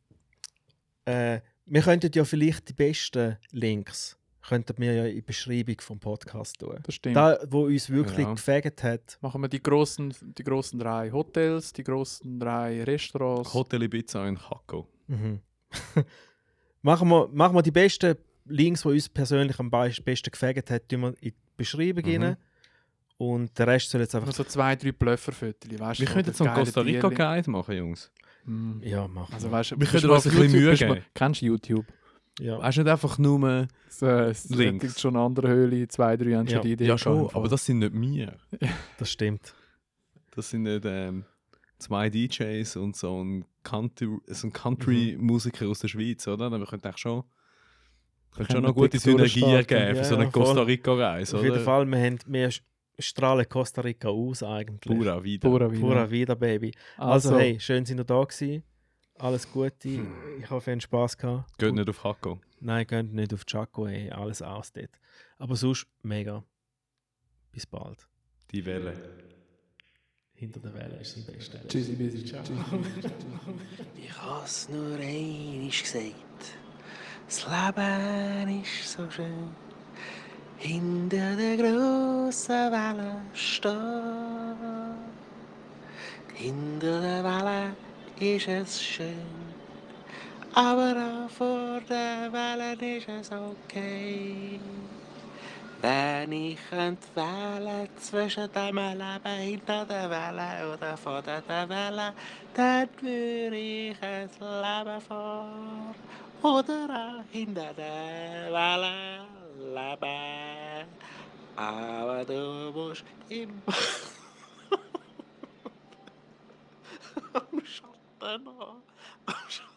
Speaker 1: äh, wir könnten ja vielleicht die besten Links könnten wir ja in die Beschreibung vom Podcast tun.
Speaker 2: Das stimmt.
Speaker 1: Da, wo uns wirklich
Speaker 5: Ja.
Speaker 1: gefegt hat,
Speaker 2: Machen wir die grossen, die grossen drei Hotels, die grossen drei Restaurants.
Speaker 5: Hotel Ibiza in Kako.
Speaker 1: Mhm. machen, wir, machen wir die besten Links, die uns persönlich am beis- besten gefegt hat, tun wir in die Beschreibung
Speaker 5: Mhm. Also,
Speaker 1: rein. Und den Rest soll jetzt
Speaker 2: Nur
Speaker 1: einfach.
Speaker 2: so zwei, drei Blöfferviertel, weißt du?
Speaker 5: Wir könnten jetzt
Speaker 2: so
Speaker 5: einen
Speaker 2: geile
Speaker 5: Costa Rica
Speaker 2: Bierli.
Speaker 5: Guide machen, Jungs.
Speaker 2: Mm.
Speaker 1: Ja, machen
Speaker 2: Also weißt du,
Speaker 5: Wir
Speaker 2: bist
Speaker 5: können
Speaker 2: mal
Speaker 5: uns
Speaker 2: auf
Speaker 5: ein bisschen
Speaker 2: YouTube,
Speaker 5: Mühe
Speaker 2: bist mal-
Speaker 5: geben.
Speaker 2: Kennst du YouTube?
Speaker 1: ja.
Speaker 5: Weißt du nicht einfach nur.
Speaker 2: So, es
Speaker 5: Links.
Speaker 2: gibt schon eine andere Höhle, zwei, drei haben
Speaker 1: Ja.
Speaker 2: schon die Idee.
Speaker 5: Ja, schon,
Speaker 2: gehabt.
Speaker 5: aber das sind nicht wir.
Speaker 1: das stimmt.
Speaker 5: Das sind nicht ähm, zwei DJs und so ein Country- so ein
Speaker 1: Mhm.
Speaker 5: Country-Musiker aus der Schweiz, oder? Dann könnte eigentlich schon, könnte schon
Speaker 2: Können
Speaker 5: noch
Speaker 2: wir
Speaker 5: gute
Speaker 2: dick
Speaker 5: Synergie
Speaker 2: durchstarten.
Speaker 5: geben
Speaker 1: Ja,
Speaker 5: für so eine
Speaker 1: ja, voll.
Speaker 5: Costa Rica-Reise,
Speaker 1: Auf
Speaker 5: oder?
Speaker 1: jeden Fall, wir, haben, wir sch- strahlen Costa Rica aus eigentlich.
Speaker 5: Pura wieder.
Speaker 2: Pura Vino.
Speaker 1: Pura wieder, Baby. Also, hey, schön, sind ihr da gewesen. Alles Gute. Ich hoffe, ihr habt Spass gehabt.
Speaker 5: Hm. Geht nicht auf Hakko.
Speaker 1: Nein, geht nicht auf Chaco, ey. Alles aus dort. Aber sonst mega. Bis bald.
Speaker 5: Die Welle.
Speaker 1: Hinter der Welle ist das Beste.
Speaker 2: Tschüssi, bis ciao.
Speaker 6: Ich hab's nur einisch gesagt. Das Leben ist so schön. Hinter der grossen Welle stehen. Hinter der Welle ist es schön. Aber auch vor der Welle ist es okay. Wenn ich könnte wählen zwischen dem Leben hinter der Welle oder vor der Welle, dann würde ich ein Leben vor oder auch hinter der Welle leben. Aber du musst immer am Schatten haben. Am Schatten.